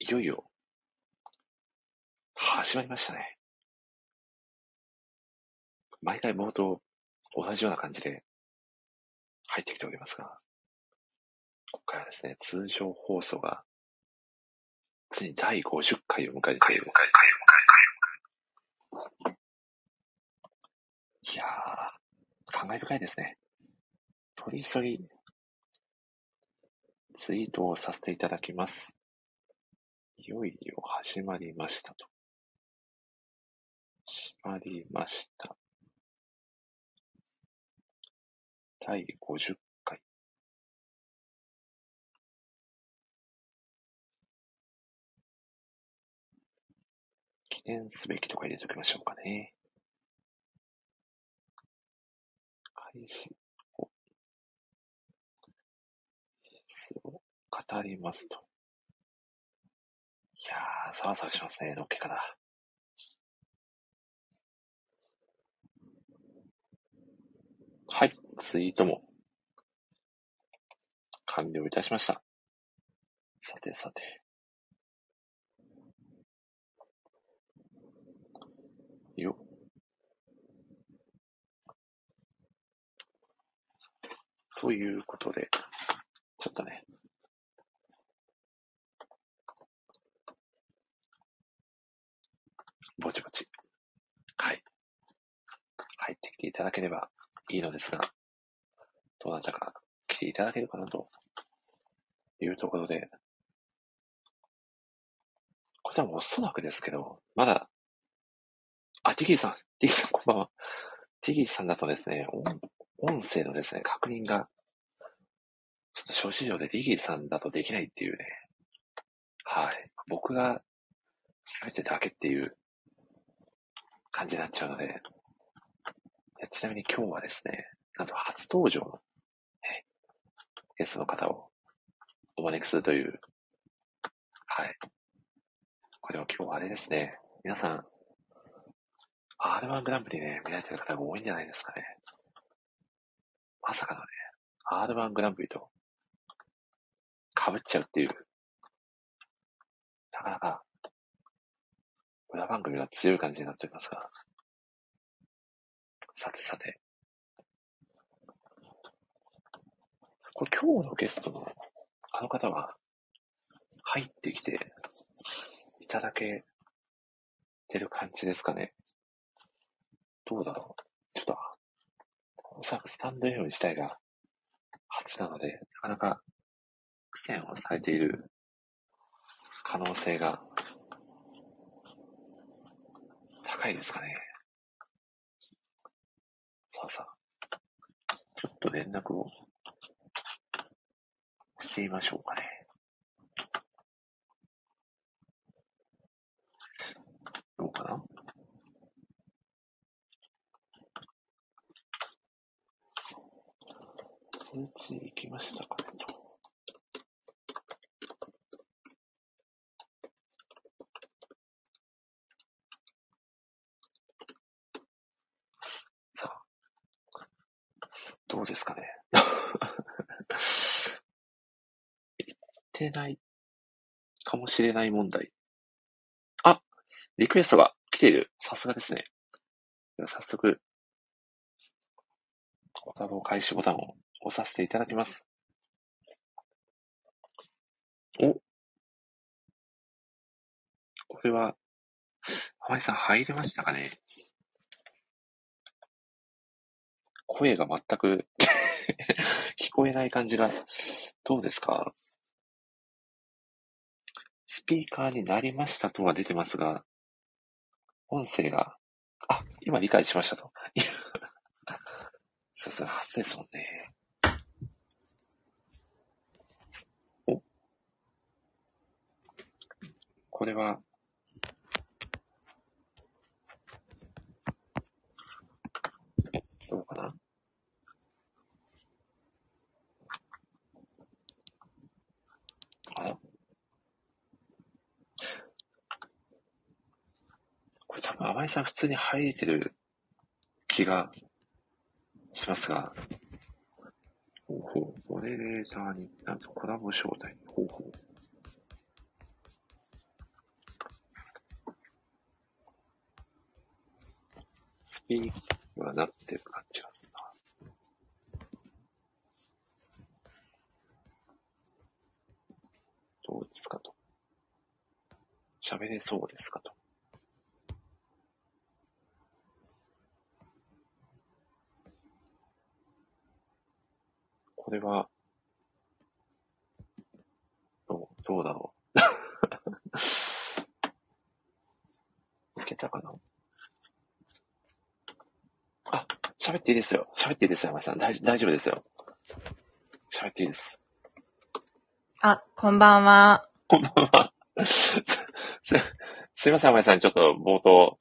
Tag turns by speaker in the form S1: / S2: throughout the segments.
S1: いよいよ始まりましたね。毎回冒頭、同じような感じで入ってきておりますが、今回はですね、通常放送が、ついに第50回を迎えている。いやー、感慨深いですね。取り急ぎ、ツイートをさせていただきます。いよいよ始まりましたと。始まりました。第50回。記念すべきとか入れておきましょうかね。開始を、を語りますと。いやー、サワサワしますね、のっけから。はい、ツイートも完了いたしました。さてさて。よっ。ということで、ちょっとね、ぼちぼち、はい。入ってきていただければいいのですが、どなたか来ていただけるかなというところで、こちらもおそらくですけど、まだ、あ、ティギーさん、ティギーさんこんばんは。ティギーさんだとですね、音音声のですね、確認が、ちょっと小市場でティギーさんだとできないっていうね、はい。僕が喋ってただけっていう感じになっちゃうので、えちなみに今日はですね、なんと初登場の、えゲストの方をお招きするという、はい。これを今日はあれですね、皆さん、R1 グランプリね、見られてる方が多いんじゃないですかね。まさかのね、R1 グランプリと被っちゃうっていう、なかなか裏番組が強い感じになっておりますが、さてさて。これ今日のゲストのあの方は入ってきていただけてる感じですかね。どうだろう。ちょっと、おそらくスタンド FM 自体が初なので、なかなか苦戦をされている可能性が高いですかね。さあさあ、ちょっと連絡をしてみましょうかね。どうかな通知行きましたかねと。さあ、どうですかね。言ってないかもしれない問題。あリクエストが来ている。さすがですね。では早速、コラボ開始ボタンを押させていただきます。おこれは、浜井さん入れましたかね声が全く 聞こえない感じが、どうですかスピーカーになりましたとは出てますが、音声が、あ、今理解しましたと。 いやそうそう、初ですもんね。おこれは、どうかなあらこれ多分、甘井さん普通に入れてる気がしますが。ほうほう。モデレーターになんとコラボ招待。ほうほう。きにはなってる感じがするな。どうですかと。喋れそうですかと。これは、どう、どう だろう。いけたかなあ、喋っていいですよ。喋っていいですよ、山田さん。大大丈夫ですよ。喋っていいです。
S2: あ、こんばんは。
S1: す、 す すいません、山田さん。ちょっと冒頭、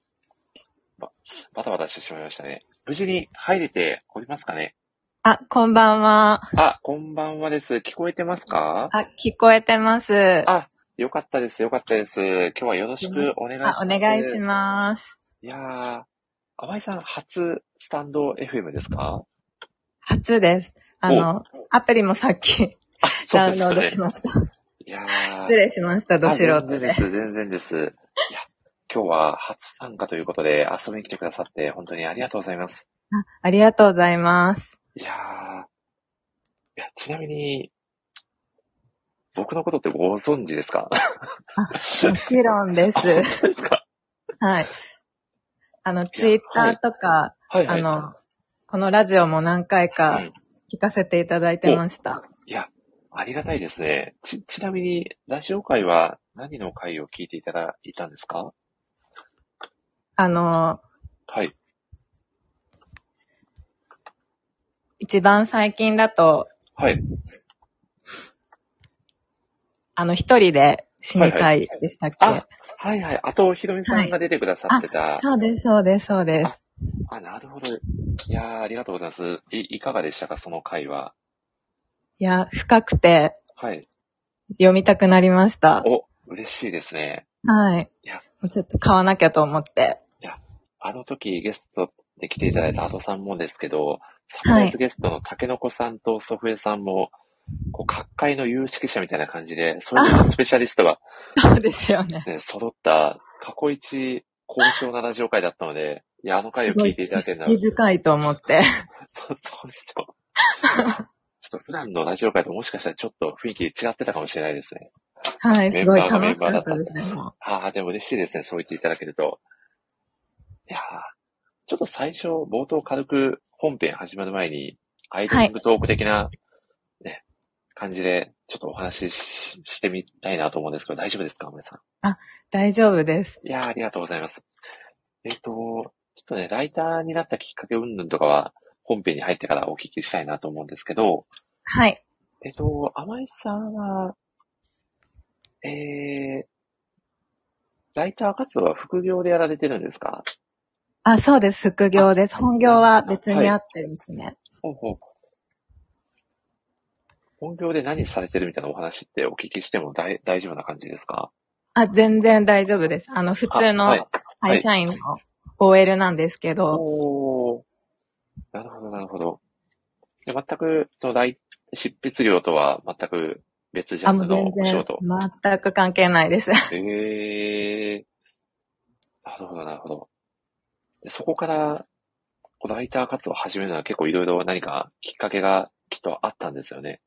S1: ばバタバタしてしまいましたね。無事に入れておりますかね
S2: あ、こんばんは。
S1: あ、こんばんはです。聞こえてますか
S2: あ、聞こえてます。あ、
S1: あ、よかったです、よかったです。今日はよろしくお願いします。
S2: お願いします。
S1: いやー、淡井さん、初スタンド FM ですか
S2: 初です。あの、アプリもさっき
S1: あ、
S2: ダウンロード
S1: ね
S2: し。ました。
S1: いや
S2: 失
S1: ー、
S2: 礼しました、ど
S1: あ
S2: 素人
S1: 全然
S2: で
S1: で。す、全然です。いや、今日は初参加ということで遊びに来てくださって本当にありがとうございます。
S2: ありがとうございます。
S1: いやー、いやちなみに、僕のことってご存知ですか
S2: もちろん で
S1: あ本
S2: す。
S1: 当ですか
S2: はい。あの、ツイッターとか、
S1: はいはい。
S2: あの、このラジオも何回
S1: は
S2: か
S1: い、
S2: 聞かせていただいてました。
S1: いや、ありがたいですね。ち、ちなみに、ラジオ会は何の会を聞いていただいたんですか
S2: あの、
S1: はい。
S2: 一番最近だと、
S1: はい。
S2: あの、一人で死にたいでしたっけ、
S1: あ、はいはい。あと、ひろみさんが出てくださってた。
S2: そうです、そうです、そうです。
S1: あなるほど。いやー、ありがとうございます。い、いかがでしたか、その会は。
S2: いや、深くて
S1: はい。
S2: 読みたくなりました。
S1: お、嬉しいですね。
S2: はい。
S1: いや
S2: もうちょっと買わなきゃと 思って。
S1: あの時ゲストで来ていただいた阿蘇さんもですけど、サプライズゲストの竹の子さんと祖父江さんも、こう、各界の有識者みたいな感じで、そういうスペシャリストが
S2: そうですよね。
S1: ね、揃った過去一高尚なラジオ会だったので、いや、あの回
S2: す
S1: を
S2: ご
S1: 聞い
S2: い
S1: てい
S2: 知
S1: ただけるのは、
S2: 識深いと思って。
S1: そうそうですよ。ちょっと普段のラジオ会ともしかしたらちょっと雰囲気違ってたかもしれないですね。
S2: はい、
S1: メ
S2: す
S1: ン
S2: ごい
S1: バーが
S2: 楽しかったですね。もう
S1: ああ、でも嬉しいですね。そう言っていただけると。いやーちょっと最初、冒頭軽く本編始まる前に、アイドリングトーク的な、ね、感じで、ちょっとお話しししてみたいなと思うんですけど、大丈夫ですか、おめさん。
S2: 大丈夫です。
S1: いやーありがとうございます。えっ、と、ちょっとね、ライターになったきっかけ云々とかは、本編に入ってからお聞きしたいなと思うんですけど、
S2: はい。
S1: えっ、と、甘井さんは、えー、ライター活動は副業でやられてるんですか
S2: あ、そうです。副業です。本業は別にあってですね。
S1: ほうほう。本業で何されてるみたいなお話ってお聞きしても大大丈夫な感じですか
S2: あ、全然大丈夫です。あの、普通
S1: あはい
S2: の。会社員の OL なんですけど、
S1: おー。なるほど、なるほど。で全く、その来、執筆量とは全く別ジャ
S2: あ、
S1: ン
S2: も
S1: ル
S2: う
S1: の
S2: 全
S1: お仕
S2: 然
S1: 事。
S2: 全く関係ないです。
S1: ええー。なるほど、なるほど。でそこから、こうライター活動を始めるのは結構いろいろ何かきっかけがきっとあったんですよね。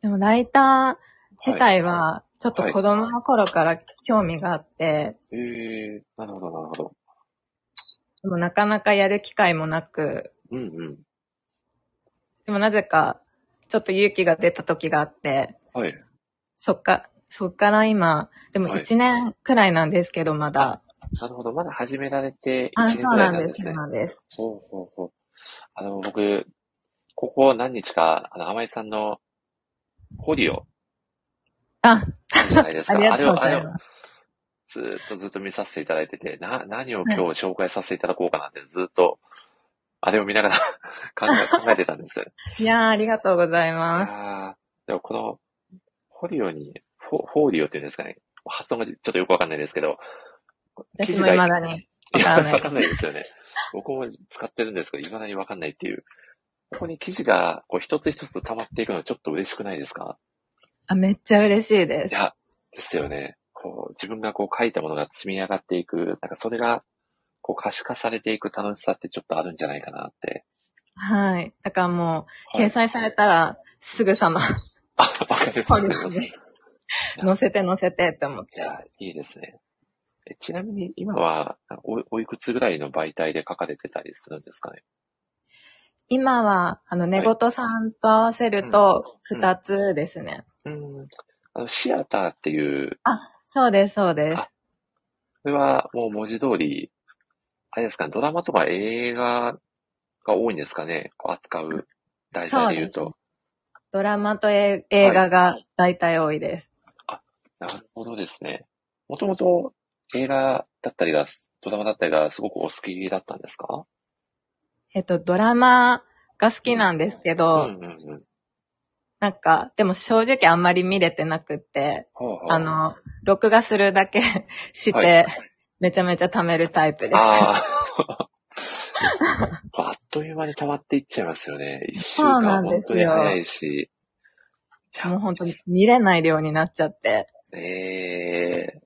S2: でもライター自体は、ちょっと
S1: はい
S2: 子供の頃から興味があって、
S1: ええー、なるほど、なるほど。
S2: でもなかなかやる機会もなく、
S1: うんうん。
S2: でもなぜか、ちょっと勇気が出た時があって、
S1: はい。
S2: そっか、そっから今、でも
S1: はい
S2: 1年くらいなんですけど、まだ。
S1: なるほど。まだ始められて1
S2: あ、
S1: 年
S2: そう
S1: ぐらい
S2: な
S1: なん
S2: ん
S1: で
S2: ですす、
S1: ね
S2: そう。なんです。
S1: ほうほうほう。あの、僕、ここ何日か、あの、甘井さんのホリオ
S2: あ、
S1: あるじゃないですか。
S2: ありがとうご
S1: あ
S2: ざ
S1: れ
S2: い
S1: を、あれ
S2: ま
S1: をず
S2: す。
S1: ーっとずっと見させていただいてて、な、何を今日紹介させていただこうかなって、ずーっと、あれを見ながら 考え考えてたんです。い
S2: いやー、ありがとうございます。
S1: やーでもこの、ホリオに、フォフォーリオっていうんですかね。発音がちょっとよくわかんないですけど、記
S2: 私
S1: 事
S2: も
S1: が
S2: 未だに。
S1: いや、
S2: わからない
S1: わかんないですよね。僕も使ってるんですけど、いまだにわかんないっていう。ここに記事が、こう、一つ一つ溜まっていくのちょっと嬉しくないですか
S2: あ、めっちゃ嬉しいで
S1: い
S2: す。
S1: や、ですよね。こう、自分がこう書いたものが積み上がっていく、なんかそれが、こう可視化されていく楽しさってちょっとあるんじゃないかなって。
S2: はい。だからもう、
S1: はい
S2: 掲載されたら、すぐさま、
S1: あ、わかりま
S2: ポ
S1: す
S2: リマで 載せて載せてって思っ
S1: い
S2: て。
S1: や、いいですね。えちなみに今はお、おいくつぐらいの媒体で書かれてたりするんですかね
S2: 今は、あの、寝言さんと合わせると、
S1: うん
S2: 二つですね。
S1: うん。あの、シアターっていう、
S2: そうです、そうです。
S1: これはもう文字通り、あれですかね、ドラマとか映画が多いんですかねこう扱う題材で言う
S2: そう
S1: と。
S2: ドラマとえ映画が大体多いです。
S1: なるほどですね。もともと映画だったりが、ドラマだったりがすごくお好きだったんですか
S2: えっと、ドラマが好きなんですけ
S1: う
S2: ど、
S1: んうんうん。
S2: なんか、でも正直あんまり見れてなくって、
S1: ほうほう
S2: あ、の、録画するだけ して、
S1: はい
S2: めちゃめちゃ貯めるタイプです。
S1: ああ。 あっという間に溜まっていっちゃいますよね。一週
S2: そう
S1: 間
S2: なん
S1: 本
S2: で
S1: 当
S2: す
S1: に
S2: よ
S1: 早いし。いや
S2: もう本当に見れない量になっちゃって。
S1: ええ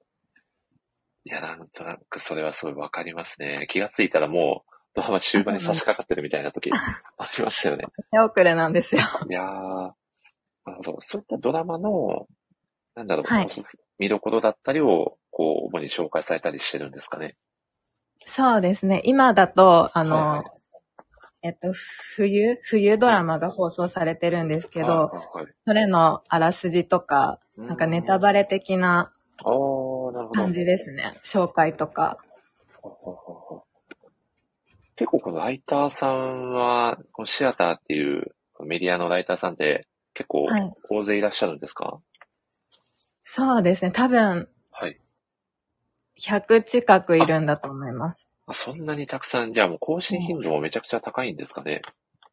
S1: いや、なんとなくそれはすごいわかりますね。気がついたらもう、ドラマ終盤に差し掛かってるみたいな時ありますよね。
S2: 手遅れなんですよ。
S1: いやー、なるほど。そういったドラマの、なんだろう、
S2: はい
S1: おすす見どころだったりを、こう、主に紹介されたりしてるんですかね。
S2: そうですね。今だと、あの、
S1: はいはい
S2: えっと、冬、冬ドラマが放送されてるんですけ
S1: は
S2: ど、
S1: いはいはい
S2: それのあらすじとか、なんかネタバ
S1: レ。
S2: レ的な
S1: ああー、なるほど
S2: 感。じですね。紹介とか。
S1: 結構このライターさんは、このシアターっていうメディアのライターさんって結構
S2: はい
S1: 大勢いらっしゃるんですか
S2: そうですね。多分、
S1: はい。
S2: 100近くいるんだと思います。
S1: あそんなにたくさん、じゃあもう更新頻度もめちゃくちゃ高いんですかね。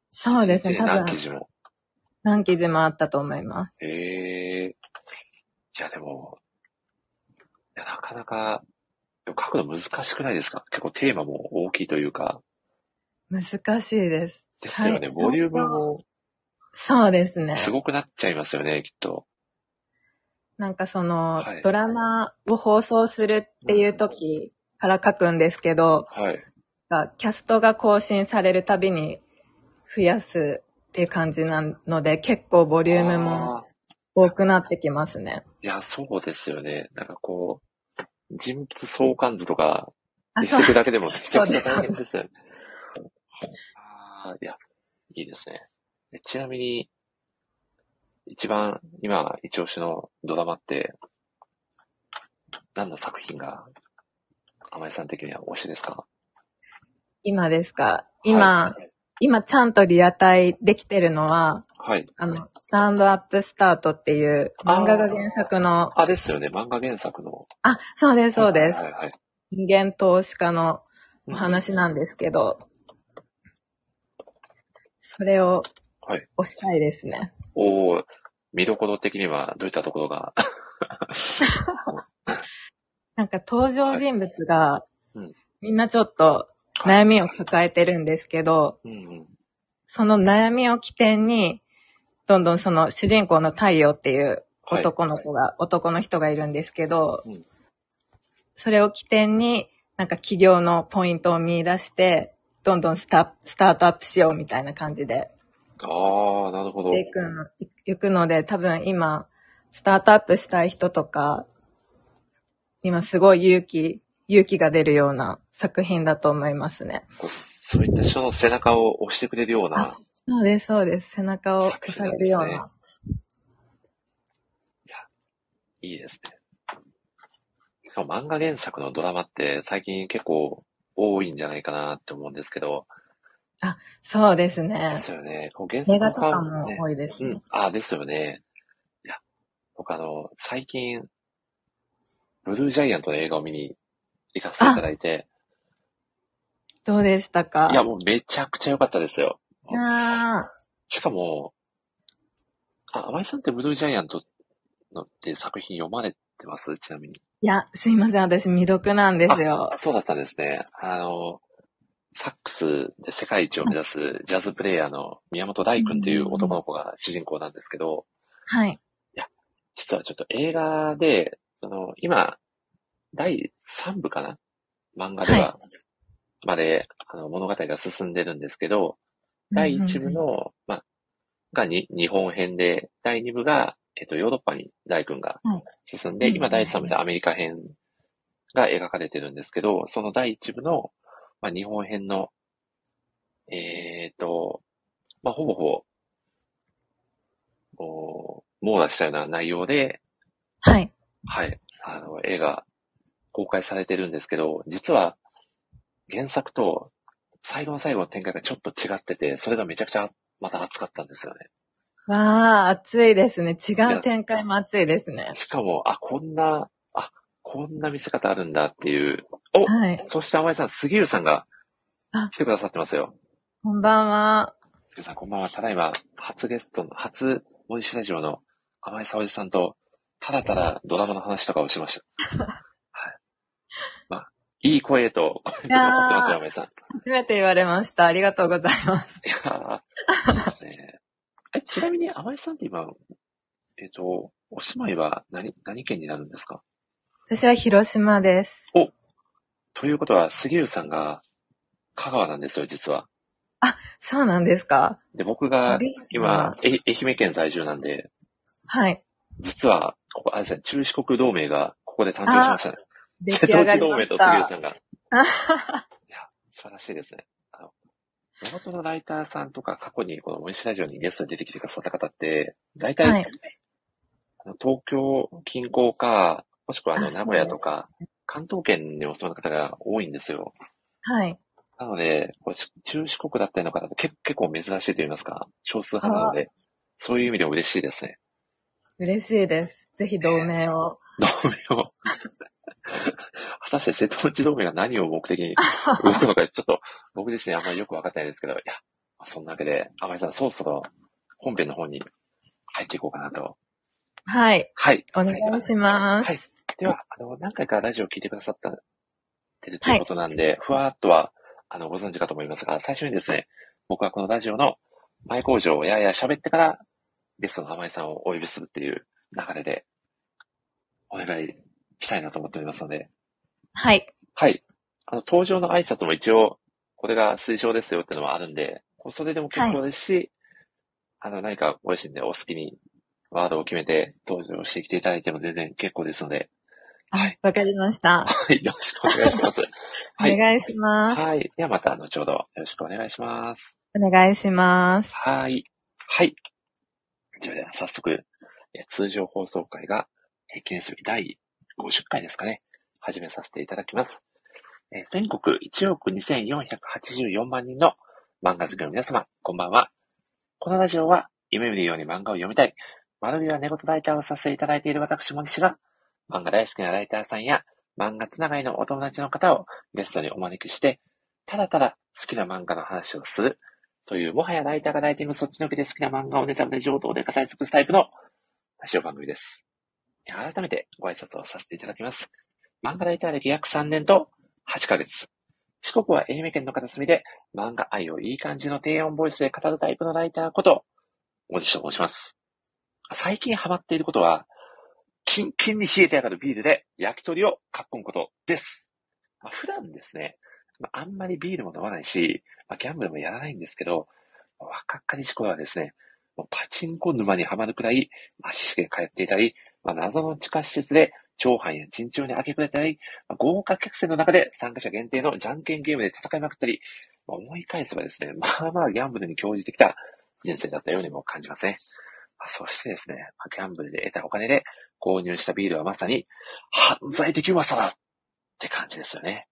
S2: そうですね。
S1: 一日
S2: 多
S1: に何
S2: 分、
S1: 記事も。
S2: 何記事もあったと思います。
S1: ええいやでも、いやなかなか、でも書くの難しくないですか結構テーマも大きいというか。
S2: 難しいです。
S1: ですよね。
S2: はい
S1: ボリュームも
S2: そうですね。
S1: すごくなっちゃいますよね、きっと。
S2: なんかその、
S1: はい
S2: ドラマを放送するっていう時から書くんですけど、
S1: はい。
S2: がキャストが更新されるたびに増やすっていう感じなので、結構ボリュームも
S1: あー
S2: 多くなってきますね。
S1: いや、そうですよね。なんかこう、人物相関図とか、
S2: あ、
S1: 出
S2: そう
S1: てくだけでもめちゃくちゃ
S2: そう
S1: 大
S2: です
S1: 変ですよね。ああ、いや、いいですね。えちなみに、一番今、一押しのドラマって、何の作品が、甘江さん的には推しですか
S2: 今ですか。今、今ちゃんとリアタイできてるのは、
S1: はい。
S2: あの、スタンドアップスタートっていう漫画が原作の、
S1: あ、ですよね。漫画原作の。
S2: あそうです、そうです。
S1: はいはいはい。
S2: 人間投資家のお話なんですけど、それを
S1: はい。
S2: 押したいですね。
S1: おー、見どころ的にはどういったところが、
S2: なんか登場人物が
S1: いうん、
S2: みんなちょっと悩みを抱えてるんですけど、
S1: うんうん。
S2: その悩みを起点に、どんどんその主人公の太陽っていう
S1: はい
S2: 男の子が、男の人がいるんですけど、
S1: うん
S2: それを起点に、なんか企業のポイントを見出して、どんどんスタスタートアップしようみたいな感じで
S1: ああ、なるほど。
S2: でいくの、いいくので、多分今、スタートアップしたい人とか、今すごい勇気、勇気が出るような作品だと思いますね。
S1: こうそういった人の背中を押してくれるような
S2: あ、そうです、そうです。背中を押されるような。
S1: いいですね。しかも漫画原作のドラマって最近結構多いんじゃないかなって思うんですけど、
S2: そうです
S1: で
S2: ね。
S1: すよね。こう原作
S2: 映
S1: の
S2: 画と
S1: ファ
S2: か
S1: ンね
S2: も多いです
S1: う
S2: ね
S1: ん。。あ、ですよね。いや、僕あの、最近、ブルージャイアントの映画を見に行かせていただいて、
S2: どうでしたか
S1: いや、もうめちゃくちゃ良かったですよ。
S2: あ
S1: しかも、あ、甘井さんってブルージャイアントのっていう作品読まれてますちなみに。
S2: ーいや、すいません。私未読なんですよ。
S1: そうだったんですね。あの、サックスで世界一を目指すジャズプレイヤーの宮本大君っていう男の子が主人公なんですけど、
S2: はい。
S1: 実はちょっと映画で、その、今、第3部かな漫画では、まで、あの、物語が進んでるんですけど、第1部の、まあ、がに日本編で、第2部が、えっと、ヨーロッパに大君が
S2: はい
S1: 進ん
S2: う
S1: で、
S2: んうん
S1: 今第3部でアメリカ編が描かれてるんですけど、その第1部の、まあ、日本編の、えっと、まあ、ほぼほぼ、こう網羅したような内容で、
S2: はい。
S1: はい、あの、映画、公開されてるんですけど、実は、原作と、最後の最後の展開がちょっと違ってて、それがめちゃくちゃ、また熱かったんですよね。
S2: わあ、熱いですね。違う展開も熱いですね。
S1: しかも、あ、こんな、あ、こんな見せ方あるんだっていう。お
S2: はい。
S1: そして甘井さん、杉浦さんが
S2: あ
S1: 来てくださってますよ。
S2: こんばんは。
S1: 杉浦さん、こんばんは。ただいま、初ゲストの、初モニシラジオの甘井沙織さんと、ただただドラマの話とかをしました。はい。まあ、いい声と、コメントくださってますよ、甘井さん。い
S2: 初めて言われました。ありがとうございます。
S1: やー、いいですね。え、ちなみに甘井さんって今、えっ、と、お住まいは何、何県になるんですか
S2: 私は広島です。
S1: ということは、杉浦さんが香川なんですよ、実は。
S2: そうなんですか
S1: で、僕が
S2: です
S1: 今、え愛媛県在住なんで、
S2: はい。
S1: 実は、ここ、あれですね、中四国同盟がここで誕生しましたね。
S2: 出
S1: 瀬
S2: 来
S1: 戸
S2: 上が
S1: 内
S2: り
S1: 同
S2: ま
S1: 盟
S2: し
S1: と杉浦
S2: た。
S1: さ んが。いや、素晴らしいですね。あの、地元のライターさんとか過去にこの森市ラジオにゲストに出てきてくださった方って、大体、
S2: はい
S1: あの東京近郊か、もしくはあの
S2: あ
S1: 名古屋とか、関東圏にお住まいの方が多いんですよ。
S2: はい。
S1: なので、こうし中四国だったりの方って結結構珍しいと言いますか、少数派なので、そういう意味でも嬉しいですね。
S2: 嬉しいです。ぜひ同盟を。
S1: 同盟を。果たして瀬戸内同盟が何を目的に動くのか、ちょっと僕自身あんまりよくわかってないですけど、いや、まあそんなわけで、甘井さん、そろそろ本編の方に入っていこうかなと。
S2: はい。
S1: はい。
S2: お願いしま
S1: はい
S2: す。。
S1: では、あの、何回かラジオを聞いてくださったってるということなんで、ふわーっとは、あの、ご存知かと思いますが、最初にですね、僕はこのラジオの前工場をやや喋ってから、ゲストの甘井さんをお呼びするっていう流れで、お願いしたいなと思っておりますので、
S2: はい。
S1: はい。あの、登場の挨拶も一応、これが推奨ですよってのもあるんで、それでも結構ですし、あの、何かご自身でお好きにワードを決めて登場してきていただいても全然結構ですの で、はい。
S2: わかりました。
S1: はい、よろしくお願いします。
S2: お
S1: はい。
S2: 願いします。
S1: はい。ではまた後ほどよろしくお願いします。
S2: お願いします。
S1: はい。はい。ではでは早速、えー通常放送回が、えー記念すべき第50回ですかね。始めさせていただきます。えー全国1億2484万人の漫画好きの皆様、こんばんは。このラジオは、夢見るように漫画を読みたい。丸ビは寝言ライターをさせていただいている私、森氏が、漫画大好きなライターさんや、漫画つながりのお友達の方をゲストにお招きして、ただただ好きな漫画の話をする、という、もはやライターがライティングそっちのけで好きな漫画をネタバレ上等で語り尽くすタイプのラジオ番組です。改めてご挨拶をさせていただきます。漫画ライター歴約3年と8ヶ月。四国は愛媛県の片隅で漫画愛をいい感じの低音ボイスで語るタイプのライターこと、おじと申します。最近ハマっていることは、キンキンに冷えてやがるビールで焼き鳥をかっこむことです。まあ普段ですね、まああんまりビールも飲まないし、まあ、ギャンブルもやらないんですけど、若かりし頃はですね、もうパチンコ沼にはまるくらい、まあ、知識で通っていたり、まあ、謎の地下施設で、長藩や沈長に明け暮れたり、まあ、豪華客船の中で参加者限定のじゃんけんゲームで戦いまくったり、まあ、思い返せばですね、まあまあギャンブルに興じてきた人生だったようにも感じますね。まあ、そしてですね、まあギャンブルで得たお金で購入したビールはまさに犯罪的うまさだって感じですよね。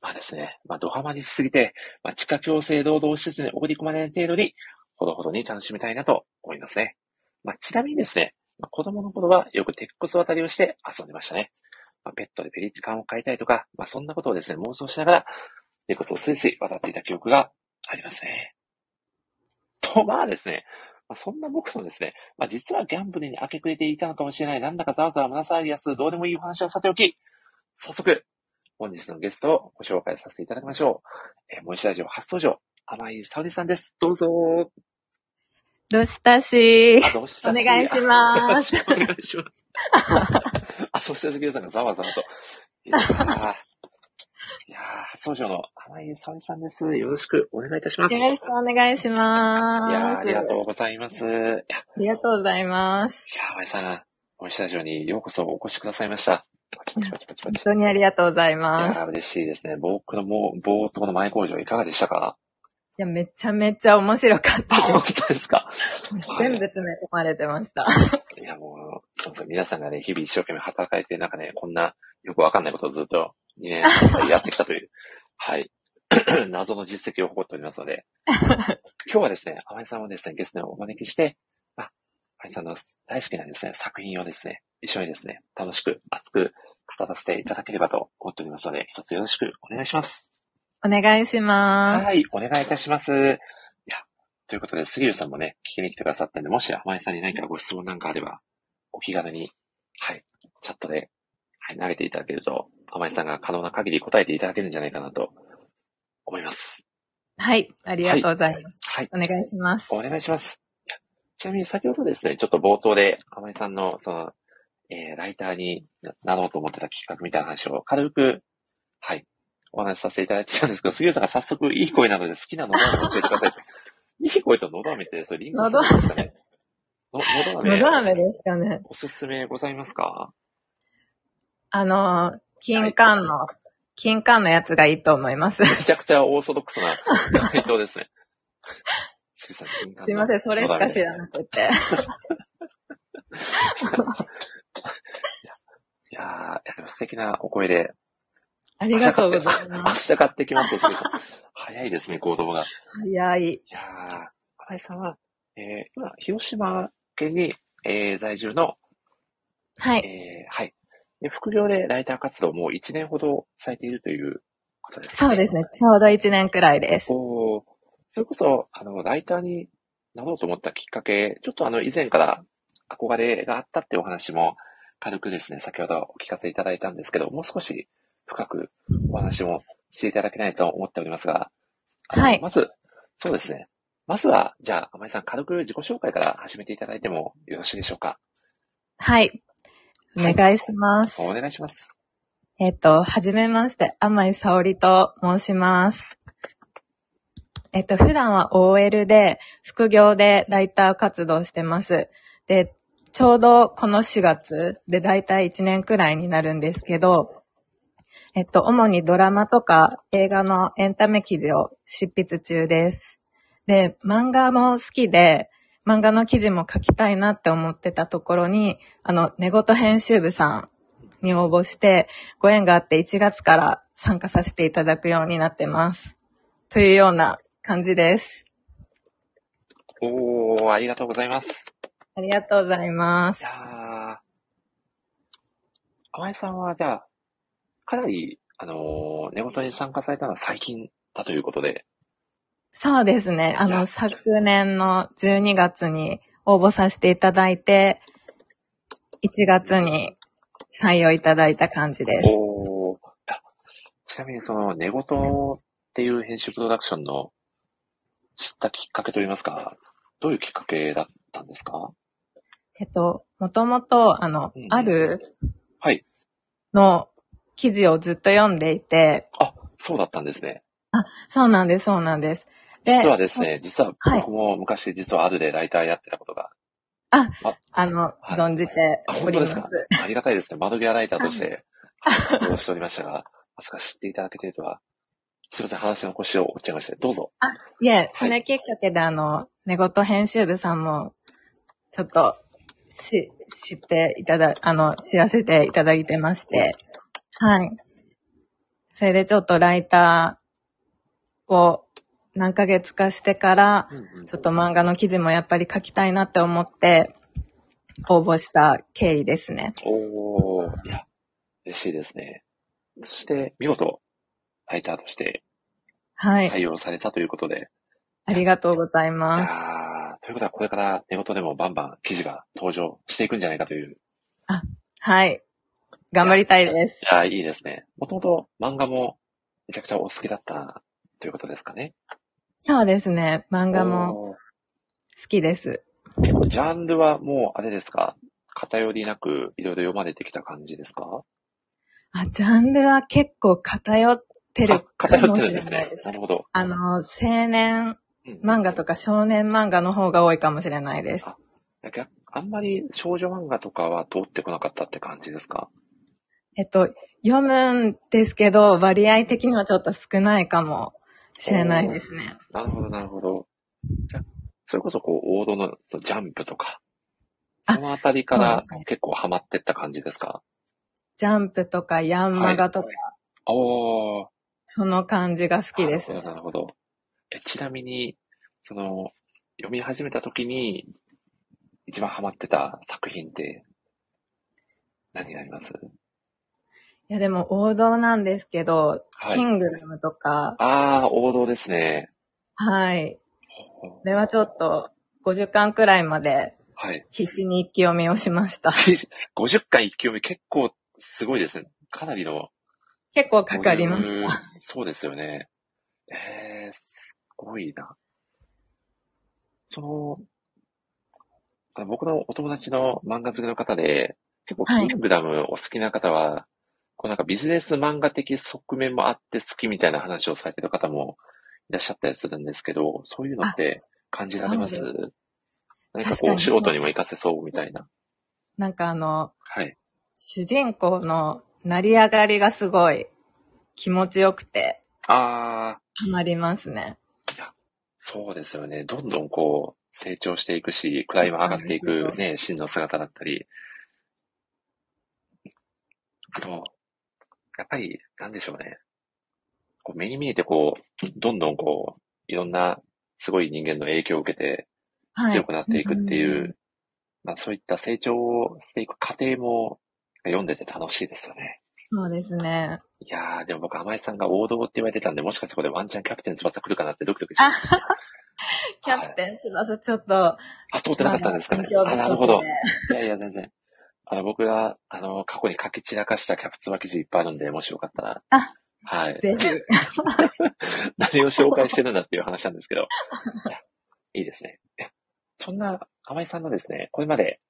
S1: まあですね、まあドハマりしすぎて、まあ、地下強制労働施設に送り込まれない程度に、ほどほどに楽しみたいなと思いますね。まあ、ちなみにですね、まあ、子供の頃はよく鉄骨渡りをして遊んでましたね。まあ、ペットでペリカンを飼いたいとか、まあ、そんなことをですね、妄想しながら、鉄骨をスイスイ渡っていた記憶がありますね。と、まあですね、まあ、そんな僕のですね、まあ、実はギャンブルに明け暮れていたのかもしれない、なんだかざわざわ胸騒ぎやす、どうでもいいお話はさておき、早速、本日のゲストをご紹介させていただきましょう。えー、もやしラジオ初登場、甘井沙織さんです。どうぞ
S2: どしたし
S1: あ、どうし。
S2: お願いします
S1: よろしく お願いします。あ、そして杉浦さんがざわざわと。いやーいやー、初登場の濱家沙織さんです。よろしくお願いいたします。い
S2: よ
S1: や
S2: ろしくお願いします。
S1: ー、ありがと
S2: う。
S1: うございます。いや、いや
S2: ありがとうございます。
S1: ー、濱家さん、おスタジオにようこそお越しくださいました。パチパチパチパチパ
S2: 本
S1: チ。い
S2: 当にありがとうござい
S1: や
S2: ます。
S1: ー、嬉しいですね。僕のもう冒頭の前工場いかがでしたか
S2: いや、めちゃめちゃ面白かっ
S1: あ、
S2: たで
S1: 本
S2: す。
S1: 当ですか
S2: 全部詰め込まれてました。
S1: いや、もう、そうそう、皆さんがね、日々一生懸命働かれて、なんかね、こんなよくわかんないことをずっと2年間やってきたという、はい、 謎の実績を誇っておりますので、今日はですね、甘井さんをですね、ゲストにお招きして、まあ、甘井さんの大好きなですね、作品をですね、一緒にですね、楽しく、熱く語らせていただければと思っておりますので、一つよろしくお願いします。
S2: お願いします。
S1: はい、お願いいたします。いや、ということで、杉浦さんもね、聞きに来てくださったんで、もし濱井さんに何かご質問なんかあれば、お気軽に、はい、チャットで、はい、投げていただけると、濱井さんが可能な限り答えていただけるんじゃないかなと思います。
S2: はい、ありがとうございます。
S1: はい、
S2: お願いします。
S1: お願いします。いやちなみに先ほどですね、ちょっと冒頭で濱井さんの、その、えー、ライターになろうと思ってた企画みたいな話を軽く、はい、お話しさせていただいてたんですけど、杉浦さんが早速いい声なので好きなのどを教えてくださいって。いい声とのど飴って、それリンクするんですかねのど飴。
S2: のど飴ですかね。
S1: おすすめございますか
S2: あの、金管の、金管のやつがいいと思います。す
S1: めちゃくちゃオーソドックスな回答ですね。杉浦さん、
S2: いません、それしか知
S1: ない。
S2: らなくて。
S1: いやーいやでも素敵なお声で、
S2: ありがとうござい
S1: 明
S2: ます。
S1: 日買ってきますよ、杉さん。早いですね、行動が。い
S2: 早い。
S1: やー、河合さんは、えー、今、広島県に、えー、在住の、
S2: はい。
S1: えー、はい。で副業でライター活動をもう1年ほどされているということですね。
S2: そうですね。ちょうど1年くらいです。
S1: おーそれこそ、あの、ライターになろうと思ったきっかけ、ちょっとあの、以前から憧れがあったっていうお話も、軽くですね、先ほどお聞かせいただいたんですけど、もう少し深くお話もしていただけないと思っておりますが、あの
S2: はい
S1: まず、そうですね。まずは、じゃあ、甘井さん、軽く自己紹介から始めていただいてもよろしいでしょうか。
S2: はい。お願いします。
S1: お願いします。
S2: えっと、はじめまして、甘井沙織と申します。えっと、普段は OL で、副業でライター活動してます。で、ちょうどこの4月でだいたい1年くらいになるんですけど、えっと、主にドラマとか映画のエンタメ記事を執筆中です。で、漫画も好きで、漫画の記事も書きたいなって思ってたところに、あの、寝言編集部さんに応募して、ご縁があって1月から参加させていただくようになってます。というような感じです。
S1: おー、ありがとうございます。
S2: ありがとうございま
S1: い
S2: す
S1: や。ー、甘井さんはじゃあ、かなり、あのー寝言に参加されたのは最近だということで、
S2: そうですね。あ
S1: い
S2: の、
S1: や
S2: 昨年の12月に応募させていただいて、1月に採用いただいた感じです。
S1: おーあちなみにその寝言っていう編集プロダクションの知ったきっかけといいますか、どういうきっかけだったんですか
S2: えっと、もともと、あの
S1: うんう、ん
S2: ある
S1: はい。
S2: の記事をずっと読んでいて、
S1: あ、そうだったんですね。
S2: そうなんです、そうなんです。で
S1: 実はですね、実は
S2: はい
S1: 僕も昔実はあるでライターやってたことが、
S2: あの、
S1: はい
S2: 存じて
S1: あ、
S2: お
S1: 本
S2: り
S1: 当
S2: ま
S1: ですす。かありがたいですね。窓際ライターとして 活動しておりましたが、まさか知っていただけているとは、すいません、話の腰を折っちゃいまして、どうぞ。
S2: いえ、それきっかけで、あの、寝言編集部さんも、ちょっと、し、知っていただ、あの、知らせていただいてまして、はい。それでちょっとライターを何ヶ月かしてから、ちょっと漫画の記事もやっぱり書きたいなって思って、応募した経緯ですね。
S1: おー、いや、嬉しいですね。そして、見事、ライターとして
S2: はい。
S1: 採用されたということで、
S2: ありがとうござい
S1: い、や
S2: ます。
S1: ーということはこれから寝言でもバンバン記事が登場していくんじゃないかという、
S2: はい。頑張りたいです
S1: い。やーいいですね。もともと漫画もめちゃくちゃお好きだったということですかね。
S2: そうですね。漫画
S1: お
S2: も
S1: ー
S2: 好きです。
S1: 結構ジャンルはもうあれですか偏りなくいろいろ読まれてきた感じですか
S2: あ、ジャンルは結構偏ってる
S1: あ偏
S2: か
S1: っ
S2: も
S1: て
S2: し
S1: る
S2: れ
S1: んです
S2: ない
S1: ね
S2: です。。
S1: なるほど。
S2: あの、青年
S1: うん
S2: 漫画とか少年漫画の方が多いかもしれないです。
S1: 逆にあんまり少女漫画とかは通ってこなかったって感じですか
S2: えっと、読むんですけど、割合的にはちょっと少ないかもしれないですね。
S1: なるほど、なるほど。じゃそれこそこう、王道のそのジャンプとか、
S2: あ
S1: そのあたりか
S2: そう
S1: ら
S2: ですね
S1: 結構ハマってった感じですか
S2: ジャンプとかヤンマガとか、
S1: おー。
S2: その感じが好きです
S1: な。るほど、なるほど。え、ちなみに、その、読み始めた時に、一番ハマってた作品って、何になります
S2: いや、でも王道なんですけど、
S1: はい
S2: キングダムとか、
S1: あー、王道ですね。
S2: はい。これはちょっと、50巻くらいまで
S1: はい。
S2: 必死に一気読みをしました。
S1: 50巻一気読み結構すごいですね。かなりの。
S2: 結構かかりま
S1: う
S2: す
S1: ん。そうですよね。えー、すごいな。その、あの僕のお友達の漫画好きの方で、結構
S2: はい
S1: キングダムお好きな方は、こうなんかビジネス漫画的側面もあって好きみたいな話をされてる方もいらっしゃったりするんですけど、そういうのって感じられます
S2: そう
S1: 何か
S2: 確か
S1: こう、
S2: に
S1: 仕事にも活かせそうみたいな。
S2: なんかあの、
S1: はい。
S2: 主人公の成り上がりがすごい気持ちよくて、
S1: あー、
S2: ハマりますね。
S1: そうですよね。どんどんこう、成長していくし、位も上がってい
S2: そうなん
S1: く
S2: です
S1: ね、真の姿だったり。あと、やっぱり、なんでしょうね。こう目に見えてこう、どんどんこう、いろんなすごい人間の影響を受けて
S2: はい。
S1: 強くなっていくっていう、
S2: んん
S1: まあそういった成長をしていく過程も読んでて楽しいですよね。
S2: そうですね。
S1: いやー、でも僕、甘井さんが王道って言われてたんで、もしかしてこれワンチャンキャプテン翼来るかなってドキドキしてました。
S2: キャプテン翼ちょっと、
S1: あ、通ってなかったんですかね。
S2: まだ
S1: あ、なるほど。
S2: 勉強不足で
S1: いやいや、全然。あの、僕が、あの、過去に書き散らかしたキャプツバ記事いっぱいあるんで、もしよかったら。
S2: あ
S1: はい。
S2: ぜひ。
S1: 何を紹介してるんだっていう話なんですけど。いやいいですね。いやそんな、甘井さんのですね、これまで、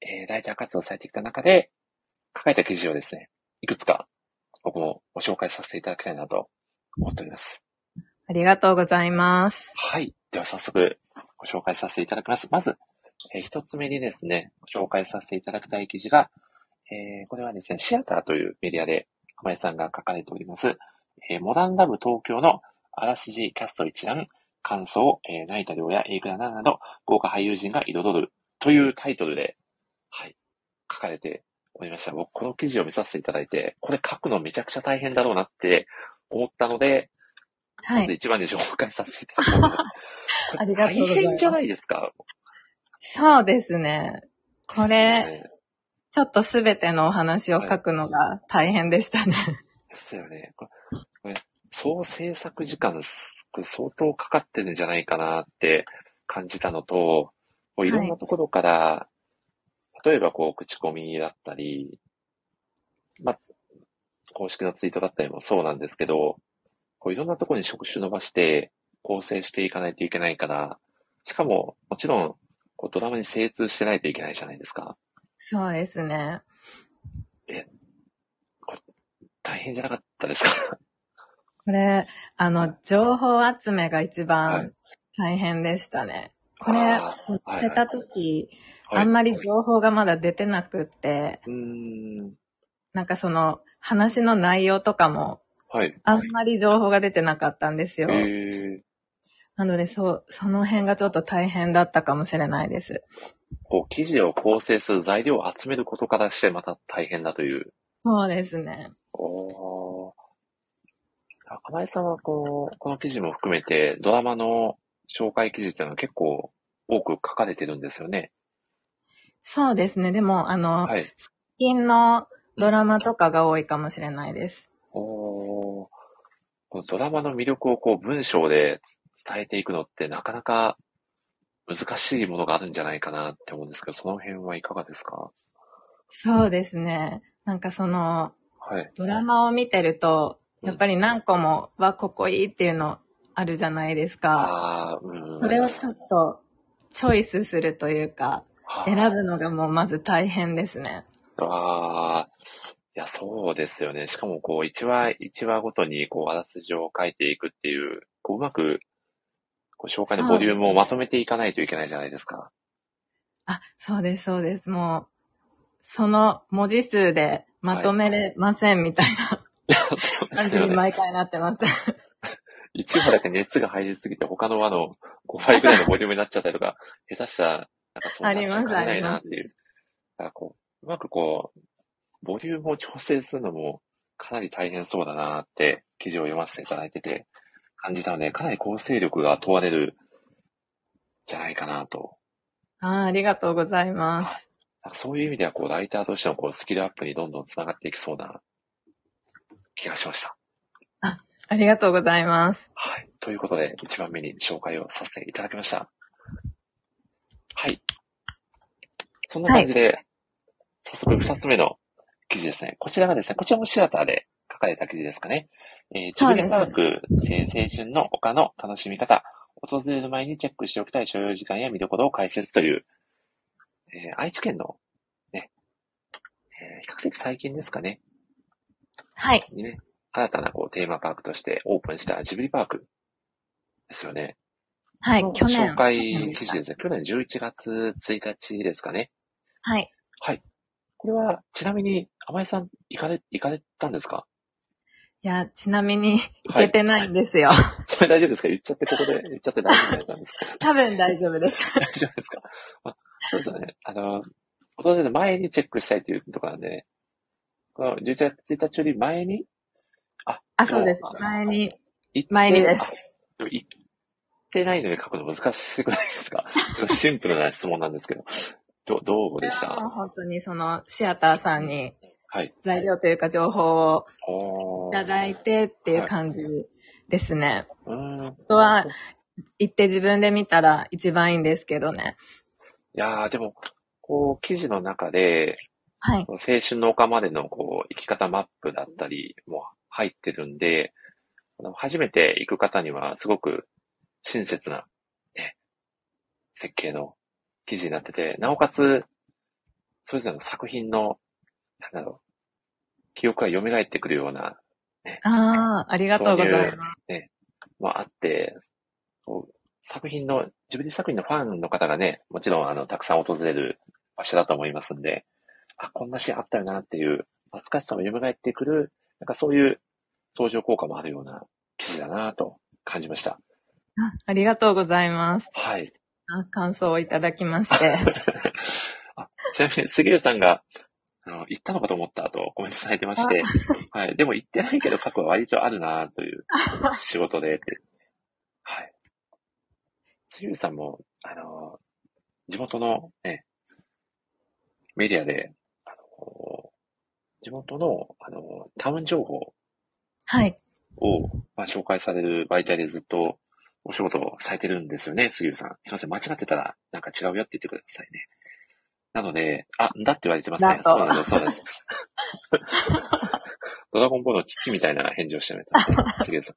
S1: えー、大事な活動をされてきた中で、書かれた記事をですね、いくつか、僕もご紹介させていただきたいなと思っております。
S2: ありがとうございます。
S1: はい。では早速ご紹介させていただきます。まず、えー一つ目にですね、ご紹介させていただきたい記事が、えーこれはですね、シアターというメディアで浜井さんが書かれております、えーモダンラブ東京のあらすじキャスト一覧、感想、えー、成田亮や映画ななど豪華俳優陣が彩るというタイトルで、はい、書かれておりました。僕、この記事を見させていただいて、これ書くのめちゃくちゃ大変だろうなって思ったので、
S2: は
S1: まず
S2: い。
S1: 一番で紹介させていただきたいと思 います。
S2: ありがとうございます
S1: 大変じゃないですか。
S2: そうですね。これ、
S1: ね
S2: ちょっとすべてのお話を書くのが大変でしたね。
S1: ですよね。これ、これ総制作時間、これ相当かかってるんじゃないかなって感じたのと、こういろんなところから、例えばこう、口コミだったり、まあ、公式のツイートだったりもそうなんですけど、こういろんなところに触手伸ばして構成していかないといけないから、しかも、もちろん、こうドラマに精通してないといけないじゃないですか。
S2: そうですね。
S1: 大変じゃなかったですか
S2: これ、あの、情報集めが一
S1: はい
S2: 番大変でしたね。これ、
S1: あー
S2: やってた時、
S1: はい
S2: あんまり情報がまだ出てなくって、
S1: うーん。
S2: なんかその、話の内容とかも、
S1: はい。
S2: あんまり情報が出てなかったんです
S1: え
S2: よ。
S1: ー、
S2: なので、そう、その辺がちょっと大変だったかもしれないです。
S1: こう、記事を構成する材料を集めることからしてまた大変だという。
S2: そうですね。
S1: おー。甘井さんはこう、この記事も含めて、ドラマの紹介記事っていうのは結構多く書かれてるんですよね。
S2: そうですね。でも、あの、
S1: はい。
S2: 最近のドラマとかが多いかもしれないです。
S1: おー。このドラマの魅力をこう、文章で伝えていくのってなかなか難しいものがあるんじゃないかなって思うんですけど、その辺はいかがですか
S2: そうですね。なんかその、
S1: はい。
S2: ドラマを見てると、
S1: うん
S2: やっぱり何個も、はここいいっていうのあるじゃないですか。
S1: ああ、うん。
S2: それをちょっと、チョイスするというか、
S1: はあ
S2: 選ぶのがもうまず大変ですね。
S1: ああ、いや、そうですよね。しかも、こう、一話、一話ごとに、こう、あらすじを書いていくっていう、こう、うまく、こう、紹介のボリュームをまとめていかないといけないじゃないですか。
S2: あ、そうです、そうです。もう、その文字数でまとめれませんみたい な感じに毎回なってます。
S1: 一話だけ熱が入りすぎて、他の話の5倍ぐらいのボリュームになっちゃったりとか、 下手したら、なんかそうなっちゃうかないなって
S2: あり
S1: い
S2: ま
S1: う。だからこう、うまくこう、ボリュームを調整するのもかなり大変そうだなって、記事を読ませていただいてて、感じたので、かなり構成力が問われるんじゃないかなと
S2: あーありがとうございます。
S1: なんかそういう意味では、こう、ライターとしてのこうスキルアップにどんどんつながっていきそうな気がしました。
S2: ありがとうございます。
S1: はい。ということで、1番目に紹介をさせていただきました。はい。そんな感じで、早速2つ目の記事ですね。こちらがですね、こちらもシアターで書かれた記事ですかね。えー、ジ
S2: そ
S1: ブ
S2: うで
S1: リ
S2: す
S1: パーク、えー青春の丘の楽しみ方。訪れる前にチェックしておきたい所要時間や見どころを解説という、えー愛知県のね、えー比較的最近ですかね、
S2: はい。
S1: にね、新たなこうテーマパークとしてオープンしたジブリパークですよね。
S2: はい
S1: の。
S2: 去年。
S1: 紹介記
S2: 去年でし
S1: 事
S2: た
S1: ですね。去年11月1日ですかね。
S2: はい。
S1: これは、ちなみに、甘井さん、行かれ、行かれたんですか
S2: いや、ちなみに、い
S1: はい
S2: けてないんですよ。
S1: それ大丈夫ですか言っちゃって、ここで、言っちゃって大丈夫なんですか
S2: 多分大丈夫です。
S1: 大丈夫ですか、まあ、そうですよね。あの、訪れる前にチェックしたいというところなんで、この11月1日より前に、あ、
S2: あ、そうです
S1: も。
S2: 前に、
S1: 行って
S2: 前にです。
S1: でも行ってないのに書くの難しくないですか すごいシンプルな質問なんですけど。ど、どうでし
S2: もう
S1: た
S2: 本当にその、シアターさんに
S1: はい。
S2: 材料というか情報を
S1: お
S2: い
S1: ー
S2: ただいてっていう感じですね。
S1: うーん。い
S2: 本当は、行って自分で見たら一番いいんですけどね。
S1: やー、でも、こう、記事の中で、
S2: はい。
S1: 青春の丘までのこう生き方マップだったりも入ってるんで、あの初めて行く方にはすごく親切な、ね、設計の記事になってて、なおかつ、それぞれの作品の、なんだろう、記憶が蘇ってくるような、
S2: ああ、ありがとうございます。
S1: ね、もあって、こう作品の、ジブリ作品のファンの方がね、もちろんあの、たくさん訪れる場所だと思いますんで、あ、こんなシーンあったよなっていう、懐かしさも蘇ってくる、なんかそういう相乗効果もあるような記事だなと感じました。
S2: あありがとうございます。
S1: はい。
S2: あ感想をいただきま して。
S1: あ ちなみに、杉浦さんが、あの、行ったのかと思ったとコメントされてまして、はい。でも行ってないけど過去は割とあるなという仕事でって。はい。杉浦さんも、あの、地元のね、メディアで、あの、地元の、あの、タウン情報
S2: はい。
S1: を、まあ、紹介される媒体でずっとお仕事をされてるんですよね、杉浦さん。すいません、間違ってたらなんか違うよって言ってくださいね。なので、あ、だって言われてますね
S2: だ。と
S1: そうなんです、そうなん です。ドラゴンボールの父みたいな返事をしてくれたんですね、杉浦さん。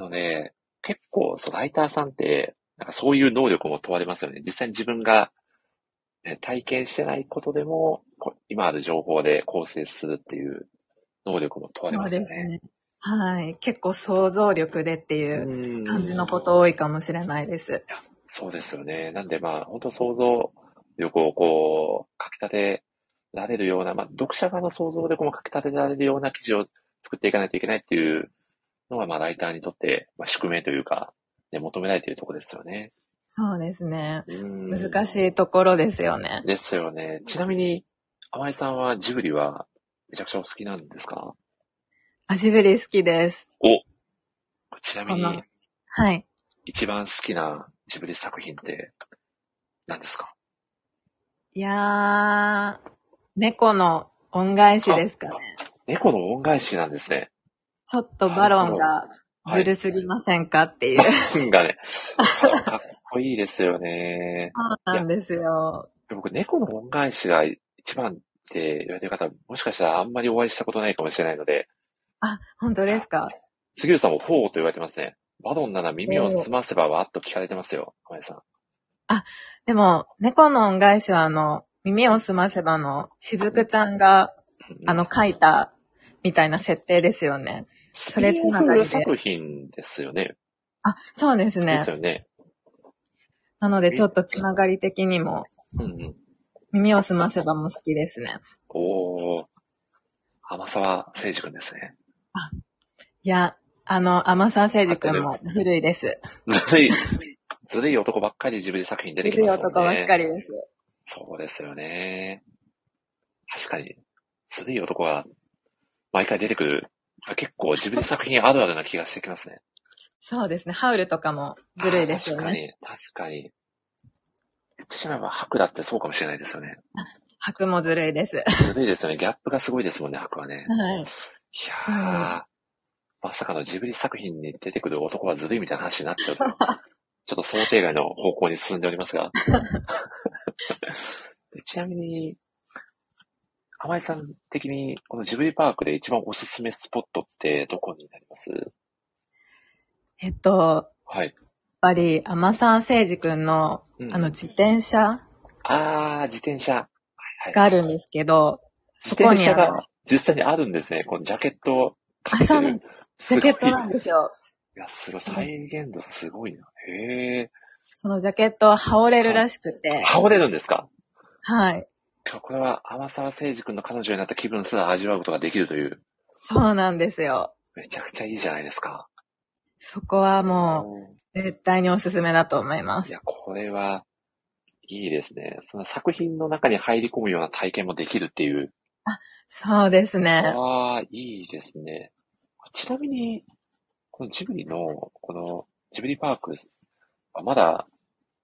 S1: なので、結構、そう、ライターさんって、なんかそういう能力も問われますよね。実際に自分が、ね、体験してないことでも、こう今ある情報で構成するっていう能力も問われ
S2: そ
S1: ま
S2: う
S1: すよ
S2: で
S1: ね。
S2: すね。はい。結構想像力でっていう
S1: うん
S2: 感じのこと多いかもしれないです。
S1: そうですよね。なんでまあ、本当想像力をこう、かき立てられるような、まあ、読者側の想像力もかき立てられるような記事を作っていかないといけないっていうのが、まあ、ライターにとって、まあ、宿命というか、ね、求められているところですよね。
S2: そうですね。
S1: うん
S2: 難しいところですよね。
S1: ですよね。ちなみに、甘井さんはジブリはめちゃくちゃお好きなんですか
S2: あ、ジブリ好きです。
S1: おちなみ
S2: こ
S1: に
S2: の、はい。
S1: 一番好きなジブリ作品って何ですか
S2: いやー、猫の恩返しですかね。
S1: 猫の恩返しなんですね。
S2: ちょっとバロンが
S1: はい
S2: ずるすぎませんかっていう。
S1: ンがね、かっこいいですよね。
S2: そうなんですよ。
S1: 僕、猫の恩返しが一番って言われてる方、もしかしたらあんまりお会いしたことないかもしれないので、
S2: あ、本当ですか
S1: 杉浦さんもフォーと言われてますね。バドンなら耳を澄ませばわっと聞かれてますよ、小林さん。
S2: でも、猫の恩返しはあの、耳をすませばの、しずくちゃんがあの、書いたみたいな設定ですよね。
S1: そ
S2: それつながりで
S1: 作品ですよね。
S2: あ、そうです
S1: で
S2: ね
S1: す。よね。
S2: なのでちょっとつながり的にも、
S1: うんうん。
S2: 耳をすませばも好きですね。
S1: おー。天沢誠二君です ね。
S2: いや、あの、天沢誠二くんもずるいです。
S1: ずるい、ずるい男ばっかりジブリ作品出
S2: ず
S1: てき
S2: るい
S1: ますもんね。
S2: 男ばっかりです。
S1: そうですよね。確かに、ずるい男は毎回出てくる。結構ジブリ作品あるあるな気がしてきますね。
S2: そうですね。ハウルとかもずるいですよね。
S1: あー確かに、確かに。言ってしまえば、白だってそうかもしれないですよね。
S2: 白もずるいです。は
S1: ずるいですよね。ギャップがすごいですもんね、白はね。い
S2: い。
S1: やー、まさかのジブリ作品に出てくる男はずるいみたいな話になっちゃ うと、ちょっと想定外の方向に進んでおりますが。でちなみに、甘井さん的に、このジブリパークで一番おすすめスポットってどこになります
S2: えっと、
S1: はい。
S2: やっぱり天沢誠二くんの、
S1: うん
S2: あの、自転車
S1: あー、自転車。はいはい
S2: があるんですけど、
S1: 自
S2: そこ
S1: 転
S2: に
S1: 車
S2: あの
S1: が、実際にあるんですね。このジャケットをかけ
S2: あそ
S1: て
S2: うなん
S1: る。
S2: ジャケットな
S1: す
S2: ん
S1: ごい
S2: ですよ。
S1: いや、すごい。再現度すごいな。へ
S2: そのジャケットは羽織れるらしくて
S1: え。、羽織れるんですか
S2: はい。
S1: 今日これは天沢誠二君の彼女になった気分すら味わうことができるという、
S2: そうなんですよ。
S1: めちゃくちゃいいじゃないですか。
S2: そこはも
S1: うん
S2: う、絶対におすすめだと思いま
S1: い
S2: す。
S1: や、これは、いいですね。その作品の中に入り込むような体験もできるっていう。
S2: そうですね。
S1: ああ、いいですね。ちなみに、このジブリの、このジブリパークはまだ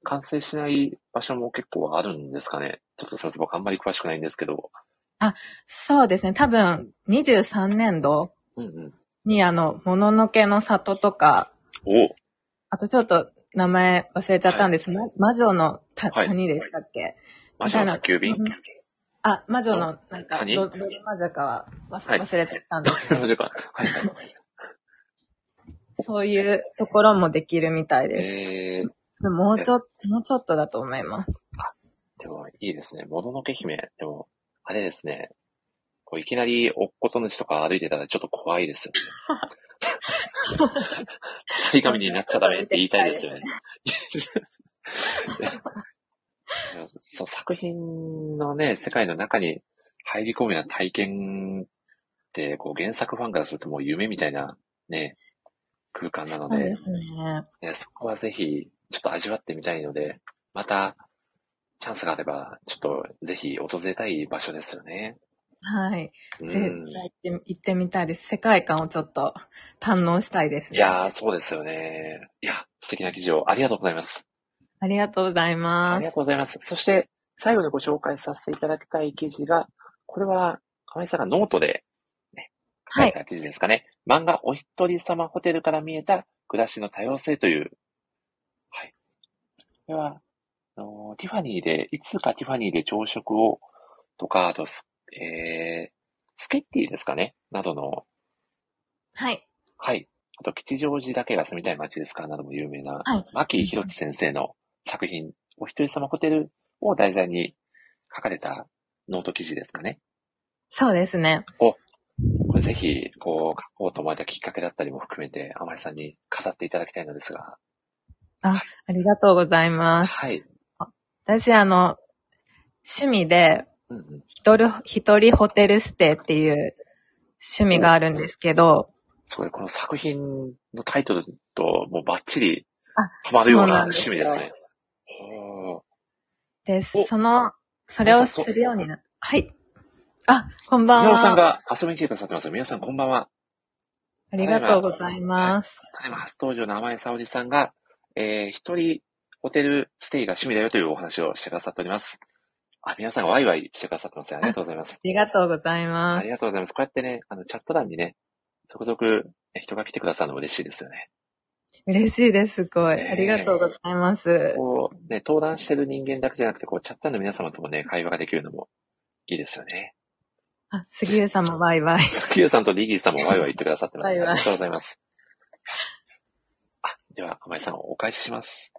S1: 完成しない場所も結構あるんですかね。ちょっとすみません、僕あんまり詳しくないんですけど。
S2: そうですね。多分、23年度
S1: うんうん。
S2: にあの、もののけの里とか、
S1: おう
S2: あとちょっと名前忘れちゃったんです。ま魔女のた
S1: はい
S2: 谷でしたっけ、
S1: 魔女の宅急便
S2: うんあ、魔女の、なんか、
S1: 谷
S2: ど、どれ魔女かは忘
S1: はい
S2: 忘れてたんですけど、
S1: 魔女か。はいはい。
S2: そういうところもできるみたいです。
S1: えー、
S2: でももうちょっと、もうちょっとだと思います。
S1: でもいいですね。もののけ姫。でも、あれですね。こういきなり、おっことぬちとか歩いてたらちょっと怖いですよね。張り紙になっちゃダメって言いたいですよ ね。そう、作品のね、世界の中に入り込むような体験って、こう原作ファンからするともう夢みたいなね、空間なの
S2: そう
S1: で
S2: で、すね。
S1: ね、そこはぜひ、ちょっと味わってみたいので、また、チャンスがあれば、ちょっと、ぜひ、訪れたい場所ですよね。
S2: はい。
S1: う
S2: 絶対
S1: ん。
S2: 行って行ってみたいです。世界観をちょっと堪能したいです
S1: い
S2: ね。
S1: やー、そうですよね。いや、素敵な記事をありがとうございます。
S2: ありがとうござい
S1: あ
S2: ま
S1: り
S2: す
S1: が。とうございます。そして、最後にご紹介させていただきたい記事が、これは、河合さんがノートで、ね、書
S2: はい
S1: いた記事ですかね。漫画、お一人様ホテルから見えた暮らしの多様性という、はい。これは、あのティファニーで、いつかティファニーで朝食を、とか、あとス、えー、スケッティですかねなどの、
S2: はい。
S1: はい。あと、吉祥寺だけが住みたい街ですかなども有名な、
S2: はい
S1: 牧博地先生の作品、お一人様ホテルを題材に書かれたノート記事ですかね。
S2: そうですね。
S1: これぜひ、こう、書こうと思われたきっかけだったりも含めて、あまりさんに飾っていただきたいのですが、
S2: ありがとうございます。
S1: はい。
S2: 私、あの、趣味で、
S1: うんうん。
S2: 一人、一人ホテルステイっていう趣味があるんですけど、
S1: すごい、この作品のタイトルと、もうバッチリ、
S2: あ
S1: ハマるよう
S2: そう
S1: な
S2: なんです
S1: 趣
S2: よ
S1: 味ですね。おー
S2: で、
S1: お
S2: その、それをするようにな、はい。あ、こんばん
S1: 宮尾さん
S2: は。
S1: が遊びに来てくださってます。皆さんこんばんは。
S2: ありがとうございます。
S1: ただいま初登場の甘江沙織さんが、えー、一人ホテルステイが趣味だよというお話をしてくださっております。あ、皆さんワイワイしてくださってますね。ありがとうございます
S2: あ。りがとうござい
S1: あ
S2: ま
S1: り
S2: す。
S1: がとうございます。こうやってね、あの、チャット欄にね、続々ね人が来てくださるのも嬉しいですよね。
S2: 嬉しいです、すごい。
S1: ええ
S2: ありがとうございます。
S1: こう、ね、登壇してる人間だけじゃなくて、こう、チャット欄の皆様ともね、会話ができるのもいいですよね。
S2: あ、杉浦さんもバイバイ。
S1: キューさんとリギーさんもワイワイ言ってくださってます。
S2: ワイワイ
S1: ありがとうございます。あ、では、甘江さんお返しします。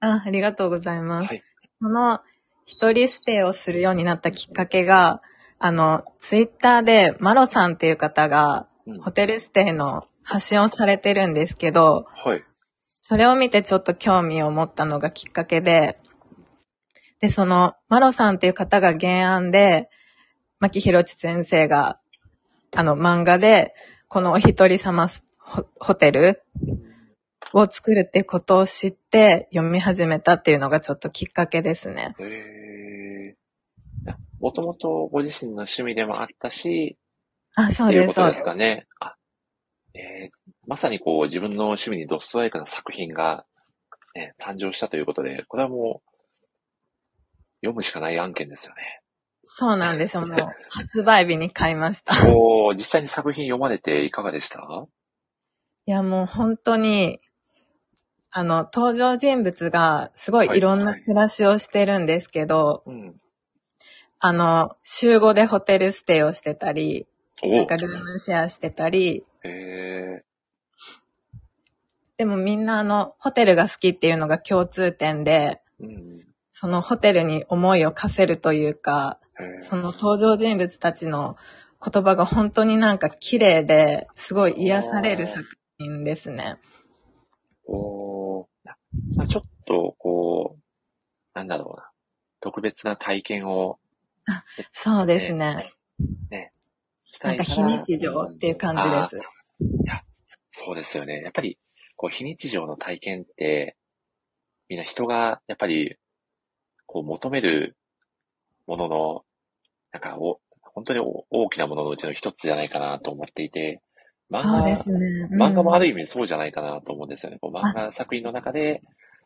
S2: あ、ありがとうございます。
S1: はい
S2: その、一人ステイをするようになったきっかけが、あの、ツイッターでマロさんっていう方が
S1: うん。
S2: ホテルステイの発信をされてるんですけど、
S1: はい。
S2: それを見てちょっと興味を持ったのがきっかけで、で、その、マロさんっていう方が原案で、牧博地先生が、あの、漫画で、このお一人様ホホテルを作るってことを知って読み始めたっていうのがちょっときっかけですね。
S1: えー。もともとご自身の趣味でもあったし、
S2: あ、そ
S1: っ
S2: う
S1: ていう
S2: で
S1: こ
S2: す、
S1: と
S2: そう
S1: で
S2: ですす。
S1: かね。あ、えーまさにこう自分の趣味にドストライクな作品が、ね、誕生したということで、これはもう、読むしかない案件ですよ ね。
S2: そうなんですよ。もう、発売日に買いました。
S1: こう、実際に作品読まれていかがでした
S2: いや、もう本当に、あの、登場人物がすごいいろんな暮らしをしてるんですけど、
S1: うん。
S2: あの、週5でホテルステイをしてたり、な
S1: お
S2: んかルームシェアしてたり、
S1: え
S2: でもみんなあの、ホテルが好きっていうのが共通点で、
S1: ー、うん。
S2: そのホテルに思いを課せるというか、
S1: えー
S2: その登場人物たちの言葉が本当になんか綺麗で、すごい癒される作品ですね。
S1: おーなまあ、ちょっと、こう、なんだろうな。特別な体験を
S2: そうですね。
S1: した
S2: なん
S1: い
S2: か
S1: から。
S2: 非日常っていう感じ
S1: あー
S2: です。
S1: そうですよね。やっぱり、こう、非日常の体験って、みんな人が、やっぱり、こう、求めるものの、なんかお、本当にお大きなもののうちの一つじゃないかなと思っていて、漫画
S2: そうですね。うん
S1: 漫画もある意味そうじゃないかなと思うんですよね。こう漫画作品の中で、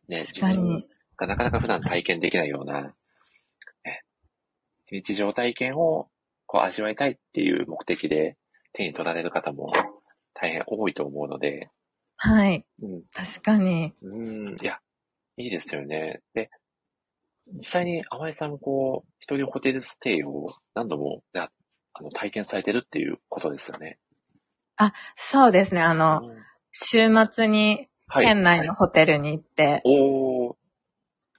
S1: ね、
S2: 確
S1: 自
S2: か
S1: 分
S2: に。
S1: がなかなか普段体験できないような、ね、日常体験をこう味わいたいっていう目的で手に取られる方も大変多いと思うので、
S2: はい。
S1: うん、
S2: 確かに。
S1: うん、いや、いいですよね。で、実際に甘井さん、こう、一人ホテルステイを何度もやあの体験されてるっていうことですよね。
S2: そうですね。あの、
S1: うん
S2: 週末に
S1: はい。
S2: 県内のホテルに行って、
S1: おー、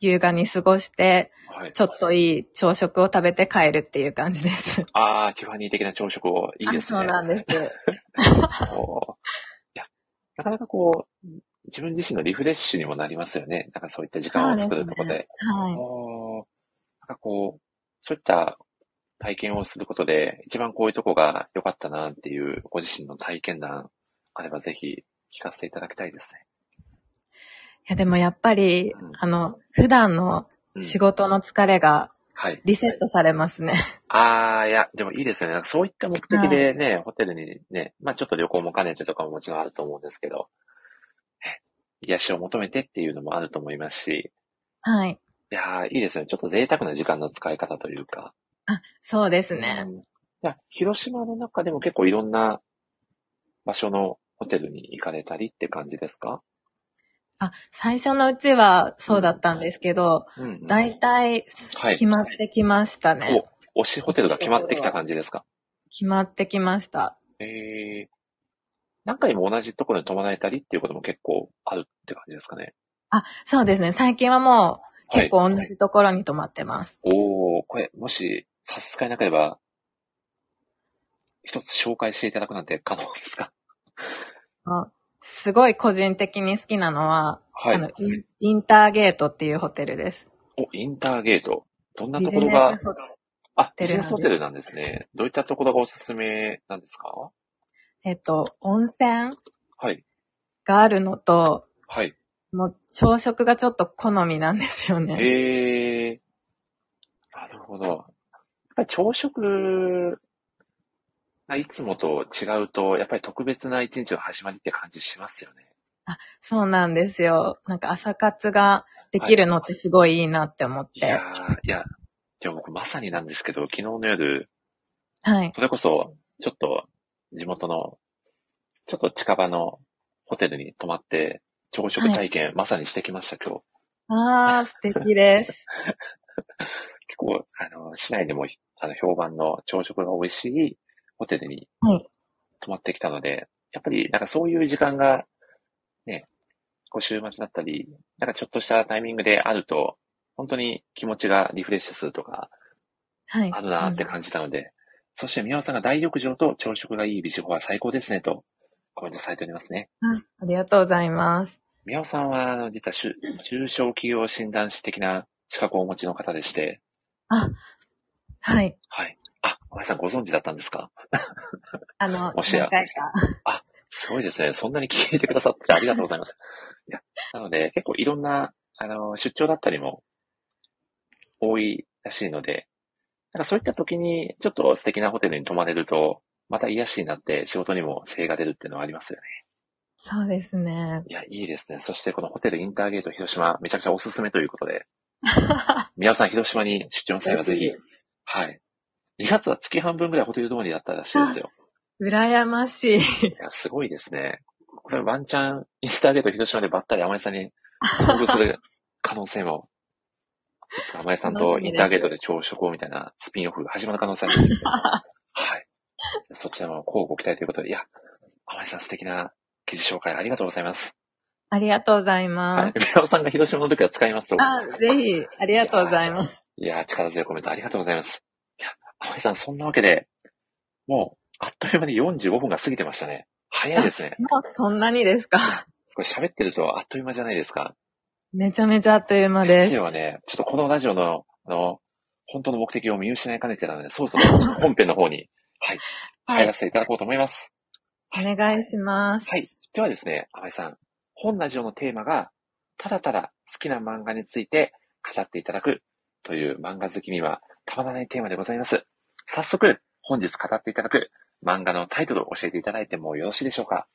S2: 優雅に過ごして、
S1: はい。
S2: ちょっといい朝食を食べて帰るっていう感じです。
S1: ああ、ティファニー的な朝食を、いいですね。
S2: あそうなんです。
S1: こういや、なかなかこう、自分自身のリフレッシュにもなりますよね。なんかそういった時間を作るところで。あ
S2: は
S1: ーなんかこう、そういった体験をすることで、一番こういうとこが良かったなっていうご自身の体験談あればぜひ聞かせていただきたいですね。
S2: い。いや、でもやっぱり
S1: うん、
S2: あの、普段の
S1: うん、
S2: 仕事の疲れが
S1: はい。
S2: リセットされますね。
S1: ああ、いや、でもいいですよね。なんかそういった目的でね、ホテルにね、まあちょっと旅行も兼ねてとかももちろんあると思うんですけど、ね癒しを求めてっていうのもあると思いますし、
S2: はい。
S1: いやーいいですね。ちょっと贅沢な時間の使い方というか。
S2: あ、そうですね
S1: う。んいや広島の中でも結構いろんな場所のホテルに行かれたりって感じですか
S2: あ、最初のうちはそうだったんですけど、
S1: うんうん、
S2: だいたい
S1: はい
S2: 決まってきましたね。
S1: お、推しホテルが決まってきた感じですか
S2: 決まってきました。
S1: えー、何回も同じところに泊まられたりっていうことも結構あるって感じですかね。
S2: あ、そうですね。最近はもう
S1: はい
S2: 結構同じところに泊まってます。
S1: おー、これ、もし差し支えなければ、一つ紹介していただくなんて可能ですか
S2: あすごい個人的に好きなのは、
S1: は
S2: あの
S1: い。
S2: イン、インターゲートっていうホテルです。
S1: お、インターゲート。どんな
S2: ビ
S1: と
S2: ジ
S1: ころ
S2: ネ
S1: が
S2: スホテル。
S1: あ、
S2: テ
S1: ビ
S2: ル
S1: ジネ
S2: なんで
S1: スホテルなんですね。どういったところがおすすめなんですか
S2: えっと、温泉
S1: はい。
S2: があるのと、
S1: はい。
S2: もう朝食がちょっと好みなんですよね。
S1: へえー。なるほど。やっぱり朝食がいつもと違うと、やっぱり特別な一日の始まりって感じしますよね。
S2: そうなんですよ。なんか朝活ができるのってすごいいいなって思っ
S1: い
S2: て。
S1: や
S2: はい。
S1: ー、いや、でも僕まさになんですけど、昨日の夜、それこそ、ちょっと地元の、ちょっと近場のホテルに泊まって、朝食体験、まさにしてきました、今日。
S2: あー、素敵です。
S1: 結構、あの、市内でも、あの、評判の朝食が美味しいホテルに
S2: はい。
S1: 泊まってきたので、やっぱり、なんかそういう時間が、ね、こう週末だったり、なんかちょっとしたタイミングであると、本当に気持ちがリフレッシュするとか、
S2: はい。
S1: あるなーって感じたので、そして、宮尾さんが大浴場と朝食がいいビジホは最高ですね、とコメントされておりますね。
S2: あありがとうございます。
S1: 宮尾さんは、あの実はしゅ、中小企業診断士的な資格をお持ちの方でして、
S2: はい。
S1: はい。あ、小林さんご存知だったんですか
S2: あの、
S1: もしや
S2: 何回か。
S1: すごいですね。そんなに聞いてくださってありがとうございます。いや、なので、結構いろんな、あの、出張だったりも多いらしいので、なんかそういった時に、ちょっと素敵なホテルに泊まれると、また癒しになって仕事にも精が出るっていうのはありますよね。
S2: そうですね。
S1: いや、いいですね。そしてこのホテルインターゲート広島、めちゃくちゃおすすめということで、宮尾さん広島に出張の際はぜひ、はい。2月は月半分ぐらいホテル泊まりだったらしいですよ。
S2: 羨ましい。
S1: いや、すごいですね。これワンチャン、インターゲート広島でばったり甘井さんに遭遇する可能性も。いつか甘井さんとインターゲートで朝食をみたいなスピンオフが始まる可能性ありますけど。はい。そちらも交互期待ということで、いや、甘井さん素敵な記事紹介ありがとうございます。
S2: ありがとうござ
S1: は
S2: い
S1: い
S2: ま。
S1: 宮尾さんが広島の時は使いますと
S2: す。。あ、ぜひ、ありがとうございます。
S1: いやー、力強いコメントありがとうございます。いや、甘井さん、そんなわけで、もう、あっという間に45分が過ぎてましたね。早いですね。
S2: もうそんなにですか
S1: これ喋ってるとあっという間じゃないですか。
S2: めちゃめちゃあっという間で。
S1: ですはね、ちょっとこのラジオの、あの、本当の目的を見失いかねてたので、そろそろ本編の方に、はい、
S2: は
S1: 入
S2: い
S1: ら。せていただこうと思います。
S2: お願いします。
S1: はい。ではですね、甘井さん、本ラジオのテーマが、ただただ好きな漫画について語っていただくという漫画好きにはたまらないテーマでございます。早速、本日語っていただく漫画のタイトルを教えていただいてもよろしいでしょうか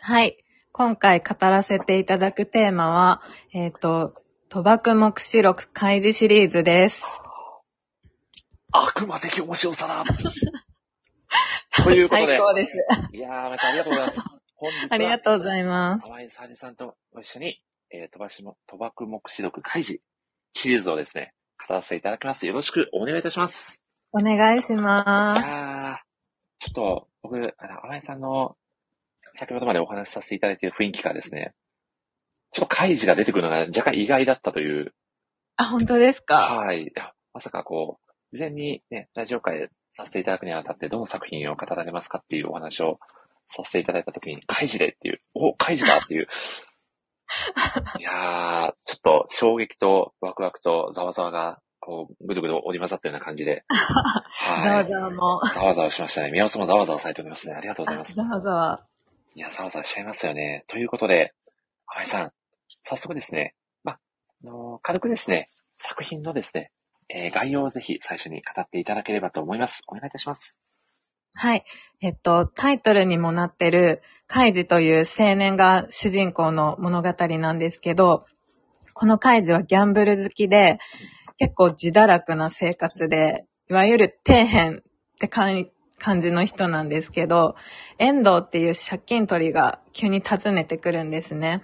S2: はい。今回語らせていただくテーマは、えっ、と、賭博目視録開示シリーズです。
S1: 悪魔的面白さ だということで
S2: 最、高です。
S1: いやー、またありがとうございます。本日は
S2: ありがとうございます。
S1: 河合沙織さんとご一緒に、えー、飛ばしも、賭博目視録開示シリーズをですね、語らせていただきます。よろしくお願いいたします。
S2: お願いし
S1: い
S2: ます。
S1: やー、ちょっと、僕、あの、河合さんの、先ほどまでお話しさせていただいている雰囲気がですね、ちょっと開示が出てくるのが若干意外だったという、
S2: あ、本当ですか
S1: はい。いやまさかこう、事前にね、ラジオ会させていただくにあたって、どの作品を語られますかっていうお話をさせていただいたときに、開示でっていう、お、開示だっていう。いやー、ちょっと衝撃とワクワクとざわざわが、こう、ぐるぐる織り混ざったような感じで。
S2: ざ
S1: は
S2: わ
S1: い。
S2: ざわも。
S1: ざわざわしましたね。宮尾さんもざわざわされておりますね。ありがとうござい
S2: あ
S1: ます。
S2: ざわざわ。
S1: いや、ざわざわしちゃいますよね。ということで、浜井さん、早速ですね、まあ、あの軽くですね、作品のですね、えー概要をぜひ最初に語っていただければと思います。お願いいたします。
S2: はい。えっと、タイトルにもなってる、カイジという青年が主人公の物語なんですけど、このカイジはギャンブル好きで、結構自堕落な生活で、いわゆる底辺って感感じの人なんですけど、遠藤っていう借金取りが急に訪ねてくるんですね。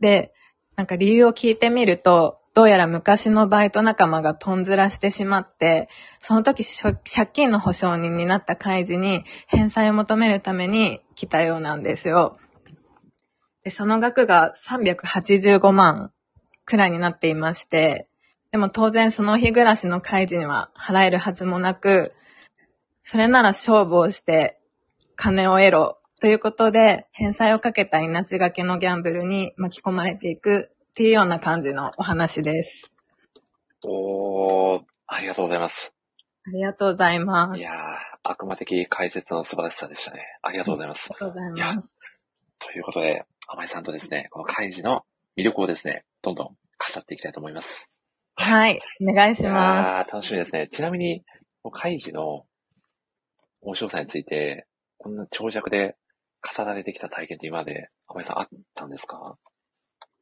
S2: で、なんか理由を聞いてみると、どうやら昔のバイト仲間がとんずらしてしまって、その時しょ借金の保証人になった開示に返済を求めるために来たようなんですよ。で、その額が385万くらいになっていまして、でも当然その日暮らしの開示には払えるはずもなく、それなら勝負をして金を得ろということで、返済をかけた命がけのギャンブルに巻き込まれていくっていうような感じのお話です。
S1: おー、ありがとうございます。
S2: ありがとうございます。あ
S1: い
S2: り
S1: やー、悪魔的解説の素晴らしさでしたね。ありがとうございます
S2: が。とうござい
S1: いや
S2: ます。
S1: ということで、甘井さんとですね、この開示の魅力をですね、どんどん語っていきたいと思います。
S2: はい、お願いします。
S1: いやー楽しみですね。ちなみに、もうカイジの面白さについて、こんな長尺で語られてきた体験って今まで、浜井さんあったんですか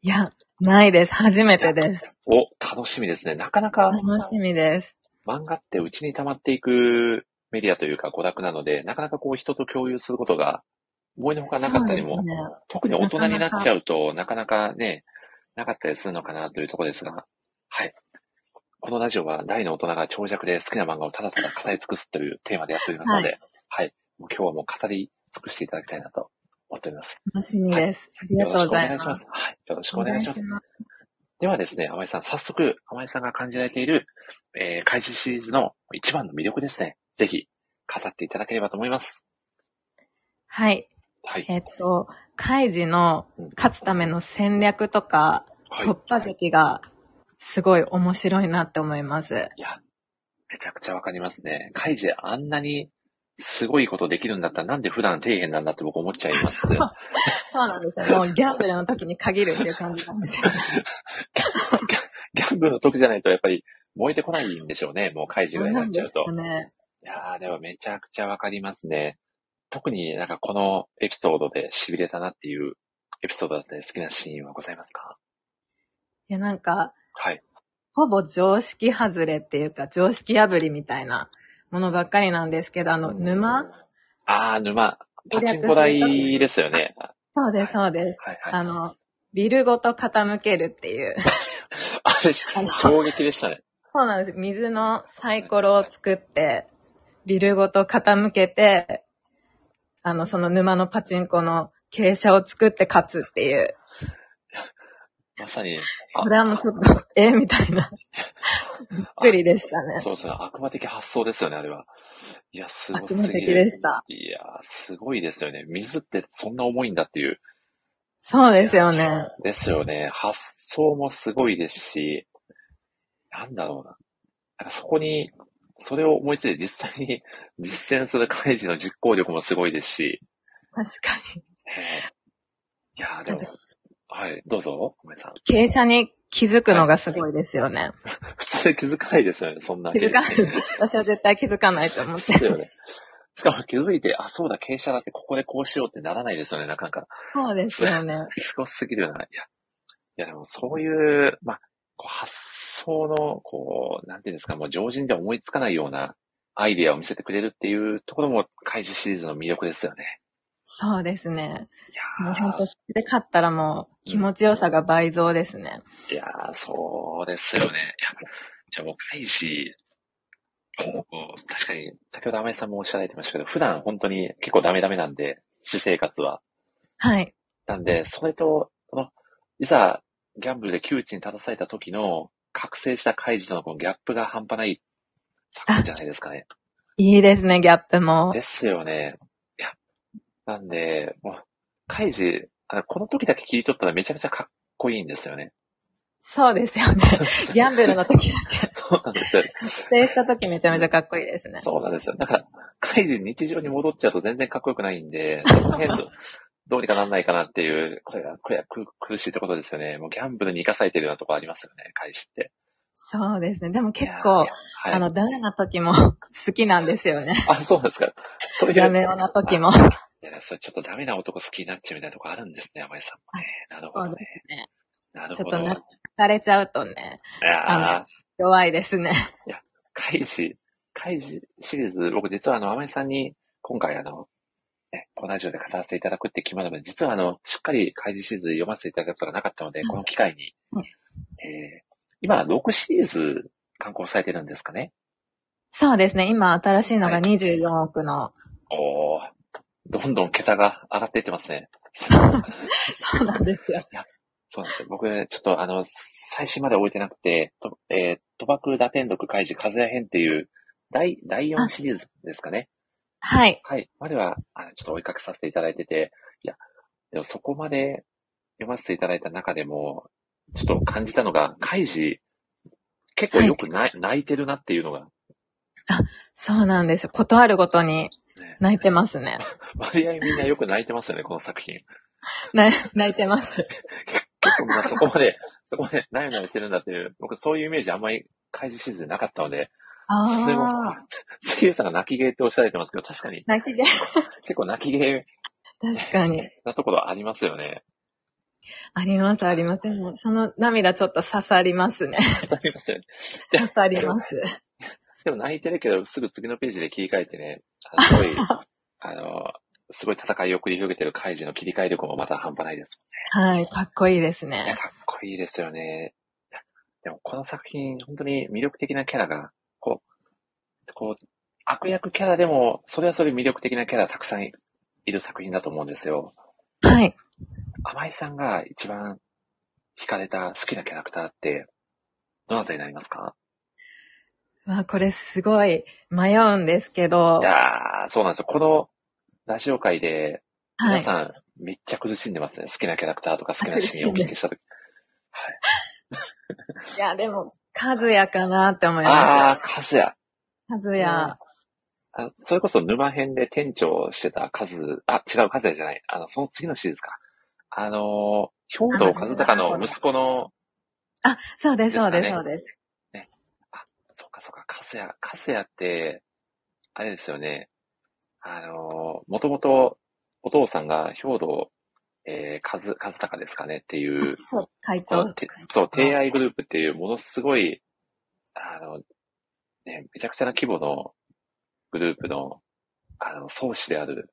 S2: いや、ないです。初めてです。
S1: お、楽しみですね。なかなか
S2: 楽しみです。
S1: 漫画ってうちに溜まっていくメディアというか娯楽なので、なかなかこう人と共有することが思いのほかなかったりも、
S2: そうですね
S1: 特に大人になっちゃうと、なかなかね、なかったりするのかなというところですが、はい。このラジオは大の大人が長尺で好きな漫画をただただ語り尽くすというテーマでやっておりますので、
S2: は
S1: はい、もう今日はもう語り尽くしていただきたいなと思っております。
S2: 楽しみです。あり
S1: よ
S2: が
S1: ろし
S2: とう
S1: くお
S2: ござ
S1: 願
S2: い
S1: いしま
S2: ます。
S1: す。はい。よろしくお願いします
S2: お。願いし
S1: ではですね、甘井さん、早速、甘井さんが感じられている、えー、開始シリーズの一番の魅力ですね。ぜひ、飾っていただければと思います。
S2: はい。
S1: はい。
S2: えっと、開示の勝つための戦略とか、
S1: はい。
S2: 突破劇がすごい面白いなって思います。
S1: いや、めちゃくちゃわかりますね。カイジあんなにすごいことできるんだったらなんで普段底辺なんだって僕思っちゃいます。
S2: そうなんですよ。もうギャンブルの時に限るっていう感じなんですよ。
S1: ギャンブルの時じゃないとやっぱり燃えてこないんでしょうね。もうカイジぐらいになっちゃうと
S2: そう。なんですよね。
S1: いやー、でもめちゃくちゃわかりますね。特になんかこのエピソードで痺れたなっていうエピソードだったり好きなシーンはございますか
S2: いや、なんか、
S1: はい。
S2: ほぼ常識外れっていうか、常識破りみたいなものばっかりなんですけど、あの、沼
S1: あー、沼。パチンコ台ですよね。は
S2: そうです、そうです。
S1: いは
S2: あ
S1: い。
S2: の、ビルごと傾けるっていう。
S1: あれ、衝撃でしたね。
S2: そうなんです。水のサイコロを作って、ビルごと傾けて、あの、その沼のパチンコの傾斜を作って勝つっていう。
S1: まさに。あ
S2: これはもうちょっと、 ええみたいな。びっくりでしたね。
S1: そうそう、悪魔的発想ですよね、あれは。いや、すごすぎ
S2: 悪
S1: る。
S2: 魔的でした。
S1: いやー、すごいですよね。水ってそんな重いんだっていう。
S2: そうですよね。
S1: ですよね。発想もすごいですし、なんだろうな。なんかそこに、それを思いついて実際に 実践する開示の実行力もすごいですし。
S2: 確かに。
S1: えーいやー、でも、はい、どうぞ、おめさん。
S2: 傾斜に気づくのがすごいですよね。
S1: 普通気づかないですよね、そんな
S2: 気づか
S1: い。
S2: ない。私は絶対気づかないと思って
S1: で。すよね。しかも気づいて、あ、そうだ、傾斜だってここでこうしようってならないですよね、なかなか。
S2: そうですよね。
S1: すごすぎるな。いや、いやでもそういう、まあ、こう発想の、こう、なんていうんですか、もう常人では思いつかないようなアイディアを見せてくれるっていうところも、開示シリーズの魅力ですよね。
S2: そうですね。
S1: い
S2: も
S1: や
S2: う本
S1: ー
S2: 当それで勝ったらもう気持ちよさが倍増ですね。
S1: いやーそうですよね。いやじゃあもう開示、もう確かに、先ほど甘井さんもおっしゃられてましたけど、普段本当に結構ダメダメなんで、私生活は。
S2: はい。
S1: なんで、それと、そのいざ、ギャンブルで窮地に立たされた時の、覚醒した開示とのこのギャップが半端ない作品じゃないですかね。
S2: いいですね、ギャップも。
S1: ですよね。いや、なんで、もう、開示、あのこの時だけ切り取ったらめちゃめちゃかっこいいんですよね。
S2: そうです よね。ギャンブルの時だけ、
S1: そうなんですよ ね。
S2: 発生した時めちゃめちゃかっこいいですね。
S1: そうなんですよ。だから、開示日常に戻っちゃうと全然かっこよくないんで、その辺どどうにかなんないかなっていう、これが、これは苦苦しいってことですよね。もうギャンブルに生かされてるようなとこありますよね、開示って。
S2: そうですね。でも結
S1: い
S2: 構
S1: や、ー、はい
S2: あの、ダメな時も好きなんで すよね。
S1: あ、そうなんですか。そういう。
S2: ダメな時も。
S1: いや、それちょっとダメな男好きになっちゃうみたいなとこあるんですね、甘井さんもね。なるほど
S2: そうで
S1: ね。
S2: すね。
S1: なる
S2: ちょ
S1: ほ
S2: っと
S1: ど。
S2: 泣かれちゃうとね、
S1: いやー
S2: あ、弱いですね。
S1: カイジ、カイジシリーズ、僕実はあの、甘井さんに今回あの、ね、このラジオで語らせていただくって決まるので、実はあの、しっかりカイジシリーズ読ませていただくことがなかったので、この機会に
S2: うん、
S1: えー、今、6シリーズ刊行されてるんですかね。
S2: そうですね。今、新しいの
S1: は
S2: が
S1: い
S2: 24億の。
S1: おー、どんどん桁が上がっていってます ね。
S2: そうなんですよ。
S1: そうなんですよ。僕、ちょっとあの、最新まで終えてなくて、とえー、賭博打天毒開示風邪編っていう、第、第4シリーズですかね。
S2: はい。
S1: はい。までは、あの、ちょっと追いかけさせていただいてて、いや、でもそこまで読ませていただいた中でも、ちょっと感じたのが、開示、結構よくな、泣いてるなっていうのが、
S2: そうなんですよ。ことあるごとに
S1: ね、
S2: 泣いてますね。
S1: 割合みんなよく泣いてますよね、この作品。
S2: な 泣いてます。
S1: 結構みんなそこまで、そこまで、なよなよしてるんだっていう、僕そういうイメージあんまり開示シリーズでなかったので、それも
S2: ああ。、
S1: 杉江さんが泣き芸っておっしゃられてますけど、確かに
S2: 泣きで。
S1: 結構泣き芸
S2: 確かに。
S1: なところありますよね。
S2: あります、あります。でも、その涙ちょっと刺さりますね。
S1: ありますよね。
S2: 刺さります。
S1: でも泣いてるけど、すぐ次のページで切り替えてね、あのすごい、あの、すごい戦いを繰り広げてるカイジの切り替え力もまた半端ないです。
S2: はい、かっこいいです
S1: いや、
S2: ね。
S1: かっこいいですよね。でもこの作品、本当に魅力的なキャラが、こう、こう、悪役キャラでも、それはそれ魅力的なキャラたくさんいる作品だと思うんですよ。
S2: はい。
S1: 甘井さんが一番惹かれた好きなキャラクターって、どなたになりますか
S2: まあ、これすごい迷うんですけど
S1: い、やー、そうなんですよ。このラジオ界で、
S2: は
S1: 皆
S2: い。
S1: さん、めっちゃ苦しんでますね。好きなキャラクターとか好きなシーンをお聞きしたとき。
S2: いや、でも、和也かなって思い
S1: あ
S2: ま
S1: あ、カズヤ。
S2: す。和也。
S1: あのそれこそ沼編で店長をしてたカズ、あ、違う、カズヤじゃない。あの、その次のシリーズか。あのー、兵藤和孝の息子の、
S2: あ、そうです、そうで
S1: です
S2: す、そ
S1: かね
S2: うです。
S1: そうかそうか、カズヤ、カズヤって、あれですよね。あのー、もともとお父さんが兵藤、えー、カズ、カズタカですかねっていう、
S2: そう、会
S1: この
S2: 長。
S1: てそう、提愛グループっていうものすごい、あの、ね、めちゃくちゃな規模のグループの、あの、創始である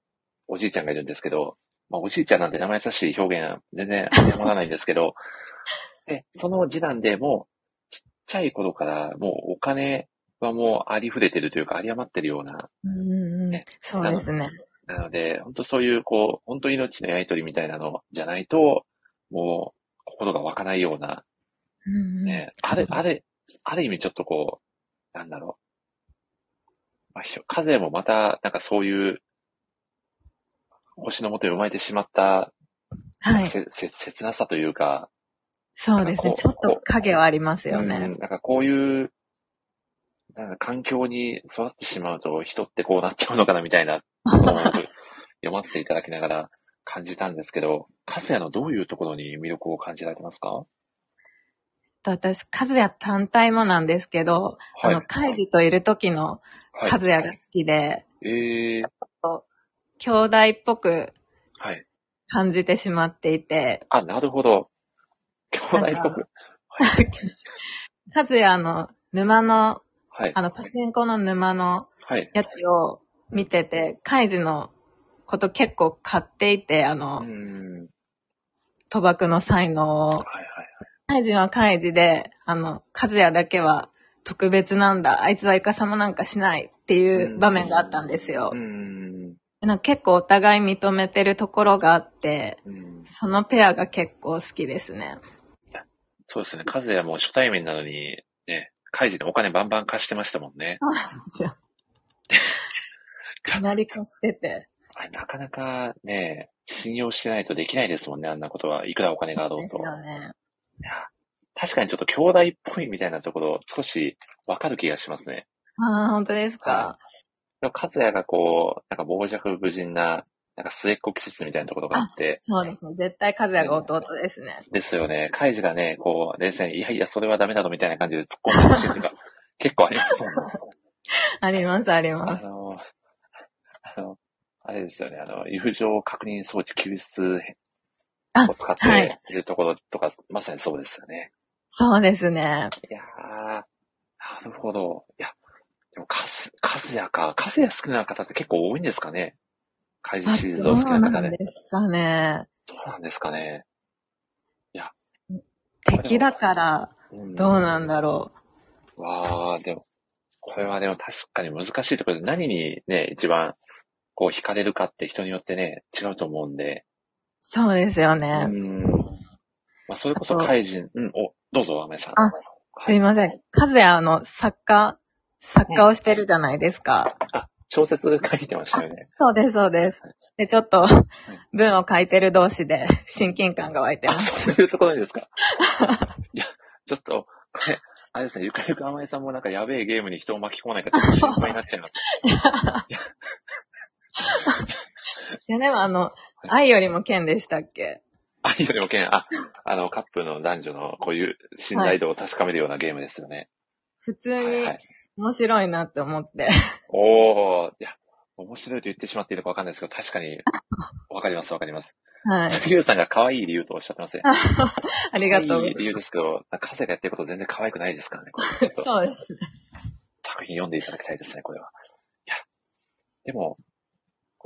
S1: おじいちゃんがいるんですけど、まあ、おじいちゃんなんて名前優しい表現は全然当てはまらないんですけど、 で、その次男でもう、ちっちゃい頃からもうお金はもうありふれてるというか、あり余ってるような、
S2: うんうんうん
S1: ね。
S2: そうですね。
S1: なので、本当そういう、こう、本当命のやりとりみたいなのじゃないと、もう、心が湧かないような、
S2: うんうん
S1: ね、あれ、あれ、ある意味ちょっとこう、なんだろう。まあ、ひょ風もまた、なんかそういう、星のもとに生まれてしまった、
S2: はい。
S1: せせ切なさというか、
S2: そうですね。
S1: なんかこう
S2: ちょっと影はありますよ
S1: う
S2: ね。
S1: んなんかこういう、なんか環境に育ってしまうと人ってこうなっちゃうのかなみたいな、のを読ませていただきながら感じたんですけど、カズヤのどういうところに魅力を感じられてますかは
S2: と私、和也単体もなんですけど、あの、会議といる時の
S1: はい
S2: 和也が好きで、
S1: えー、
S2: 兄弟っぽく
S1: はい。
S2: 感じてしまっていて、
S1: あ、なるほど。兄弟っぽく。
S2: 和也の沼の、
S1: はい。
S2: あの、パチンコの沼の
S1: はい。
S2: やつを見てて、カイジのこと結構買っていて、あ
S1: う
S2: の、
S1: ん。
S2: 賭博の才能を。
S1: はいはい。
S2: カイジはカイジで、あの、カズヤだけは特別なんだ。あいつはイカサマなんかしないっていう場面があったんですよ
S1: う。ん。
S2: なんか結構お互い認めてるところがあって、
S1: うん
S2: そのペアが結構好きですね。
S1: そうですね。カズヤも初対面なのに、ね、カイジにお金バンバン貸してましたもんね。
S2: かなり貸してて。
S1: あれなかなかね、信用してないとできないですもんね、あんなことは。いくらお金があろ
S2: で
S1: う
S2: す
S1: と。
S2: よね。
S1: いや確かにちょっと兄弟っぽいみたいなところ、少しわかる気がしますね。
S2: ああ、本当ですか。
S1: でもカズヤがこう、なんか傍若無人な、なんか末っ子気質みたいなところがあって、
S2: そうですね。絶対カズヤが弟ですね。
S1: ですよね。カイジがね、こう、冷静に、いやいや、それはダメだろみたいな感じで突っ込んでほしい とか、結構ありますもんね。
S2: あります、あり
S1: あ
S2: ます。
S1: の、あの、あれですよね、あの、友情確認装置救出
S2: あ
S1: を使っ
S2: は
S1: て
S2: い
S1: いるところとか、まさにそうですよね。
S2: そうですね。
S1: いやー、なるほど。いや、でも、カズ、カズヤか。カズヤ好きな方って結構多いんですかね怪獣シリーズを好きな
S2: あ
S1: 方
S2: どう
S1: で。
S2: ですかね。
S1: どうなんですかね。
S2: 敵だから、
S1: うん
S2: どうなんだろ
S1: わあ、でも、これはでも確かに難しいところで、何にね、一番、こう、惹かれるかって人によってね、違うと思うんで。
S2: う。そうですよね。
S1: うん。まあ、それこそ、
S2: あと
S1: 怪人、うん、お、どうぞ、アメさん。
S2: あ
S1: は
S2: すい
S1: い。
S2: ません。和也あの、作家、作家をしてるじゃないですか。
S1: 小説書いてましたよね。
S2: そうです、そうです。で、ちょっと、文を書いてる同士で、親近感が湧いてま
S1: あ、
S2: す。
S1: そういうところですか。いや、ちょっと、これ、あれですね、ゆくゆくアメさんもなんかやべえゲームに人を巻き込まないかちょっと心配になっちゃいます。
S2: いや、でもあの、愛よりも剣でしたっけ
S1: あ、いいよりもけん、あ、あの、カップルの男女のこういう信頼度を確かめるようなゲームですよね。
S2: 普通
S1: はい
S2: に
S1: はい。
S2: 面白いなって思って。
S1: おー、いや、面白いと言ってしまっていいのかわかんないですけど、確か に、わかりますわかります。
S2: はい。
S1: 杉浦さんが可愛い理由とおっしゃってますね。あ
S2: ありがとうご
S1: い
S2: ざい
S1: い理由ですけど、カセがやってること全然可愛くないですからね。こ れちょっ
S2: ます。
S1: と
S2: そうですね。
S1: 作品読んでいただきたいですね、これは。いや、でも、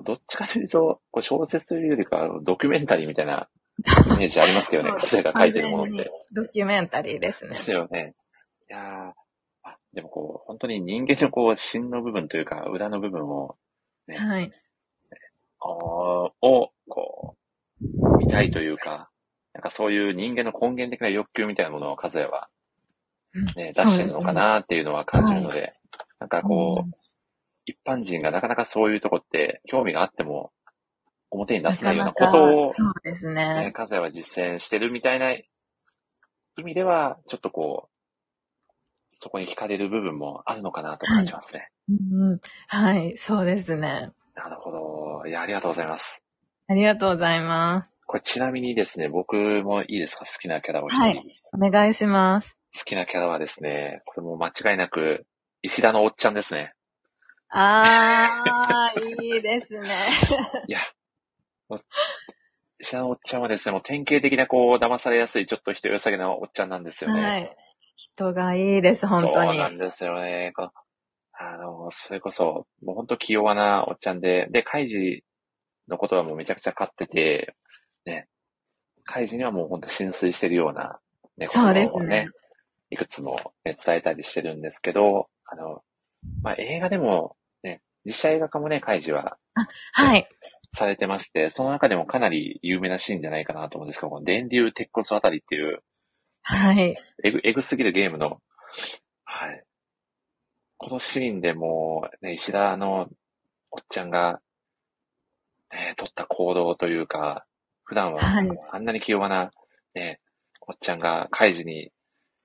S1: どっちかというと、こう小説よりか、ドキュメンタリーみたいなイメージありますけ どね、カセが書いてるものっ
S2: 完
S1: て
S2: 全に。ドキュメンタリーです
S1: で
S2: ね。
S1: すよね。いやーあでもこう、本当に人間のこう、芯の部分というか、裏の部分を、
S2: はい。
S1: あーを、こう、見たいというか、なんかそういう人間の根源的な欲求みたいなものを、カズヤはね、出してるのかなっていうのは感じるので、なんかこう、
S2: うん
S1: 一般人がなかなかそういうとこって興味があっても表に出
S2: な
S1: せな
S2: か
S1: いよう
S2: な
S1: な
S2: か、
S1: こ
S2: そ
S1: とを
S2: う、です
S1: ね、
S2: ね。
S1: 関西は実践してるみたいな意味では、ちょっとこう、そこに惹かれる部分もあるのかなと感じますね。
S2: うんうんはい、そうですね。
S1: なるほど。いや、ありがとうございます。
S2: ありがとうございます。
S1: これちなみにですね、僕もいいですか好きなキャラを一人、
S2: はいお願いします。
S1: 好きなキャラはですね、これも間違いなく、石田のおっちゃんです ね。
S2: あー、いいですね。
S1: いや、もう石田のおっちゃんはですね、もう典型的なこう、騙されやすい、ちょっと人良さげなおっちゃんなんですよね。
S2: はい。人がいいです、本当に。
S1: そうなんですよね。このあの、それこそ、もうほんと器用なおっちゃんで、で、カイジのことはもうめちゃくちゃ勝ってて、ね、カイジにはもうほんと浸水してるような、ね、
S2: そうですね
S1: ことをいくつも、ね、伝えたりしてるんですけど、あの、まあ、映画でも、ね、実写映画化もね、カイジは
S2: はい。
S1: されてまして、その中でもかなり有名なシーンじゃないかなと思うんですけど、この電流鉄骨あたりっていう、
S2: はい。
S1: えぐ、えぐすぎるゲームの、はい。このシーンでもう、ね、石田のおっちゃんが、ね、取った行動というか、普段は
S2: はい
S1: あんなに器用な、ね、おっちゃんが、カイジに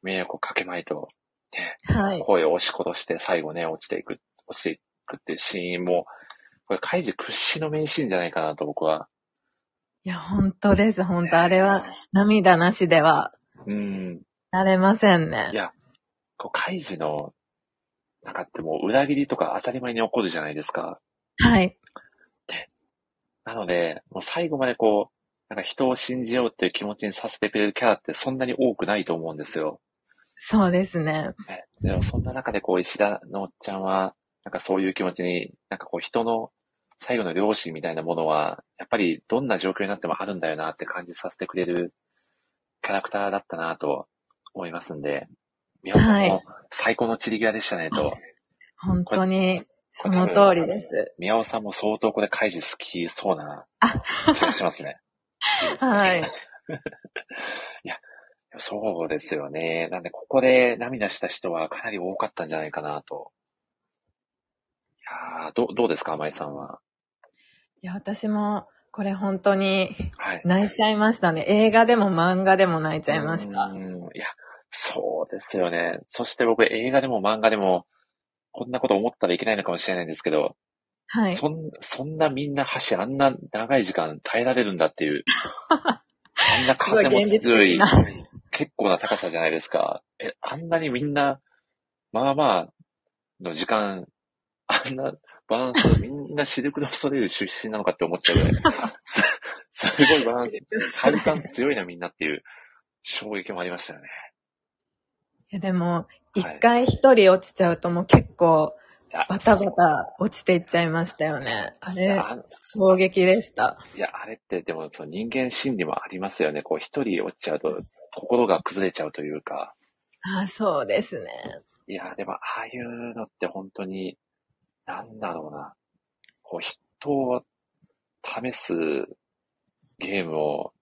S1: 迷惑をかけまいと、ね、
S2: はい。
S1: 声を押し殺して最後ね、落ちていく、落ちていくっていうシーンも、これカイジ屈指の名シーンじゃないかなと僕は。
S2: いや、本当です、本当。あれは、涙なしでは、
S1: うん。
S2: なれませんね
S1: い。や、こう、カイジの中ってもう裏切りとか当たり前に起こるじゃないですか。
S2: はい。
S1: なので、もう最後までこう、なんか人を信じようっていう気持ちにさせてくれるキャラってそんなに多くないと思うんですよ。
S2: そうですね。
S1: ねでもそんな中でこう、石田のおっちゃんは、なんかそういう気持ちに、なんかこう人の最後の良心みたいなものは、やっぱりどんな状況になってもあるんだよなって感じさせてくれるキャラクターだったなと思いますんで、皆さん
S2: は
S1: も最高の散り際でしたねと。
S2: 本当に、その通りです。
S1: 宮尾さんも相当これ開示好きそうな気がします ね。
S2: はい
S1: いですね。いや、そうですよね。なんで、ここで涙した人はかなり多かったんじゃないかなと。いやーどうどうですか、甘井さんは。
S2: いや、私も、これ本当に、
S1: はい。
S2: 泣いちゃいましたね。映画でも漫画でも泣いちゃいました。
S1: うん。いや、そうですよね。そして僕、映画でも漫画でも、こんなこと思ったらいけないのかもしれないんですけど、
S2: はい。
S1: そんそんなみんな箸あんな長い時間耐えられるんだっていう。あんな
S2: すごい
S1: 風も
S2: 現実
S1: 強
S2: 的
S1: い
S2: な。。
S1: 結構な高さじゃないですか。え、あんなにみんな、まあまあの時間、あんなバランス、みんなシルクローソレイユ出身なのかって思っちゃうぐらい、 すすごいバランス、体幹強いなみんなっていう衝撃もありましたよね。
S2: いやでも、
S1: い
S2: 一回一人落ちちゃうともう結構
S1: いや
S2: バタバタ落ちていっちゃいましたよね。あれ、
S1: あ
S2: 衝撃でした。
S1: いや、あれってでもその人間心理もありますよね。こう一人落ちちゃうと心が崩れちゃうというか。
S2: あそうですね。
S1: いや、でも、ああいうのって本当に、なんだろうな。こう、人を試すゲームを、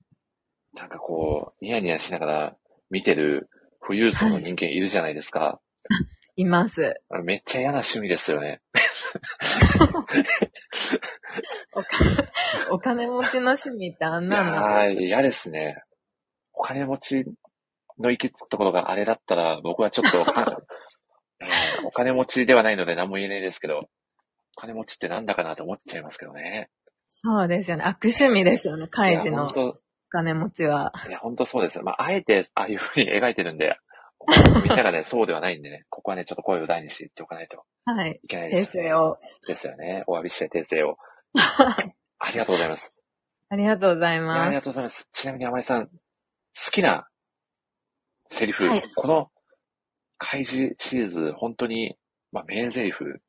S1: なんかこう、ニヤニヤしながら見てる富裕層の人間いるじゃないですか。
S2: います。
S1: あれめっちゃ嫌な趣味ですよね。
S2: お金 お金持ちの趣味ってあん
S1: い
S2: な
S1: や
S2: の。
S1: ー、嫌ですね。お金持ちの行き着くところがあれだったら、僕はちょっ とか、えーお金持ちではないので何も言えないですけど、お金持ちってなんだかなと思っちゃいますけどね。
S2: そうですよね。悪趣味ですよね。カイジ
S1: いや
S2: の
S1: 本
S2: お
S1: 当
S2: 金持ちは。
S1: いや、本当そうです。まあ、あえて、ああいうふうに描いてるんで、他のみんな がね、そうではないんでね、ここはね、ちょっと声を大にして言っておかないと
S2: はい。
S1: いけないで
S2: 訂
S1: すよね。
S2: 正を。
S1: ですよね。お詫びして訂正 を。ありがとうございます。
S2: ありがとうござい
S1: いやあ
S2: ま
S1: り
S2: す。
S1: がとうございます。ちなみに、甘井さん、好きなセリフ、
S2: はい
S1: この、開示シリーズ、本当に、まあ、名セリフ。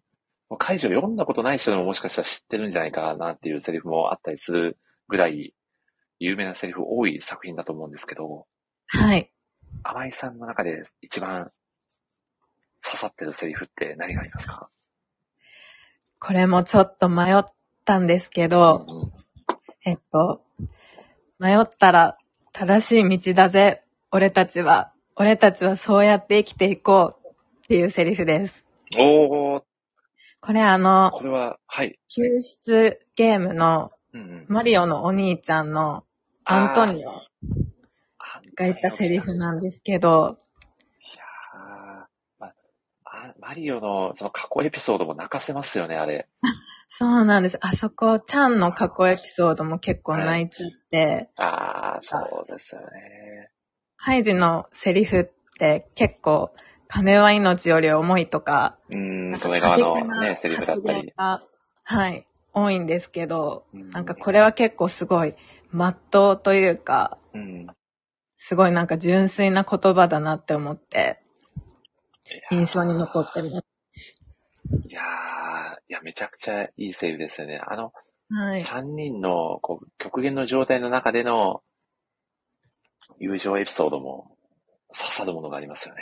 S1: 開示を読んだことない人でももしかしたら知ってるんじゃないかなっていうセリフもあったりするぐらい、有名なセリフ多い作品だと思うんですけど、
S2: はい。
S1: 甘井さんの中で一番刺さってるセリフって何がありますか
S2: これもちょっと迷ったんですけど、
S1: うんうん
S2: えっと、迷ったら正しい道だぜ、俺たちは俺たちはそうやって生きていこうっていうセリフです。
S1: おー、
S2: これあの、
S1: これは、はい。
S2: 救出ゲームの
S1: うんうん。
S2: マリオのお兄ちゃんのアントニオが言ったセリフなんですけど、
S1: あーまあマリオのその過去エピソードも泣かせますよね、あれ。
S2: そうなんです。あそこ、ちゃんの過去エピソードも結構泣いちゃって、
S1: ああ、そうですよね。
S2: カイジのセリフって結構、金は命より重いとか、
S1: うーん、利根川のね、セリフだった
S2: 発言
S1: り。
S2: がはい、多いんですけど、
S1: な
S2: なんかこれは結構すごい、まっとうというか、
S1: うん、
S2: すごいなんか純粋な言葉だなって思って、印象に残ってます。
S1: いやー、いや、めちゃくちゃいいセリフですよね。あの、
S2: はい。
S1: 3人のこう極限の状態の中での友情エピソードも刺さるものがありますよね。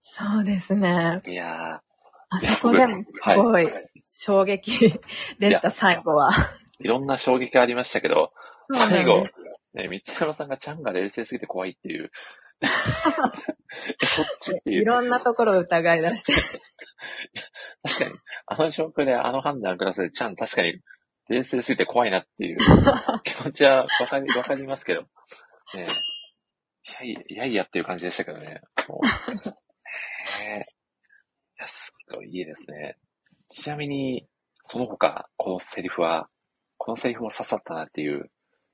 S2: そうですね。
S1: いや
S2: あ
S1: ー。いや
S2: そこでもすごい
S1: は
S2: 衝撃でした、最後は。
S1: いろんな衝撃ありましたけど、
S2: そうな
S1: 最
S2: ん
S1: 後
S2: で
S1: ね、
S2: す、
S1: 三山さんがちゃんが冷静すぎて怖いって いう。えそっちってい。
S2: いうろんなところを疑い出して。
S1: 確かに、あの状況であの判断下すでちゃん確かに冷静すぎて怖いなっていう気持ちはわかり、わかりますけど。ねえ、いやいやいやいやっていう感じでしたけどね。もうねえいや、すごいいいですね。ちなみに、その他、このセリフは、このセリフも刺さったなっていう、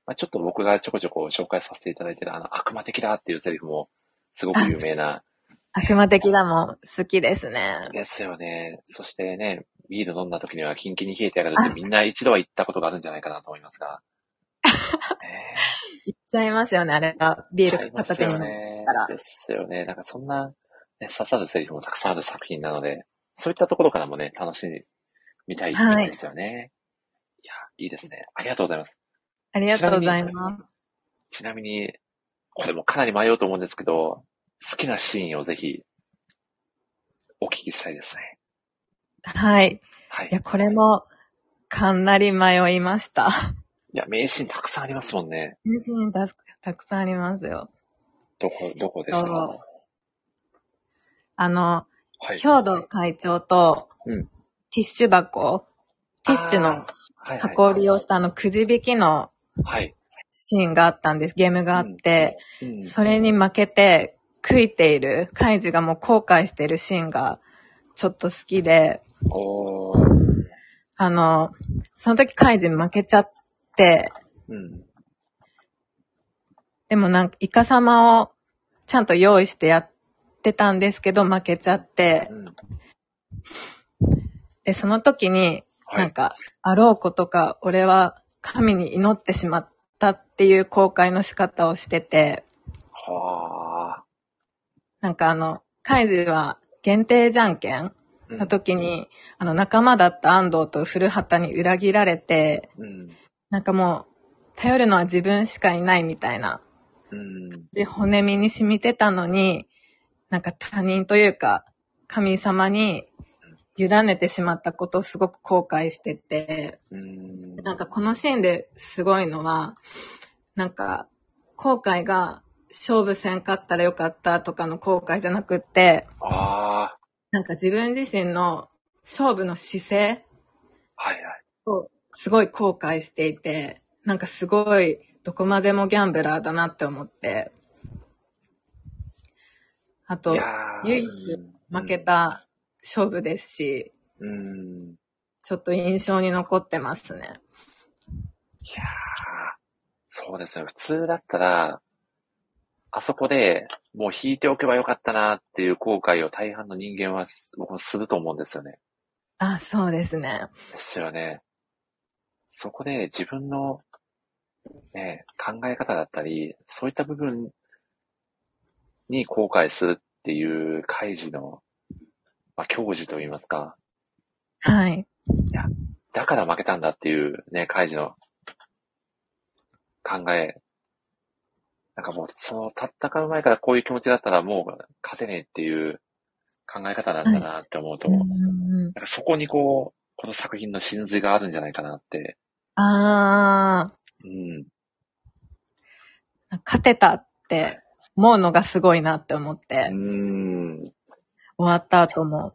S1: まあ、ちょっと僕がちょこちょこ紹介させていただいてる、あの、悪魔的だっていうセリフも、すごく有名な、
S2: 悪魔的だもん、好きですね。
S1: ですよね。そしてね、ビール飲んだ時にはキンキンに冷えてやがるってみんな一度は言ったことがあるんじゃないかなと思いますが。ね
S2: いっちゃいますよね、あれが。 ビール片手に
S1: そう
S2: ね。
S1: ね
S2: たら。
S1: ですよね。なんかそんな、ね、刺さるセリフもたくさんある作品なので、そういったところからもね、楽しみたい
S2: はい
S1: ですよね。いや、いいですね。ありがとうございます。
S2: ありがとうございます。
S1: ちなみに、これもかなり迷うと思うんですけど、好きなシーンをぜひ、お聞きしたいですね。
S2: はい。
S1: はい。
S2: いや、これも、かなり迷いました。
S1: いや、名シーンたくさんありますもんね。
S2: 名シーンたたくさんありますよ。
S1: どこ、どこですか
S2: どうぞあの、
S1: はい。
S2: 兵道会長と、
S1: うん
S2: ティッシュ箱、ティッシュの
S1: はい
S2: 箱を利用したあの、くじ引きの
S1: はい。
S2: シーンがあったんです。ゲームがあって、
S1: うん
S2: それに負けて、悔いている、カイジがもう後悔しているシーンが、ちょっと好きで、
S1: おー。
S2: あの、その時カイジ負けちゃって、
S1: うん。
S2: でもなんか、イカ様をちゃんと用意してやってたんですけど、負けちゃって、
S1: うん。
S2: で、その時に、
S1: は
S2: なん
S1: い。
S2: か、あろうことか、俺は神に祈ってしまったっていう後悔の仕方をしてて、
S1: はあ。
S2: なんかあの、カイジは限定じゃんけん
S1: うん
S2: の時に、あの、仲間だった安藤と古畑に裏切られて、
S1: うん。
S2: なんかもう、頼るのは自分しかいないみたいな、
S1: うん。
S2: で、骨身に染みてたのに、なんか他人というか、神様に委ねてしまったことをすごく後悔してて、
S1: うん。
S2: なんかこのシーンですごいのは、なんか、後悔が勝負せんかったらよかったとかの後悔じゃなくって、
S1: ああ。
S2: なんか自分自身の勝負の姿勢
S1: はいはい。
S2: をすごい後悔していて、なんかすごいどこまでもギャンブラーだなって思って。あと、
S1: ー
S2: 唯一負け。た勝負ですし、
S1: うん。うん
S2: ちょっと印象に残ってますね。
S1: いやー、そうですね。普通だったら、あそこでもう引いておけばよかったなっていう後悔を大半の人間はす僕もすると思うんですよね。
S2: あ、そうですね。
S1: ですよね。そこで自分の、ね、考え方だったり、そういった部分に後悔するっていう開示の、まあ、教示といいますか、
S2: はい。
S1: だから負けたんだっていうね、開示の考え。なんかもう、その戦う前からこういう気持ちだったらもう勝てねえっていう考え方なんだなって思うと、
S2: うん
S1: なん
S2: うんうん
S1: かそこにこう、この作品の真髄があるんじゃないかなって、
S2: あ
S1: うん、
S2: ー、勝てたって思うのがすごいなって思っ
S1: うー
S2: て、
S1: ん。い
S2: 終わった後も。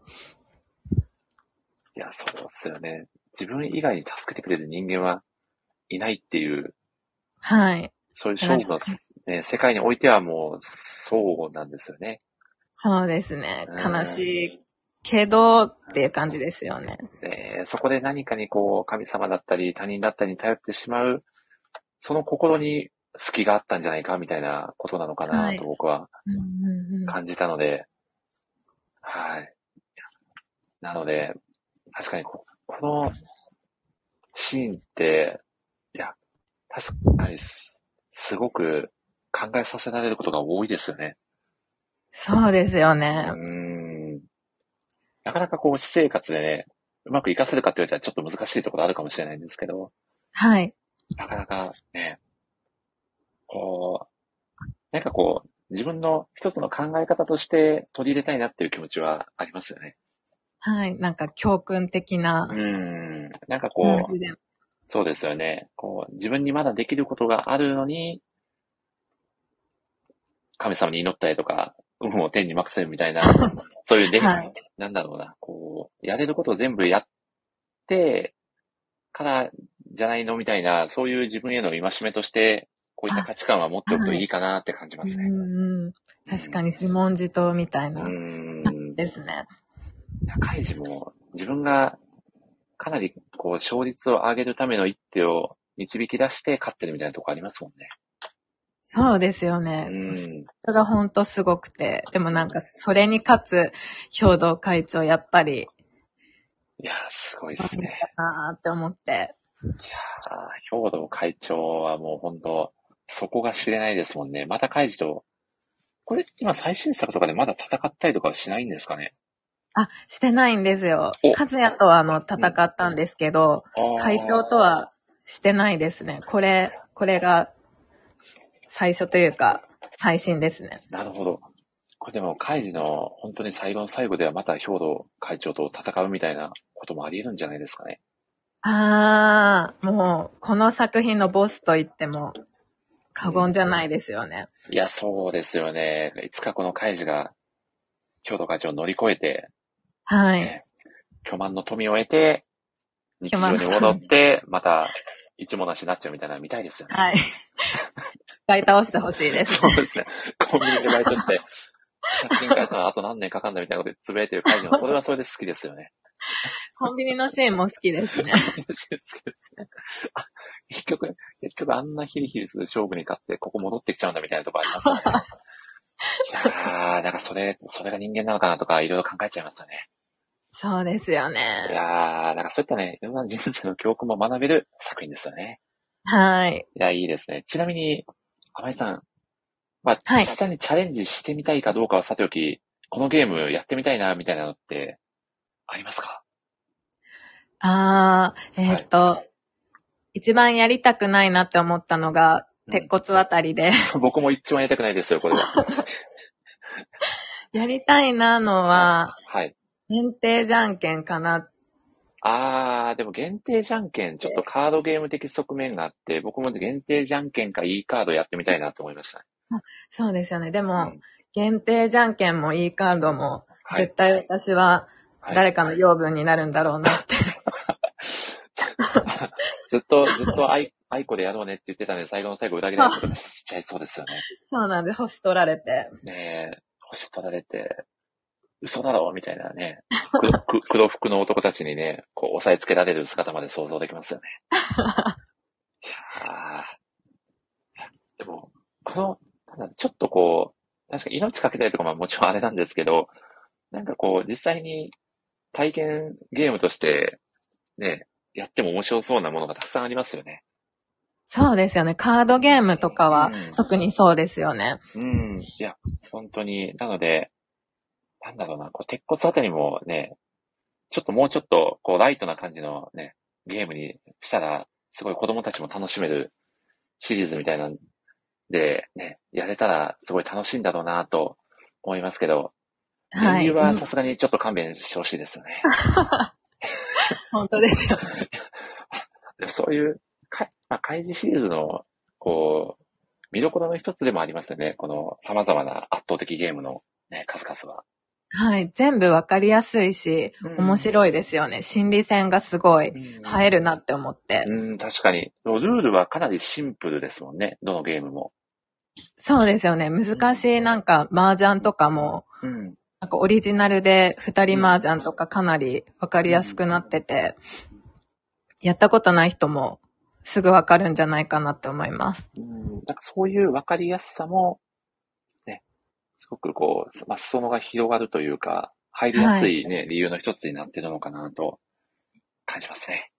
S1: や、そうですよね。自分以外に助けてくれる人間はいないっていう、
S2: はい。
S1: そういう勝負の、ね、世界においてはもう、そうなんですよね。
S2: そうですね。
S1: うん
S2: 悲しいけどっていう感じですよね。
S1: でそこで何かにこう、神様だったり、他人だったりに頼ってしまう、その心に隙があったんじゃないか、みたいなことなのかな、
S2: はい
S1: と僕は
S2: うんうんうん
S1: 感じたので、はい。なので、確かにここのシーンって、いや、確かにすすごく考えさせられることが多いですよね。
S2: そうですよ
S1: う
S2: ね
S1: ー。ん。なかなかこう、私生活でね、うまく活かせるかって言われたらちょっと難しいところあるかもしれないんですけど、
S2: はい。
S1: なかなかね、こう、なんかこう、自分の一つの考え方として取り入れたいなっていう気持ちはありますよね。
S2: はい。なんか教訓的な
S1: うーん。なんかこ
S2: 感
S1: う、
S2: じで。
S1: そうですよね。こう、自分にまだできることがあるのに、神様に祈ったりとか、運を天に任せるみた いな、そういうで、
S2: はい
S1: なんだろうな、こう、やれることを全部やってからじゃないのみたいな、そういう自分への戒めとして、こういった価値観は持っておくといいかなって感じま
S2: う
S1: すね。
S2: んうん確かに自問自答みたいうな。
S1: ん。
S2: ですね。
S1: 高い自も自分がかなりこう勝率を上げるための一手を導き出して勝ってるみたいなとこありますもんね。
S2: そうですよね。
S1: うん。
S2: それが本当すごくて、でもなんかそれに勝つ兵道会長やっぱり、
S1: いやー、すごいですね。
S2: あーって思って。
S1: あー兵道会長はもう本当、そこが知れないですもんね。またカイジと、これ今最新作とかでまだ戦ったりとかはしないんですかね。
S2: あ、してないんですよ
S1: お。
S2: 和也とはあの戦ったんですけど、
S1: あー
S2: 会長と。はしてないですね。これ、これが最初というか、最新ですね。
S1: なるほど。これでも、カイジの本当に最後の最後ではまた兵道会長と戦うみたいなこともあり得るんじゃないですかね。
S2: あー、もう、この作品のボスと言っても過言じゃないですよね。
S1: いや、そうですよね。いつかこのカイジが、兵道会長を乗り越えて、
S2: はい。
S1: 巨万の富を得て、日
S2: 巨万
S1: 常
S2: の
S1: に
S2: 富
S1: 戻って、また、一もなしになっちゃうみたいなの見たいですよね。
S2: はい。 一回倒してほしいで す
S1: そ。うですね。コンビニでバイトして、作品会さんあと何年かかんだみたいなことでつぶやいてる会議も、それはそれで好きですよね。
S2: コンビニのシーンも好きですね。
S1: 好きですね。あ、結局、結局あんなヒリヒリする勝負に勝って、ここ戻ってきちゃうんだみたいなとこありますよ ね。いやー、なんかそれ、それが人間なのかなとか、いろいろ考えちゃいますよね。
S2: そうですよ
S1: い
S2: ね。
S1: やー、なんかそういったね、いろんな人生の教訓も学べる作品ですよね。
S2: はい。
S1: いや、いいですね。ちなみに、甘井さん、まあ、
S2: はい
S1: 実際にチャレンジしてみたいかどうかはさておき、このゲームやってみたいな、みたいなのって、ありますか
S2: あー、えーっと、一番やりたくないなって思ったのが、
S1: うん
S2: 鉄骨あたりで、
S1: 僕も一番やりたくないですよ、これは。
S2: やりたいなのは、
S1: はい。
S2: 限定じゃんけんかな。
S1: あー、でも限定じゃんけん、ちょっとカードゲーム的側面があって、僕も限定じゃんけんか E カードやってみたいなと思いました。
S2: そうですよね。で
S1: う
S2: も、
S1: ん
S2: 限定じゃんけんもいいカードも、
S1: はい
S2: 絶。対私は
S1: はい
S2: 誰かの養分になるんだろうな って。
S1: ずっと、ずっとあい、あいこでやろうねって言ってたんで、最後の最後裏切られたことがしちゃいそうですよね。
S2: そうなんで、星取られて。
S1: ねえ、星取られて、嘘だろみたいなね、黒く 黒服の男たちにね、こう押さえつけられる姿まで想像できますよね。いやーでも、この、なんだろうちょっとこう、確かに命かけたりとかももちろんあれなんですけど、なんかこう、実際に体験ゲームとして、ね、やっても面白そうなものがたくさんありますよね。
S2: そうですよね。カードゲームとかは、
S1: うん
S2: 特にそうですよね。
S1: うん。いや、本当に。なので、なんだろうな、こう、鉄骨あたりもね、ちょっともうちょっと、こう、ライトな感じのね、ゲームにしたら、すごい子供たちも楽しめるシリーズみたいなんで、ね、やれたら、すごい楽しいんだろうなと思いますけど、
S2: はい。
S1: 理由は
S2: うん
S1: さすがにちょっと勘弁してほしいですよ ね。
S2: 本当ですよ。
S1: でもそういう、か、まあ、開示シリーズの、こう、見どころの一つでもありますよね。この様々な圧倒的ゲームのね、数々は。
S2: はい。全部わかりやすいし、面白いですよね。心理戦がすご
S1: い
S2: い映えるなって思って。
S1: うん、確かに。ルールはかなりシンプルですもんね。どのゲームも。
S2: そうですよね。難しいなんか麻雀とかも、
S1: うん。
S2: なんかオリジナルで二人麻雀とかかなりわかりやすくなってて、やったことない人もすぐわかるんじゃないかなって思います。
S1: うん、なんかそういう分かりやすさも、ね、すごくこう、まあ、裾野が広がるというか、入りやすいね、理由の一つになってるのかなと感じますね。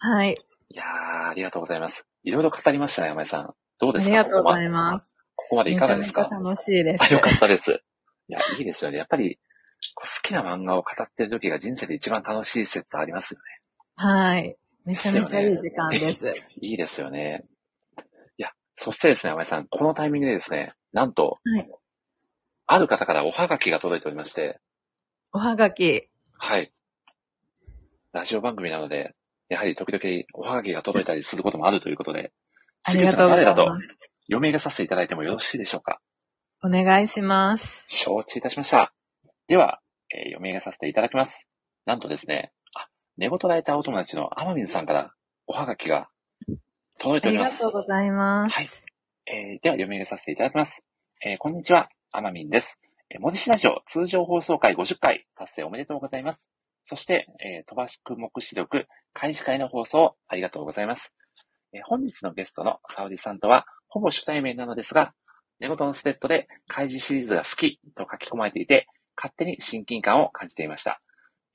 S2: はい。
S1: いやー、ありがとうございます。いろいろ語りましたね、山井さん。どうで
S2: あ
S1: す
S2: り
S1: か。
S2: がとうございます
S1: ここまここまでい
S2: め
S1: か
S2: ちゃ
S1: がで
S2: め
S1: す
S2: ちゃ
S1: か
S2: 楽しいです
S1: あ、。よかったです。いや、いいですよね。やっぱり、こう好きな漫画を語ってる時が人生で一番楽しい説ありますよ
S2: はい。めちゃめちゃいい時間です。
S1: ね。いいですよね。いや、そしてですね、山井さん、このタイミングでですね、なんと、
S2: はい
S1: ある方からおはがきが届いておりまして、
S2: おはがき。
S1: はい。ラジオ番組なので、やはり時々おはがきが届いたりすることもあるということで、
S2: ありがとう
S1: 杉内さ
S2: ござい
S1: ん誰だと
S2: ます。
S1: 読み上げさせていただいてもよろしいでしょうか
S2: お願いします。
S1: 承知いたしました。では、えー読み上げさせていただきます。なんとですね、あ、寝言ライターお友達の天水さんからおはがきが届い
S2: あ
S1: てお
S2: り
S1: りま
S2: が
S1: す。
S2: とうございます。
S1: はい。えーでは読み上げさせていただきます。えーこんにちは、あまみんです。えー、森市ラジオ通常放送回50回達成おめでとうございます。そして、えー飛ばしく目視力開始会の放送ありがとうございます。えー本日のゲストの沙織さんとは、ほぼ初対面なのですが、寝言のスレッドで開示シリーズが好きと書き込まれていて、勝手に親近感を感じていました。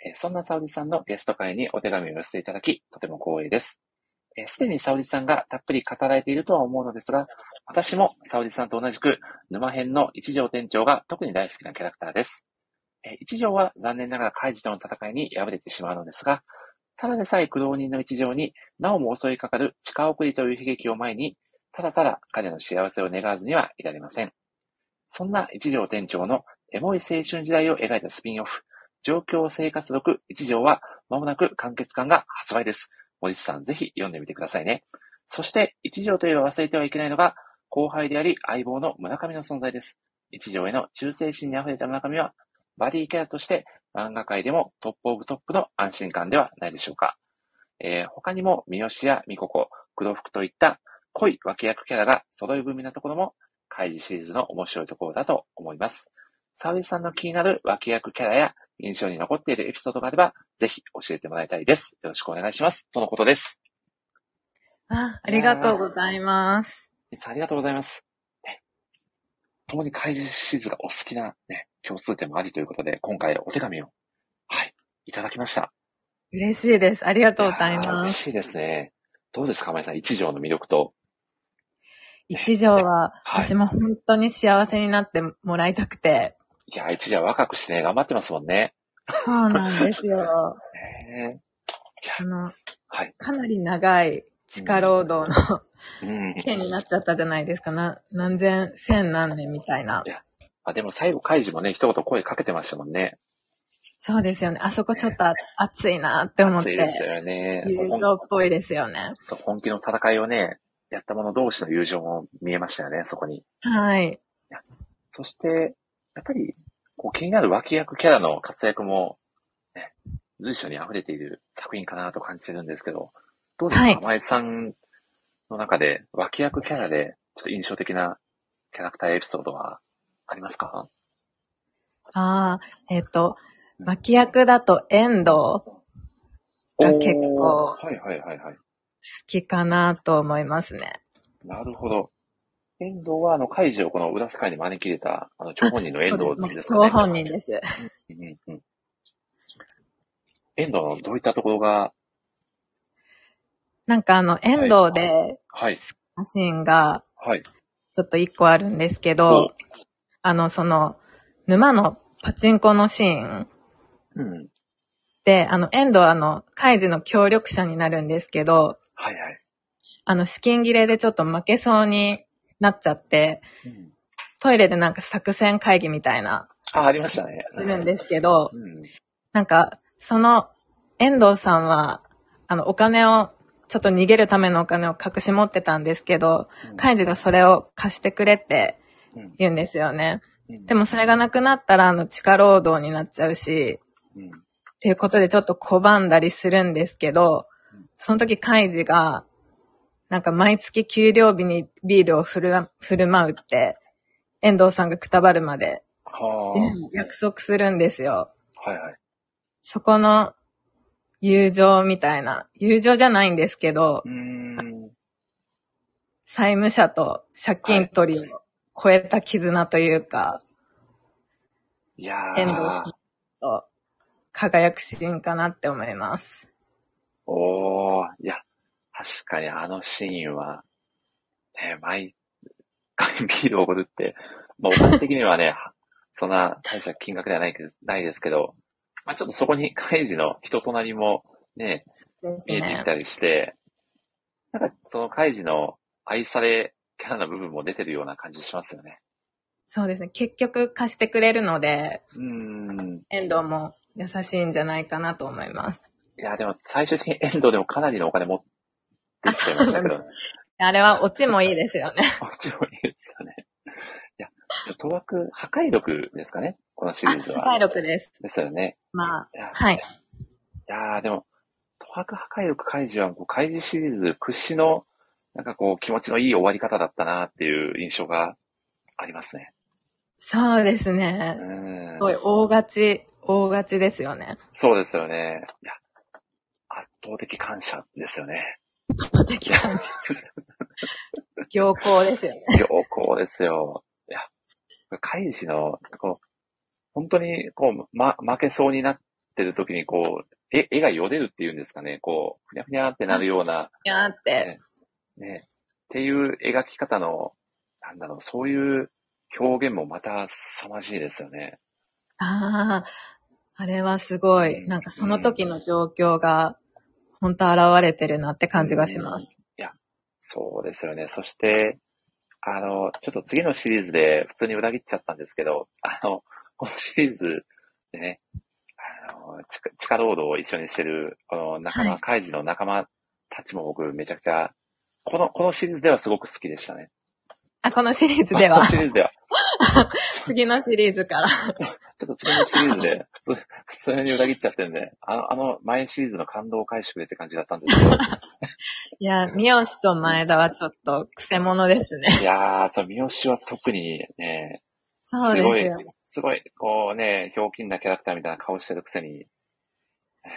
S1: えーそんな沙織さんのゲスト会にお手紙を寄せていただき、とても光栄です。えーすでに沙織さんがたっぷり語られているとは思うのですが、私も沙織さんと同じく、沼編の一条店長が特に大好きなキャラクターです。えー一条は残念ながらカイジとの戦いに敗れてしまうのですが、ただでさえ苦労人の一条になおも襲いかかる近送りという悲劇を前に、ただただ彼の幸せを願わずにはいられません。そんな一条店長のエモい青春時代を描いたスピンオフ、状況生活録一条は間もなく完結感が発売です。森下さん、ぜひ読んでみてくださいね。そして、一条といえば忘れてはいけないのが、後輩であり相棒の村上の存在です。一条への忠誠心に溢れた村上は、バディキャラとして漫画界でもトップオブトップの安心感ではないでしょうか。えー他にも三好や美子子、黒服といった濃い脇役キャラが揃い踏みなところも、開示シリーズの面白いところだと思います。沙織さんの気になる脇役キャラや印象に残っているエピソードがあれば、ぜひ教えてもらいたいです。よろしくお願いします。とのことです。
S2: あありがとうございます。
S1: 皆さんありがとうございます。ね、共に開示シリーズがお好きな、ね、共通点もありということで、今回お手紙を、はい、いただきました。
S2: 嬉しいです。ありがとうござい
S1: やー
S2: ま
S1: 嬉
S2: す。
S1: しいですね。どうですか、ま井さん、一条の魅力と。
S2: 一条は、
S1: はい
S2: 私も本当に幸せになってもらいたくて。
S1: いやー、一条は若くしてね、頑張ってますもんね。
S2: そうなんですよ。
S1: ね
S2: あの、
S1: はい。
S2: かなり長い地下労働 の
S1: うん。
S2: 件になっちゃったじゃないですか。な何千、千何年みたいな。
S1: あ、でも最後、カイジもね、一言声かけてましたもんね。
S2: そうですよね。あそこちょっと暑いなって思っ
S1: 熱いで
S2: て
S1: す。よね。
S2: 優勝っぽいですよね。
S1: そう本気の戦いをね、やった者同士の友情も見えましたよね、そこに。
S2: はい。
S1: そして、やっぱり、こう気になる脇役キャラの活躍も、ね、随所に溢れている作品かなと感じてるんですけど、どうですか、
S2: はい
S1: 甘井さんの中で脇役キャラで、ちょっと印象的なキャラクターエピソードはありますか
S2: ああ、えっ、と、脇役だと遠藤好が結構
S1: おーはいはいはいはい。
S2: きかなと思いますね。
S1: なるほど。遠藤は、あの、カイジをこの裏世界に招き入れた、あの、張本人の遠
S2: そう
S1: 藤
S2: で
S1: ですす
S2: 張
S1: かね。
S2: 本人です。
S1: うんうんうん。遠藤のどういったところが、
S2: なんかあの、遠藤で、
S1: はい、
S2: シーンが
S1: はい。
S2: ちょっと一個あるんですけど、あの、その、沼のパチンコのシーン
S1: うん。
S2: で、あの、遠藤はあの、カイジの協力者になるんですけど、
S1: はいはい。
S2: あの、資金切れでちょっと負けそうになっちゃって、
S1: うん
S2: トイレでなんか作戦会議みたいな、
S1: あ、ありましたね。
S2: するんですけど、
S1: うん。
S2: なんか、その、遠藤さんは、あの、お金をちょっと逃げるためのお金を隠し持ってたんですけど、カイジがそれを貸してくれって
S1: うん
S2: 言うんですよね。
S1: うん
S2: でもそれがなくなったら、あの、地下労働になっちゃうし、
S1: うん
S2: っていうことでちょっと拒んだりするんですけど
S1: うん、
S2: その時カイジが、なんか毎月給料日にビールを振るわ振る舞うって、遠藤さんがくたばるまで
S1: は
S2: 約束するんですよ。
S1: あ。はいはい。
S2: そこの友情みたいな、友情じゃないんですけど
S1: う、ーん。
S2: 債務者と借金取りを超えた絆というか、
S1: いや
S2: 遠藤さん
S1: ー。
S2: と輝くシーンかなって思います。
S1: おー。いや、確かにあのシーンは、ね、毎回ビールをおごるって、まあ、お金的にはね、 そんな大した金額ではないけどないですけど、まあ、ちょっとそこにカイジの人となりもね、
S2: です
S1: 見えてき
S2: ね。
S1: たりして、なんかそのカイジの愛されキャラの部分も出てるような感じしますよね。
S2: そうですね。結局貸してくれるので、
S1: うーん。
S2: 遠藤も優しいんじゃないかなと思います。
S1: いや、でも最終的に遠藤でもかなりのお金持ってきちゃいましたけど、
S2: あれはオチもいいですよね。
S1: もちろんいいですよね。いや、賭博、破壊力ですかねこのシ
S2: あ、
S1: リーズは。
S2: 破壊力です。
S1: ですよね。
S2: まあ、
S1: いや、
S2: はい。
S1: いやーでも、賭博破壊力カイジは、こうカイジシリーズ屈指の、なんかこう、気持ちのいい終わり方だったなっていう印象がありますね。
S2: そうです
S1: う
S2: ね。
S1: ーん
S2: す。ごい大勝ち、大勝ちですよね。
S1: そうですよね。いや、圧倒的感謝ですよね。
S2: 的感謝。行幸ですよね。
S1: 良好ですよ。いや、カイジの、こう、本当に、こう、ま、負けそうになってる時に、こう、絵、絵がよでるっていうんですかね。こう、ふにゃふにゃってなるような、
S2: いやーって。
S1: ね、っていう描き方の、なんだろう、そういう表現もまた凄まじいですよね。
S2: ああ、あれはすご
S1: う
S2: い。
S1: ん
S2: なんかその時の状況が、本当現れてるなって感じがします。
S1: いや、そうですよね。そして、あの、ちょっと次のシリーズで普通に裏切っちゃったんですけど、あの、このシリーズでね、あの、地下地下労働を一緒にしてる、この仲間、
S2: はい
S1: カイジの仲間たちも僕めちゃくちゃ、この、このシリーズではすごく好きでしたね。
S2: あ、このシリーズでは
S1: この、シリーズでは。
S2: 次のシリーズから。
S1: ちょっと次のシリーズで、普通、普通に裏切っちゃってるんで、あの、あの、前シリーズの感動回復でって感じだったんですけど、
S2: いや、三好と前田はちょっと、クセ者ですね。
S1: いやー、そう、三好は特にね、
S2: そうですよね。
S1: すごい、こうね、ひょうきんなキャラクターみたいな顔してるくせに、えー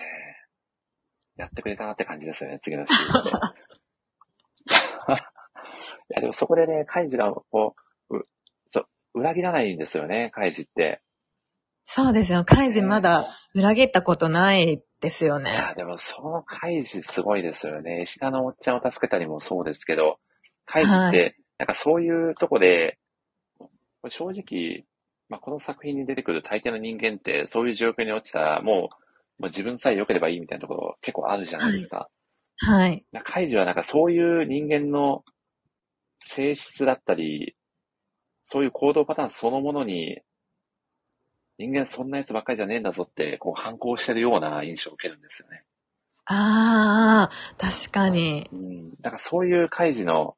S1: やってくれたなって感じですよね、次のシリーズ で。いや、でもそこでね、カイジが、こう、う、そう、裏切らないんですよね、カイジって。
S2: そうですよ。カイジまだ裏切ったことないですよ
S1: いや、
S2: ね。
S1: でもそのカイジすごいですよね。石田のおっちゃんを助けたりもそうですけど、カイジっ
S2: は
S1: て、なんかそういうとこで、正直、まあ、この作品に出てくる大抵の人間って、そういう状況に落ちたら、もう、もう自分さえ良ければいいみたいなところ結構あるじゃないですか。
S2: はい。
S1: なんかカイジはなんかそういう人間の性質だったり、そういう行動パターンそのものに、人間そんなやつばっかりじゃねえんだぞって、こう反抗してるような印象を受けるんですよね。
S2: ああ、確かに。
S1: うん、だからそういうカイジの、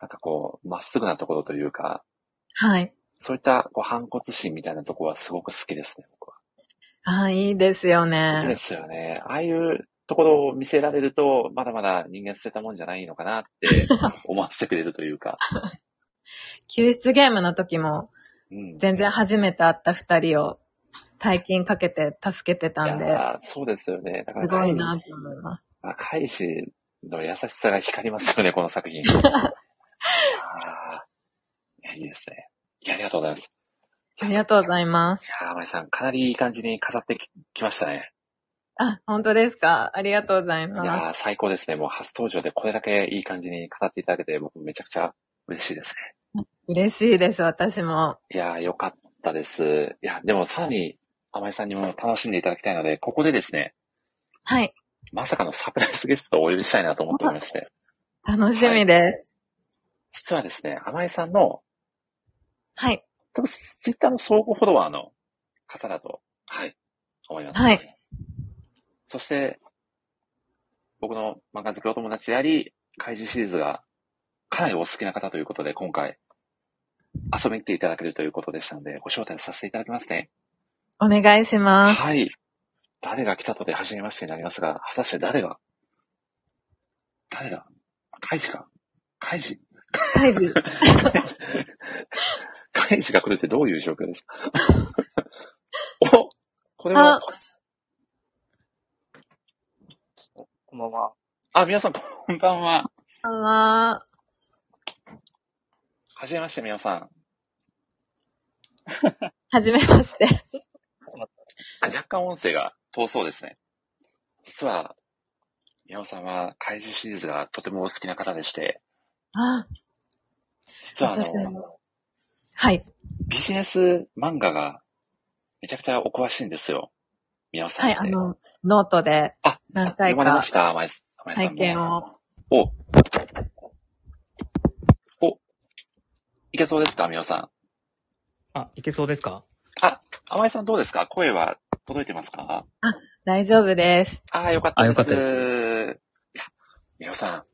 S1: なんかこう、まっすぐなところというか、
S2: はい。
S1: そういったこう反骨心みたいなところはすごく好きですね、僕は。
S2: ああ、いいですよ
S1: 好きで
S2: ね。
S1: すよね。ああいうところを見せられると、まだまだ人間捨てたもんじゃないのかなって 思わせてくれるというか。
S2: 救出ゲームの時も、
S1: うん、
S2: 全然初めて会った二人を、大金かけて助けてたん
S1: い
S2: で、
S1: やーそうですよね。だか
S2: す
S1: ら
S2: ご
S1: カイ
S2: い
S1: ジ、
S2: なと思います。
S1: あカイジの優しさが光りますよ ね、この作品。あーいやいいですね。いや、ありがとうございます。
S2: ありがとうございます。
S1: いやー、まさん、かなりいい感じに飾ってききましたね。
S2: あ、本当ですかありがとうござい
S1: いや
S2: ま
S1: ー、最高ですね。もう初登場でこれだけいい感じに語っていただけて、僕めちゃくちゃ嬉しいです
S2: す。嬉しいです、私も。
S1: ね。いやー、よかったです。いや、でもさらに、甘井さんにも楽しんでいただきたいので、ここでですね、
S2: はい。
S1: まさかのサプライズゲストをお呼びしたいなと思っておりまして、
S2: 楽しみです。
S1: 実はですね、甘井さんの、
S2: はい。
S1: 多分ツイッターの総合フォロワーの方だと、はい、思います。
S2: はい。
S1: そして、僕の漫画好きお友達であり、怪獣シリーズがかなりお好きな方ということで、今回遊びに来ていただけるということでしたので、ご招待させていただきますね。
S2: お願い します。
S1: はい。誰が来たとて初めましてになりますが、果たして誰が誰だカイジかカイジ
S2: カイジ。
S1: カイジが来るってどういう状況ですか おこれは
S2: あ、
S3: こんばんは。
S1: あ、皆さんこんばんは。
S2: こんばんは。
S1: はじめまして、皆さん。
S2: はじめまして。
S1: 若干音声が遠そうですね。実は、宮尾さんは、怪獣シリーズがとてもお好きな方でして、
S2: あ
S1: 実はあ
S2: 私で
S1: の、
S2: はい。
S1: ビジネス漫画がめちゃくちゃお詳しいんですよ。宮尾さん
S2: は
S1: って。
S2: い、あの、ノートで
S1: あ
S2: 何回
S1: 読まれま
S2: か
S1: した、甘井さん。甘井さんも
S2: 体験を。
S1: おおいけそうですか、宮尾さん。
S3: あ、いけそうですか
S1: 甘井さんどうですか声は届いてますか
S2: 大丈夫です。
S1: ああ、よかった
S3: あ
S1: です。
S3: よかったです
S1: いや、みおさ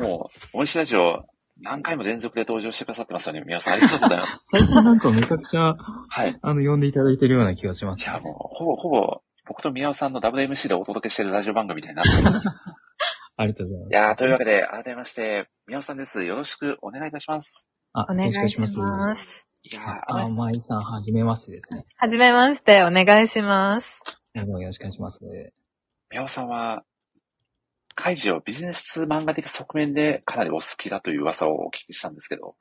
S1: ん。もう、おいしいラジオ、何回も連続で登場してくださってますよね。みおさん、ありがとうございます。
S3: 最近なんかめちゃくちゃ、
S1: はい。
S3: あの、呼んでいただいてるような気がしま
S1: じ
S3: す
S1: ゃあ。もう、ほぼほぼ、僕と宮尾さんの WMC でお届けしてるラジオ番組みたいになってます。
S3: ありがとうございま
S1: い
S3: す。
S1: やーというわけで、改めまして、宮尾さんです。よろしくお願いいたします。
S3: あ、
S2: お願いします。
S3: あ、
S1: いやー、
S3: あまいさん、はじめましてですね。
S2: はじめまして、お願いします。
S3: あの、よろしくお願いします。
S1: 宮尾さんは、怪獣をビジネス漫画的側面でかなりお好きだという噂をお聞きしたんですけど。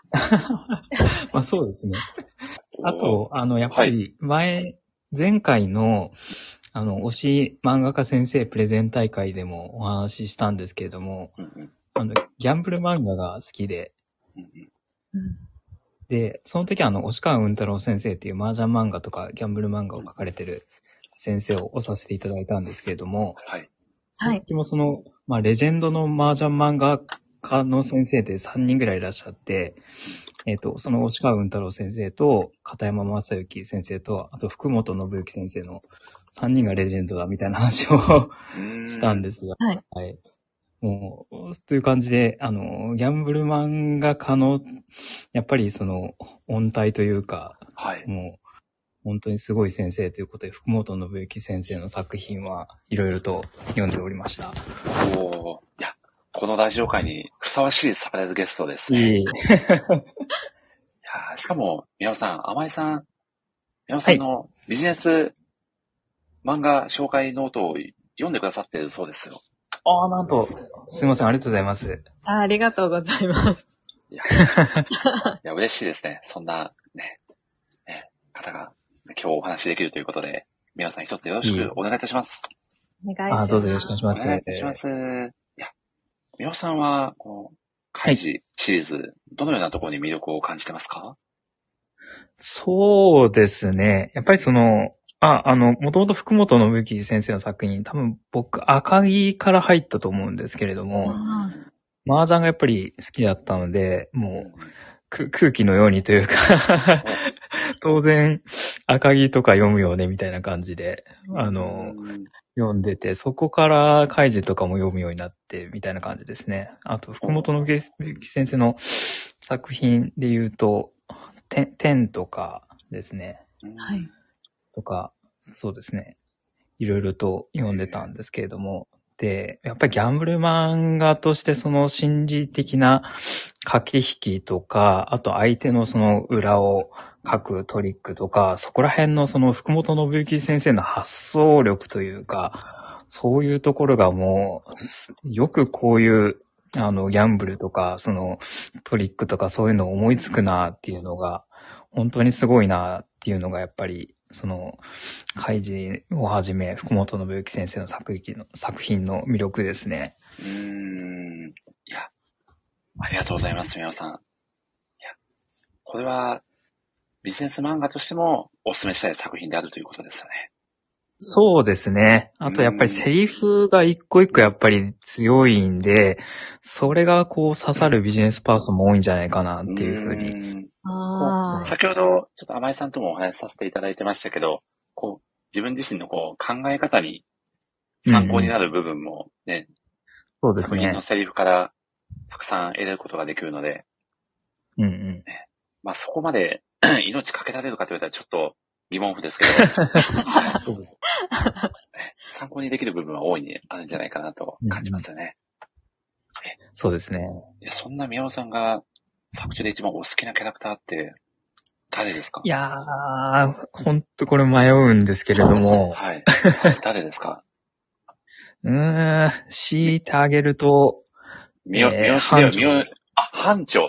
S3: まあ、そうですね。あと、あの、やっぱり、前、前回の、あの、推し漫画家先生プレゼン大会でもお話ししたんですけれども、
S1: うんうん、
S3: あの、ギャンブル漫画が好きで、
S1: うんうん、
S2: うん
S3: で、その時はあの、押川雲太郎先生っていう麻雀漫画とかギャンブル漫画を書かれてる先生を推させていただいたんですけれども、
S1: はい。
S2: はい
S3: その時もその、まあ、レジェンドの麻雀漫画家の先生で3人ぐらいいらっしゃって、えっ、と、その押川雲太郎先生と、片山正幸先生と、あと福本信之先生の3人がレジェンドだみたいな話をしたん
S1: す。
S3: ですが、
S2: はい。
S3: はい。もう、という感じで、あの、ギャンブル漫画家の、やっぱりその、音体というか、
S1: はい。
S3: もう、本当にすごい先生ということで、福本信之先生の作品はいろいろと読んでおりました。
S1: おおいや、このラジオ界にふさわしいサプライズゲストですね。い
S3: いい。
S1: やーしかも、宮尾さん、甘井さん、宮尾さんのビジネス漫画紹介ノートを読んでくださってるそうですよ。
S3: ああ、なんと、すいません、ありがとうございます。
S2: あありがとうございます。
S1: いや、いや嬉しいですね。そんな、ね、ね、方が今日お話しできるということで、宮尾さん一つよろしくお願いいたします。
S2: お願いし
S3: あ
S2: ま
S3: あ、
S2: す。
S3: どうぞよろしくお願いし
S1: お
S3: ます。
S1: 願いいたします。いや、宮尾さんは、この、開示シリーズ、どのようなところに魅力を感じてますか
S3: そうですね。やっぱりその、あ、あの、もともと福本信之先生の作品、多分僕、赤木から入ったと思うんですけれども、
S2: あ
S3: 麻雀がやっぱり好きだったので、
S1: うん、
S3: もうく空気のようにというか 当然赤木とか読むよねみたいな感じで、あの、
S1: うん
S3: 読んでて、そこからカイジとかも読むようになってみたいな感じですね。あと、福本の先生の作品で言うと、て天とかですね、
S2: ーはい。
S3: とか、そうですね。いろいろと読んでたんですけれども、で、やっぱりギャンブル漫画としてその心理的な駆け引きとか、あと相手のその裏を書くトリックとか、そこら辺のその福本信之先生の発想力というか、そういうところがもうす、よくこういう、あの、ギャンブルとか、そのトリックとかそういうのを思いつくなっていうのが、本当にすごいなっていうのがやっぱり、その、カイジをはじめ、福本信之先生の作品の作品の魅力ですね。
S1: うーん。いや、ありがとうございます、皆さん。いや、これは、ビジネス漫画としてもお勧めしたい作品であるということですよね。
S3: そうですね。あとやっぱりセリフが一個一個やっぱり強いんで、それがこう刺さるビジネスパーソンも多いんじゃないかなっていうふうに。
S1: に。
S2: あー
S1: 先ほど、ちょっと甘井さんともお話しさせていただいてましたけど、こう、自分自身のこう、考え方に
S3: うん
S1: 参考になる部分もね、
S3: そうです
S1: 作品
S3: ね
S1: の。セリフからたくさん得ることができるので、
S3: うんうん。
S1: まあそこまで 命かけられるかと言われたらちょっと疑問符ですけ ど、はい
S3: そうです
S1: 参考にできる部分は大いにあるんじゃないかなと感じますよね。
S3: そうですね。
S1: いやそんな宮尾さんが作中で一番お好きなキャラクターって誰ですか
S3: いやー、ほんとこれ迷うんですけれど も、
S1: はい。はい誰ですか
S3: うーん、強いてあげると、
S1: 宮尾、
S3: えー
S1: 宮尾茂雄
S3: 班長
S1: 宮尾、あ、班長。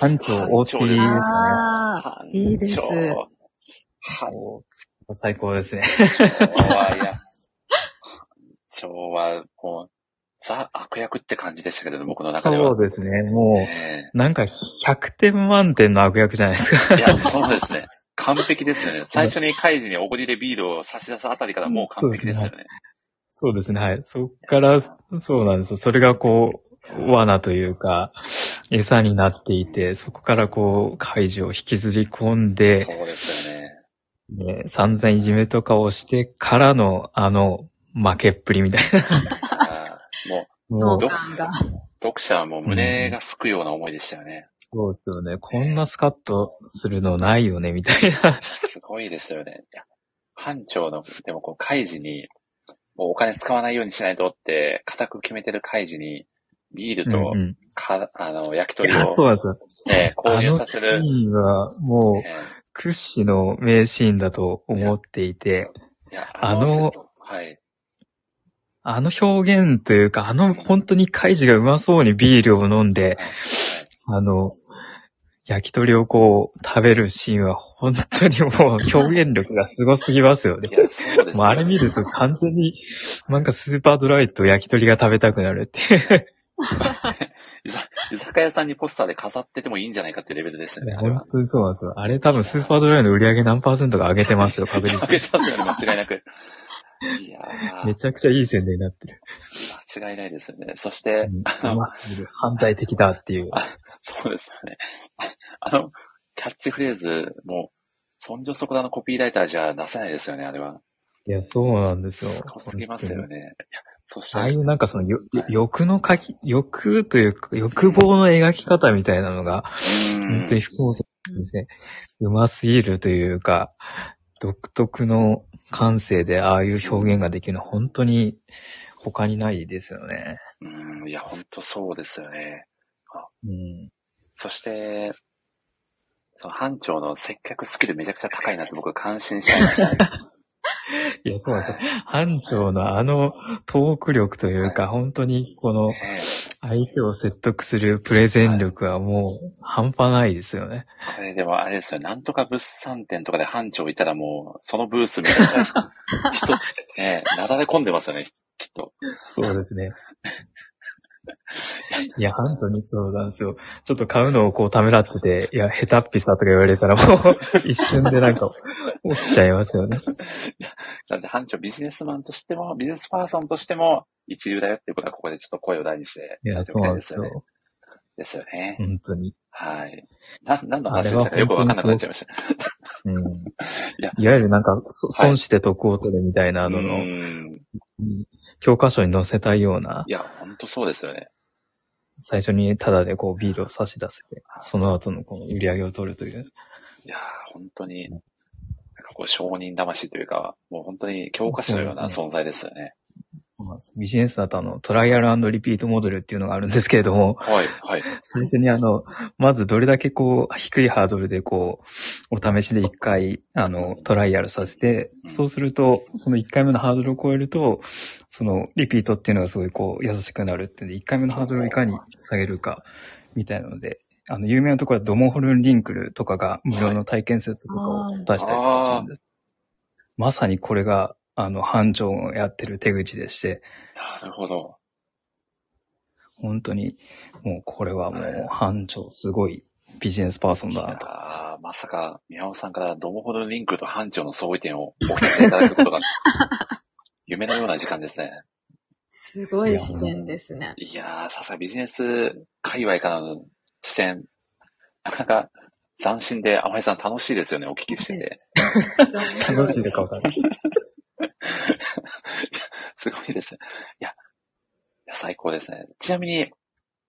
S3: 班長
S1: 班長
S3: OT ですね。
S2: ああ、いいです
S1: 班長班
S3: お最高ですね。
S1: 長は、いや、班長は、もう、ザ悪役って感じでしたけどね、僕の中では。
S3: そうですね。も
S1: ね
S3: う、なんか100点満点の悪役じゃないですか。
S1: えいや、そうですね。完璧ですよね。最初にカイジにおごりでビールを差し出すあたりからもう完璧ですよね。
S3: そうですね。はい。そっから、そうなんですよ。それがこう、罠というか、餌になっていて、そこからこう、怪獣を引きずり込んで、
S1: そうですよね。
S3: ね、散々いじめとかをしてからの、あの、負けっぷりみたい
S1: あーもう、
S2: 脳
S3: な。もう、
S1: ど
S2: 幹が。
S1: 読者はもう胸がすくような思いでしたよね。
S3: そうですよね。こんなスカッとするのないよね、みたい な。
S1: すごいですよね。いや班長の、でもこう、カイジに、もうお金使わないようにしないとって、固く決めてるカイジに、ビールと
S3: うんうん
S1: か、あの、焼き
S3: い
S1: 鳥を、
S3: や、そうなんですよ。
S1: えー購
S3: あ
S1: 入
S3: の
S1: さ
S3: シ
S1: せる。
S3: ーンは、もう、
S1: え
S3: 屈指の名シーンだと思っていて、
S1: ーいや
S3: あの
S1: はい。
S3: あの表現というか、あの本当にカイジがうまそうにビールを飲んで、あの、焼き鳥をこう食べるシーンは本当にもう表現力がすごすぎますよね
S1: い。や、そうです
S3: もうあれ見ると完全になんかスーパードライと焼き鳥が食べたくなるっていう。
S1: 居酒居酒屋さんにポスターで飾っててもいいんじゃないかっていうレベルですよね、あれ
S3: 本
S1: は。
S3: 当にそうなんですよ。あれ多分スーパードライの売り上げ何パーセントか上げてますよ、確
S1: あ
S3: 実
S1: げ
S3: に。
S1: ちゃうよね、間違いなく。 いやー
S3: めちゃくちゃいい宣伝になってる。
S1: 間違いないですよね。そして、
S3: うんうますぎる。犯罪的だっていう。
S1: そうですよね。ああの、キャッチフレーズも、そんじょそこらのコピーライターじゃ出せないですよね、あれは。
S3: いや、そうなんです
S1: す
S3: よ。
S1: ごすぎますよね。いやそして、
S3: ああいうなんかそのよ
S1: はい
S3: 欲の書き、欲というか、欲望の描き方みたいなのが、
S1: うん
S3: 本当に福本先生、うますぎるというか、独特の感性でああいう表現ができるのは本当に他にないですよね。
S1: うん、いや、本当そうですよね。
S3: うん。
S1: そして、その班長の接客スキルめちゃくちゃ高いなって僕感心しちゃいましたね。
S3: いや、そうなんですよ。班長のあのトーク力というか、本当にこの
S1: ね
S3: 相手を説得するプレゼン力はもう半端ないですよね。
S1: これでもあれですよ、なんとか物産展とかで班長いたらもう、そのブースめちゃくちゃ人、 ねえ、なだれ込んでますよね、きっと。
S3: そうですね。いや、本当にそうなんですよ。ちょっと買うのをこうためらってて、いや、下手っぴさとか言われたらもう一瞬でなんか落ちちゃいますよね。
S1: なんで、班長ビジネスマンとしても、ビジネスパーソンとしても、一流だよっていうことは、ここでちょっと声を大にして、
S3: いや、
S1: 伝えてお
S3: そ
S1: きた
S3: うないんです
S1: ね。
S3: よ。
S1: ですよね。
S3: 本当に。
S1: はい。な、何の話でしたかよくわかんなくなっちゃいました。
S3: うん。
S1: いや
S3: いわゆるなんか、そ損して得を取るみたいな
S1: う
S3: のの、
S1: ん。、
S3: 教科書に載せたいようない
S1: や、ほんとそうですよね。
S3: 最初にタダでこうビールを差し出せて、その後のこの売り上げを取るという。
S1: いやー、本当に、なんかこう、承認魂というか、もう本当に教科書のような存在ですよね。
S3: そうなんですビジネスだとあの、トライアルリピートモデルっていうのがあるんですけれども、
S1: はい、はい。
S3: 最初にあの、まずどれだけこう、低いハードルでこう、お試しで一回、あの、トライアルさせて、そうすると、その一回目のハードルを超えると、その、リピートっていうのがすごいこう、優しくなるっていうんで、一回目のハードルをいかに下げるか、みたいなので、あの、有名なところはドモホルンリンクルとかが無料の体験セットとかを出したりとかするんです。まさにこれが、あの、班長をやってる手口でして、
S1: なるほど。
S3: 本当に、もうこれはも
S1: はいう
S3: 班長すごいビジネスパーソンだなと。
S1: ああ、まさか、宮尾さんからどもほどのリンクと班長の相違点を お聞かせいただくことが、夢のような時間ですね。
S2: すごい視点ですね。
S1: いやー、さすがビジネス界隈からの視線、なかなか斬新で、甘井さん楽しいですよね、お聞き してて。
S2: 楽
S3: 楽しいとかわかんない。
S1: すごい。いですね。いや、いや最高ですね。ちなみに、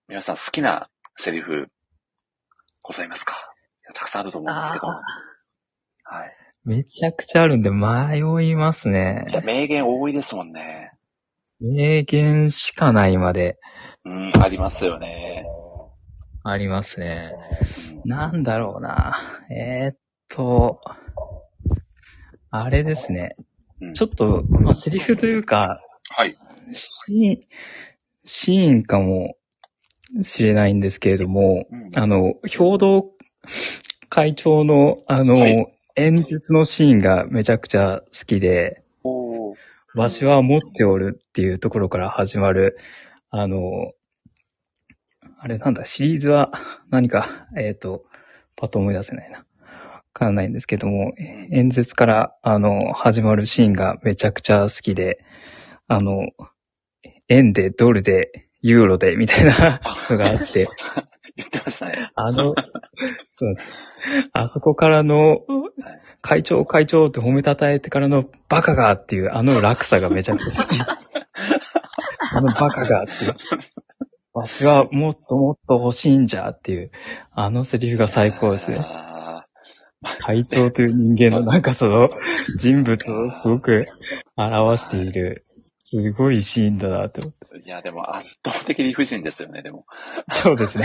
S1: 皆さん好きなセリフ、ございますかいやたくさんあると思うんですけど。
S2: あ
S1: はい。
S3: めちゃくちゃあるんで迷います
S1: いや、
S3: ね。
S1: 名言多いですもんね。
S3: 名言しかないまで
S1: うん、ありますよね。
S3: ありますね。
S1: うん
S3: なんだろうな。えー、っと、あれですね。
S1: うん
S3: ちょっと、まあ、セリフというか、
S1: はい。
S3: シーン、シーンかもしれないんですけれども、
S1: うん
S3: あの、兵道会長の、あの、
S1: はい
S3: 演説のシーンがめちゃくちゃ好きで、
S1: おー
S3: わしは持っておるっていうところから始まる、あの、あれなんだ、シリーズは何か、えっ、と、パッと思い出せないな。わからないんですけども、え演説から、あの、始まるシーンがめちゃくちゃ好きで、あの、円で、ドルで、ユーロで、みたいなのがあって、
S1: 言ってましたね。
S3: あ の、そうです。あそこからの、会長、会長って褒めたたえてからのバカがっていう、あの落差がめちゃくちゃ 好き。あのバカがっていう。わしはもっともっと欲しいんじゃっていう、あのセリフが最高ですね。
S1: あ
S3: 会長という人間のなんかその人物をすごく表している、すごいシーンだなって思って。
S1: ーいや、でも圧倒的理不尽ですよね、でも。
S3: そうですね。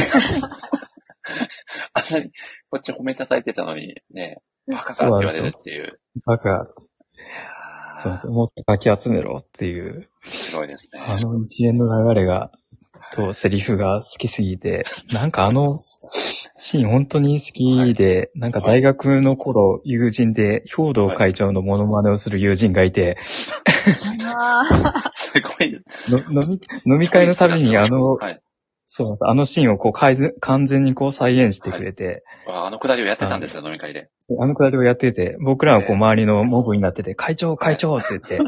S1: あんなに、こっち褒めたたいてたのに、ね、バカかって言われるっていう。
S3: バカが、
S1: あー
S3: そうです。もっとかき集めろっていう。
S1: 面白いですね。
S3: あの一連の流れが、とセリフが好きすぎ て、なんかあのシーン本当に好きで、なんか大学の頃友人で兵道会長のモノマネをする友人がいて、
S2: あ
S1: すごいです。
S3: の飲み飲み会のたびにあの、
S1: はい。
S3: そうなんですあのシーンをこう改善完全にこう再現してくれて、
S1: あのくだりをやってたんですよ、飲み会で。
S3: あのくだりをやってて、僕らはこう
S1: ええ
S3: 周りのモブになってて、会長、会長って言って、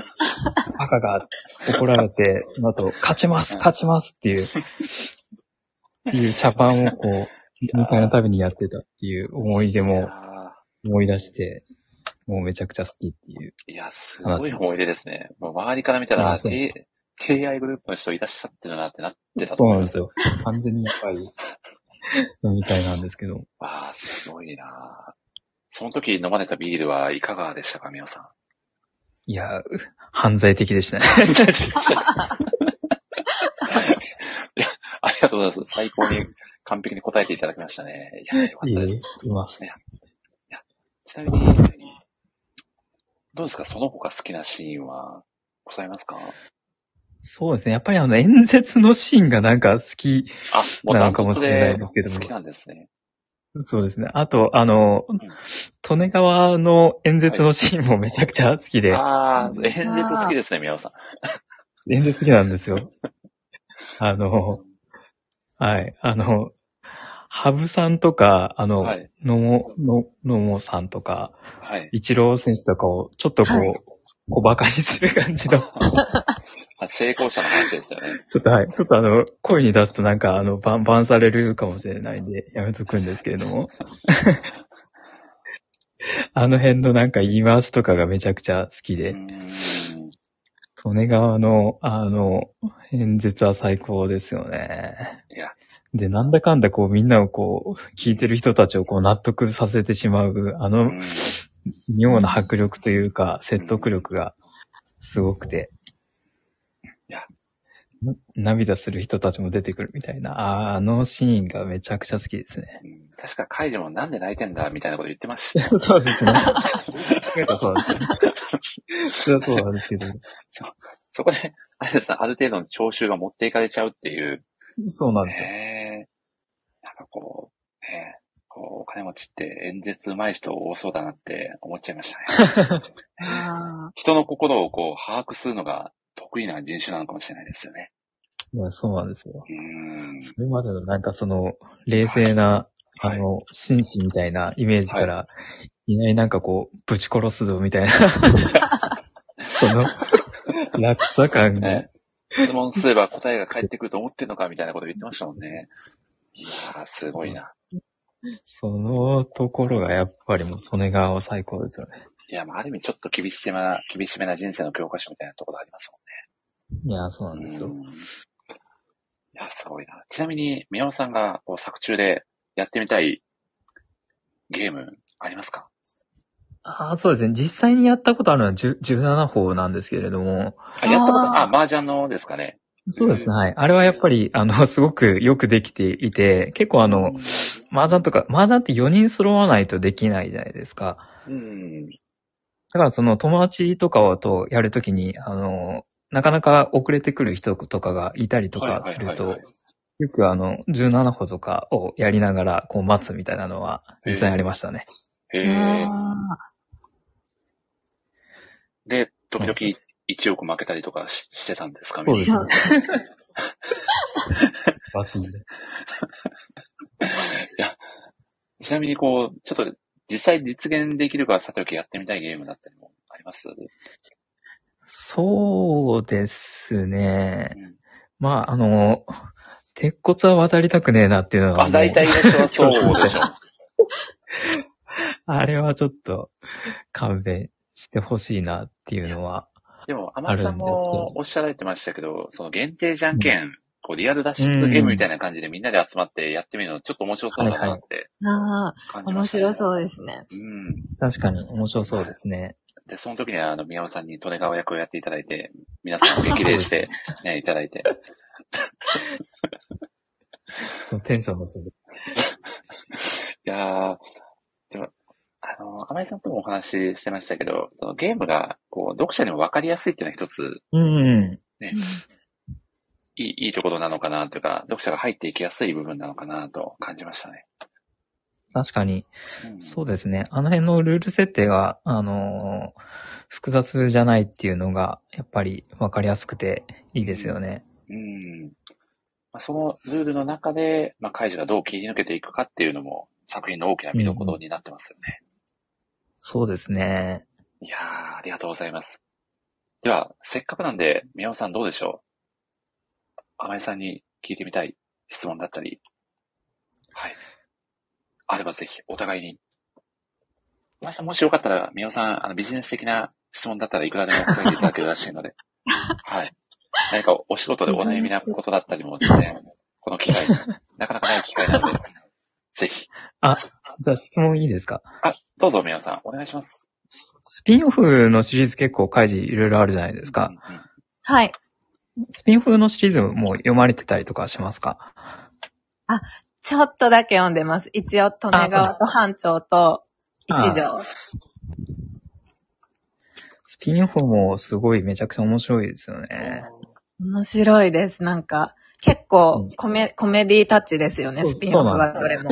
S3: 赤が怒られて、その後、勝ちます、勝ちますっていう、っていう茶番をこう、飲み会のためにやってたっていう思い出
S1: い
S3: も
S1: や
S3: 思い出して、もうめちゃくちゃ好きっていう。
S1: ーいや、すごい思い出ですね。もう周りから見た
S3: あ
S1: ら、
S3: そう
S1: T- TI グループの人いらっしゃってるなってなってたと
S3: そう
S1: 思
S3: ないん
S1: ま
S3: ですよ。完全にやっぱり飲み会なんですけど。
S1: わあ、すごいなその時飲まれたビールはいかがでしたか、みおさん。
S3: いや、犯罪的でした ね。
S1: いやありがとうございます。最高に完璧に答えていただきましたね。いや、よかったです。
S3: いま
S1: ちなみに、どうですかその他好きなシーンはございますか
S3: そうですね。やっぱりあの演説のシーンがなんか好き。
S1: あ、ボタントツ
S3: なのかもしれ
S1: で
S3: ないですけども
S1: 好きなんですね。
S3: そうですね。あと、あの、
S1: ん
S3: 利根川の演説のシーンもめちゃくちゃ好きで、
S1: ああ、
S2: うん
S1: 演説好きですね、宮尾さん。
S3: 演説好きなんで すよ。あの、はい。あの、ハブさんとか、あの、
S1: はい。
S3: 野茂、の、野茂さんとか、
S1: はい。
S3: イチロー選手とかを、ちょっとこう、
S2: は
S3: 小馬鹿にする感じの、
S1: あ成功者の話でしたよね。
S3: ちょっとはい、ちょっとあの、声に出すとなんか、あの、バン、バンされるかもしれないんで、やめとくんですけれども。 あの辺のなんか言い回しとかがめちゃくちゃ好き
S1: う
S3: で、
S1: ーん。
S3: 利根川の、あの、演説は最高ですよね。
S1: いや、
S3: で、なんだかんだこう、みんなをこう、聞いてる人たちをこう、納得させてしまう、あ
S1: う
S3: の
S1: ん、
S3: 妙な迫力というか、説得力がすごくて。
S1: いや
S3: な涙する人たちも出てくるみたいな、あーあのシーンがめちゃくちゃ好きですね。
S1: うん確か、カイジもなんで泣いてんだみたいなこと言ってましたよ。
S3: そうですね。そうですね。そうなんですけど。
S1: そこで、あれですねある程度の聴衆が持っていかれちゃうっていう、
S3: そうなんですよ。
S1: ねえなんかこう、ねえこう、お金持ちって演説上手い人多そうだなって思っちゃいました ね。
S2: あ。
S1: 人の心をこう、把握するのが得意な人種なのかもしれないですよね。
S3: いや、そうなんですよ。
S1: うーん。
S3: それまでのなんかその、冷静な、あ
S1: はい
S3: の、紳士みたいなイメージから、い、きなりなんかこう、ぶち殺すぞみ たいな、その、落差感が
S1: ね、質問すれば答えが返ってくると思ってんのかみたいなこと言ってましたもん ね。いやー、すごいな。
S3: そのところがやっぱりもう曽根川は最高ですよね。
S1: いや、まあ、ある意味ちょっと厳しめな、厳しめな人生の教科書みたいなところありますもんね。
S3: いや、そうなん
S1: うん
S3: です
S1: い
S3: よ。
S1: や、すごいな。ちなみに、宮尾さんがこう作中でやってみたいゲームありますか
S3: ああ、そうですね。実際にやったことあるのは10 17法なんですけれども、
S1: あ、やったこと、あ、
S2: あ
S1: 麻雀のですかね。
S3: そうです
S1: うん
S3: ね。はい。あれはやっぱり、あの、すごくよくできていて、結構あの、麻雀とか、麻雀って4人揃わないとできないじゃないですか。
S1: うん。
S3: だからその友達とかとやるときに、あの、なかなか遅れてくる人とかがいたりとかする
S1: はい
S3: と
S1: はいはいはい、
S3: よくあの、17歩とかをやりながら、こう待つみたいなのは、実際ありましたね。
S1: へえ。
S2: あ
S1: で、時々
S3: そ
S1: 1
S3: う
S1: 億負けたりとかししてたんですかね
S3: そう。ですね
S2: 違う。
S3: バスで
S1: ちなみにこう、ちょっと実際実現できるかさておきやってみたいゲームだったりもあります
S3: そうです
S1: う
S3: ね。
S1: ん
S3: まあ、あの、鉄骨は渡りたくねえなっていうのは
S1: あ、大体の人はそうでしょう。
S3: あれはちょっと勘弁してほしいなっていうのは。
S1: でも、天井さんも
S3: あるんですけど
S1: おっしゃられてましたけど、その限定じゃんけん、こうリアル脱出ゲームみたいな感じでみんなで集まってやってみるのちょっと面白そうだなって
S2: ーあ
S1: 感
S2: ー、
S1: じま
S2: 面
S1: した、
S2: 白そうですね。
S1: う。うん。
S3: 確かに面白そうですね。
S1: で、その時には、あの、宮尾さんに利根川役をやっていただいて、皆さん激励 して、ね、いただいて。
S3: そのテンションの数字。
S1: いやー、でも、あの、甘井さんともお話ししてましたけど、そのゲームが、こう、読者にも分かりやすいっていうのは一つ、
S3: うんうん。
S1: いい、いいところなのかなというか、読者が入っていきやすい部分なのかなと感じましたね。
S3: 確かに。
S1: うん
S3: そうですね。あの辺のルール設定が、あのー複雑じゃないっていうのが、やっぱり分かりやすくていいですよね。
S1: うん。まあ、そのルールの中で、まあ、カイジがどう切り抜けていくかっていうのも、作品の大きな見どころになってますよね。
S3: そうですね。
S1: いやー、ありがとうございます。では、せっかくなんで、宮尾さんどうでしょう甘井さんに聞いてみたい質問だったり、はい。あればぜひ、お互いに。甘井さん、もしよかったら、宮尾さん、あの、ビジネス的な質問だったらいくらでも答えていただけるらしいので、はい。何かお仕事でお悩みなことだったりもですね、この機会、なかなかない機会なので、ぜひ。
S3: じゃあ質問いいですか
S1: あ、どうぞ、宮尾さん、お願いします。
S3: ススピンオフのシリーズ結構開示いろいろあるじゃないですか。
S1: うんうん
S2: はい。
S3: スピンオフのシリーズも読まれてたりとかしますか
S2: ちょっとだけ読んでます。一応、利根川と班長と一条。
S3: スピンオフもすごいめちゃくちゃ面白いですよね。
S2: 面白いです。なんか、結構コメ、コメディタッチですよね、
S3: そう
S2: スピンオフは
S3: そ
S2: ど
S3: う
S2: れも。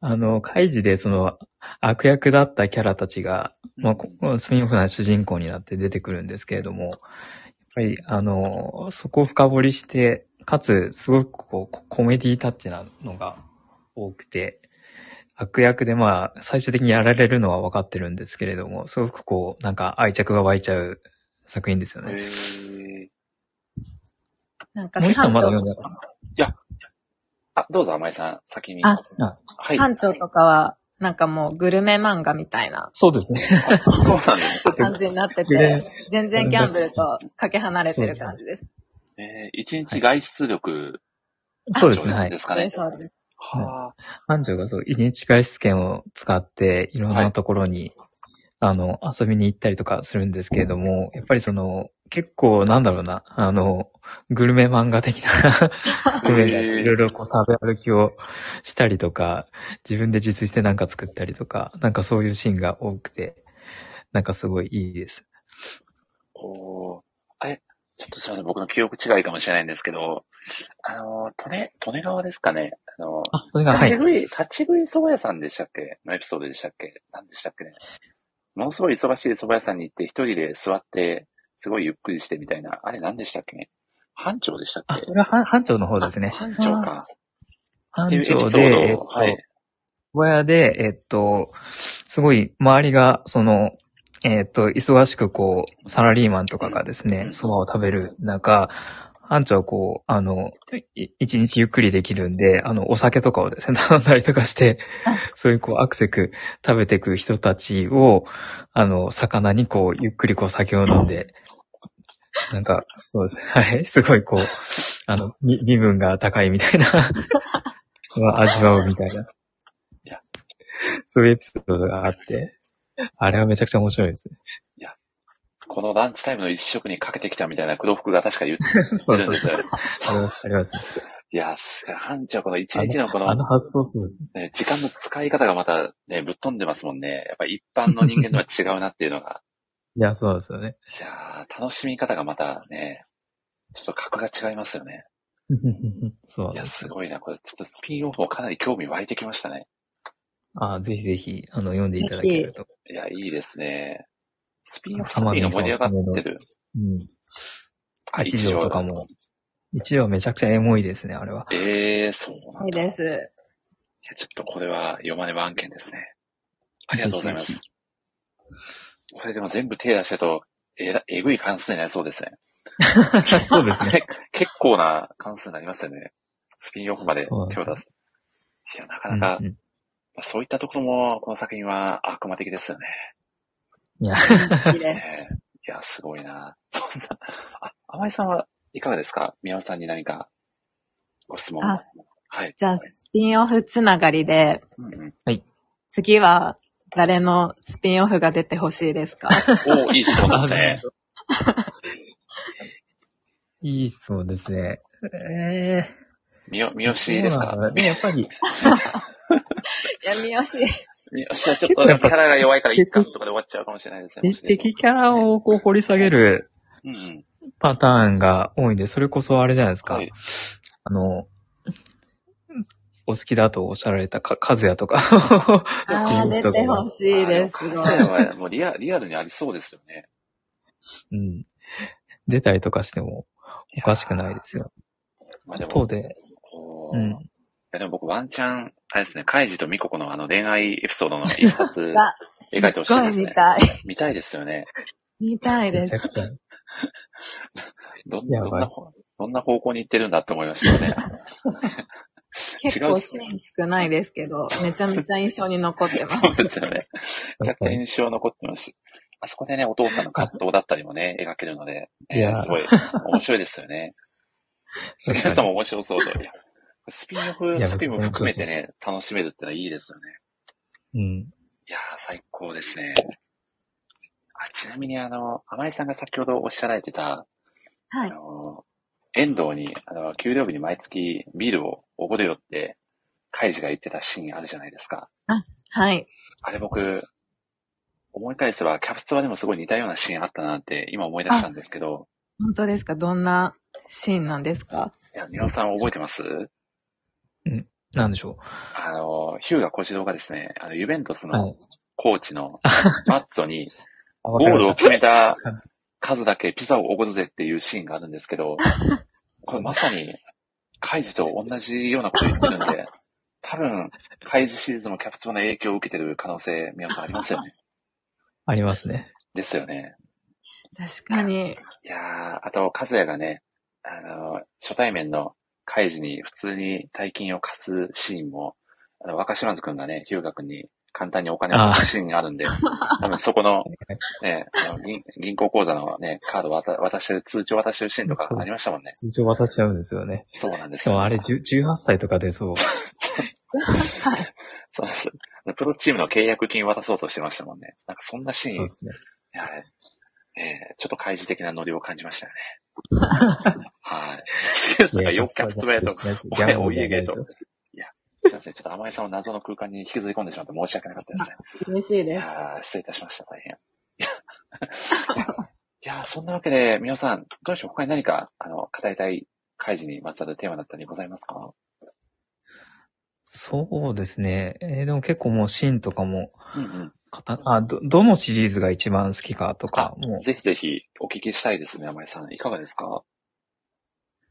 S3: あの、カイジでその悪役だったキャラたちが、まあ、こスピンオフな主人公になって出てくるんですけれども、やっぱり、あの、そこを深掘りして、かつ、すごくこう、ココメディタッチなのが多くて、悪役でまあ、最終的にやられるのは分かってるんですけれども、すごくこう、なんか愛着が湧いちゃう作品ですよ
S1: へ
S3: ね。
S1: ー
S2: なんか、
S3: 森さんまだ読ん
S2: 班
S3: でない
S1: あ、どうぞ、甘井さん、先に。
S2: あ
S3: あ
S1: はい。
S2: 長とかは、なんかもうグルメ漫画みたいな
S3: そうです ね。
S1: あそうなんですね。
S2: 感じになって
S3: グレ
S2: て、全然ギャンブルとかけ離れてる感じです。
S1: えー、一日外出力、
S3: そうですね。はい
S1: で。すかね。
S2: そうです。
S1: は
S3: 班長がそう、一日外出券を使って、いろんなところに、あの、遊びに行ったりとかするんですけれども、やっぱりその、結構なんだろうな、あの、グルメ漫画的 な
S1: あ。
S3: グルメがいろい
S1: え
S3: ろこう食べ歩きをしたりとか、自分で自炊してなんか作ったりとか、なんかそういうシーンが多くて、なんかすごいいいです。
S1: ー、おーあれ、ちょっとすいません、僕の記憶違いかもしれないんですけど、あのー、利根、利根川ですかね。あの
S3: あ、それ
S1: ー、
S3: が、は
S1: 立ち
S3: い。
S1: 食い、立ち食い蕎麦屋さんでしたっけのエピソードでしたっけ何でしたっけね。ものすごい忙しい蕎麦屋さんに行って、一人で座って、すごいゆっくりしてみたいな。あれ何でしたっけね班長でしたっけ
S3: あ、それは班班長の方ですね。
S1: 班長か。
S3: 班
S1: っていうエピソ
S3: 長
S1: ー
S3: で、
S1: ドを
S3: えっと、
S1: はい。
S3: 小屋で、えっと、すごい周りが、その、えっと、忙しくこう、サラリーマンとかがです
S1: うん
S3: ね、蕎麦を食べる中、班長はこう、あの、い一日ゆっくりできるんで、あの、お酒とかをですね、 頼んだりとかして
S2: あ、
S3: そういうこう、アクセク食べていく人たちを、あの、魚にこう、ゆっくりこう、酒を飲んで、なんか、そうですね。 はい。すごいこう、あの、み身分が高いみたいな、は味わうみたいな。
S1: いや
S3: そういうエピソードがあって、あれはめちゃくちゃ面白いですね。
S1: このランチタイムの一食にかけてきたみたいな黒服が確か言 って
S3: そう
S1: るん
S3: そう
S1: です
S3: そう。
S1: よね。
S3: あります、あります。
S1: いや、すごい。ハンチはこの一日のこの
S3: あの発想そうですね。
S1: ね、時間の使い方がまたね、ぶっ飛んでますもんね。やっぱり一般の人間とは違うなっていうのが。
S3: いや、そうなんですよね。
S1: いやー、楽しみ方がまたね、ちょっと格が違いますよね。
S3: そうなん
S1: いや、
S3: です
S1: す。ごいな。これ、ちょっとスピンオフもかなり興味湧いてきましたね。
S3: あぜひぜひ、あの、読んでいただけると。
S1: いや、いいですね。スピンオフ作
S3: 浜
S1: 品が
S3: 辺
S1: 盛り上が
S3: さんおすす
S1: っ
S3: め
S1: て
S3: の
S1: る。
S3: うん。
S1: あ
S3: 一条とかも。一条めちゃくちゃエモいですね、あ れは。
S1: ええー、そうなん
S2: いい
S1: だ。いや
S2: です。
S1: ちょっとこれは読まねば案件ですね。ありがとうございま
S3: ぜひ
S1: す。これでも全部手出したと、えら、えぐい関数になりそうですね。
S3: そうですね。
S1: 結構な関数になりますよね。スピンオフまで手を出す。いや、なかなか、
S3: うんうん
S1: そういったところも、この作品は悪魔的ですよね。
S3: いや、
S2: いいです。
S1: ねいや、すごいな。そんな、あ、甘井さんはいかがですか宮尾さんに何かご質問
S2: あ
S1: はい。
S2: じゃあ、スピンオフつながりで、
S1: うんうん、
S2: 次は誰のスピンオフが出てほしいです か
S1: おーいい質問ですね。
S3: いい質問ですね。ええ
S1: みよ、み
S3: ー。
S1: よしです
S3: そう
S1: か
S3: なんだねやっぱ り、
S2: 闇よし。
S1: みよしはちょっとキャラが弱いからいいかとかで終わっちゃうかもしれないですね。もしね
S3: 敵キャラをこう掘り下げる
S1: うんうん。
S3: パターンが多いんで、それこそあれじゃないですか。
S1: はい
S3: あの、お好きだとおっしゃられたか、カズヤとか。 スピン
S2: ああ、
S3: オフ
S2: 出
S3: とか
S2: て
S3: も
S2: ほしいです。
S1: あ
S2: す
S1: でも
S2: ご
S1: カ
S2: い
S1: ズヤはもうリアリアルにありそうですよね。
S3: うん。出たりとかしてもおかしくないですよ。
S1: まあでも
S3: と、で、
S1: こう
S3: う
S1: い
S3: ん。
S1: やでも僕ワンチャン、あれですね、カイジとミココのあの恋愛エピソードの一冊
S2: あす
S1: 描いてほしい
S2: っご
S1: で
S2: い
S1: す
S2: 見
S1: ね。
S2: たい。
S1: 見たいですよ ね。
S2: 見たいで
S3: めち
S2: す
S3: ゃ。くちゃ。
S1: どん
S3: や
S1: どん
S3: ばい
S1: な方、どんな方向に行ってるんだって思いましたよね。
S2: 結
S1: 違う
S2: 構
S1: っ
S2: シ
S1: す
S2: ー
S1: ね
S2: ン少ないですけど、めちゃめちゃ印象に残ってます。
S1: そうですよね。めちゃくちゃ印象残ってますし。あそこでね、お父さんの葛藤だったりもね、描けるので、
S3: い
S1: え
S3: や
S1: ー、
S3: ー
S1: すごい面白いですよね。杉
S3: 確
S1: 原
S3: か
S1: さん
S3: に
S1: も面白そうで。いやスピンオフ
S3: いや
S1: 作品も含めてね、楽しめるってのはいいですよね。
S3: うん。
S1: いやー、最高ですね。あちなみに、あの、甘井さんが先ほどおっしゃられてた、
S2: は
S1: あ
S2: い。
S1: の、遠藤に、あの、給料日に毎月ビールをおごるよって、カイジが言ってたシーンあるじゃないですか。
S2: はい。
S1: あれ僕、思い返せば、キャプツバでもすごい似たようなシーンあったなって、今思い出したんですけど、
S2: 本当ですかどんなシーンなんですか
S1: いや、皆さん覚えてます
S3: なんでしょ
S1: あの、ヒューガ小次郎がですね、あの、ユベントス
S3: う。は
S1: の
S3: い。
S1: コーチのマッツォに、
S3: あわ
S1: ゴ
S3: か
S1: ー
S3: り
S1: ル
S3: ま
S1: を
S3: した
S1: 決めた数だけピザをおごるぜっていうシーンがあるんですけど、これまさに、カイジと同じようなこと言ってるんで、多分、カイジシリーズもキャプツバの影響を受けてる可能性、皆さんありますよね。
S3: ありますね。
S1: ですよね。
S2: 確かに。
S1: いやー、あと、和也がね、あの、初対面のカイジに普通に大金を貸すシーンも、あの、若島津くんがね、日向くんに簡単にお金を貸すシーンがある んで、多分そこの、ね、あの銀銀行口座のね、カード渡渡してる、通帳渡してるシーンとかありましたもんね。
S3: 通常渡しちゃうんですよね。
S1: そうなんで
S3: し
S1: す
S3: か
S1: よ。
S3: もあれ10 18歳とかでそう。
S1: そうなんです。プロチームの契約金渡そうとしてましたもんね。なんかそんなシ
S3: そ
S1: ー
S3: う
S1: ン
S3: で、すね。
S1: はい。えーちょっと開示的なノリを感じましたよ ね。はい。 なんか4キャプツバやと、
S3: ギ ャンブルじゃないですよ
S1: すいません。ちょっと甘井さんを謎の空間に引きずり込んでしまって申し訳なかったですね。
S2: 嬉しい
S1: い
S2: です。
S1: やー失礼いたしました。大変。いやーそんなわけで、皆さん、どうでしょう他に何か、あの、語りたい開示にまつわるテーマだったりございますか
S3: そうですね。えーでも結構もうシーンとかも、
S1: うんうん。
S3: かたあど、どのシリーズが一番好きかとか、もう、
S1: ぜひぜひお聞きしたいですね、甘井さん。いかがですか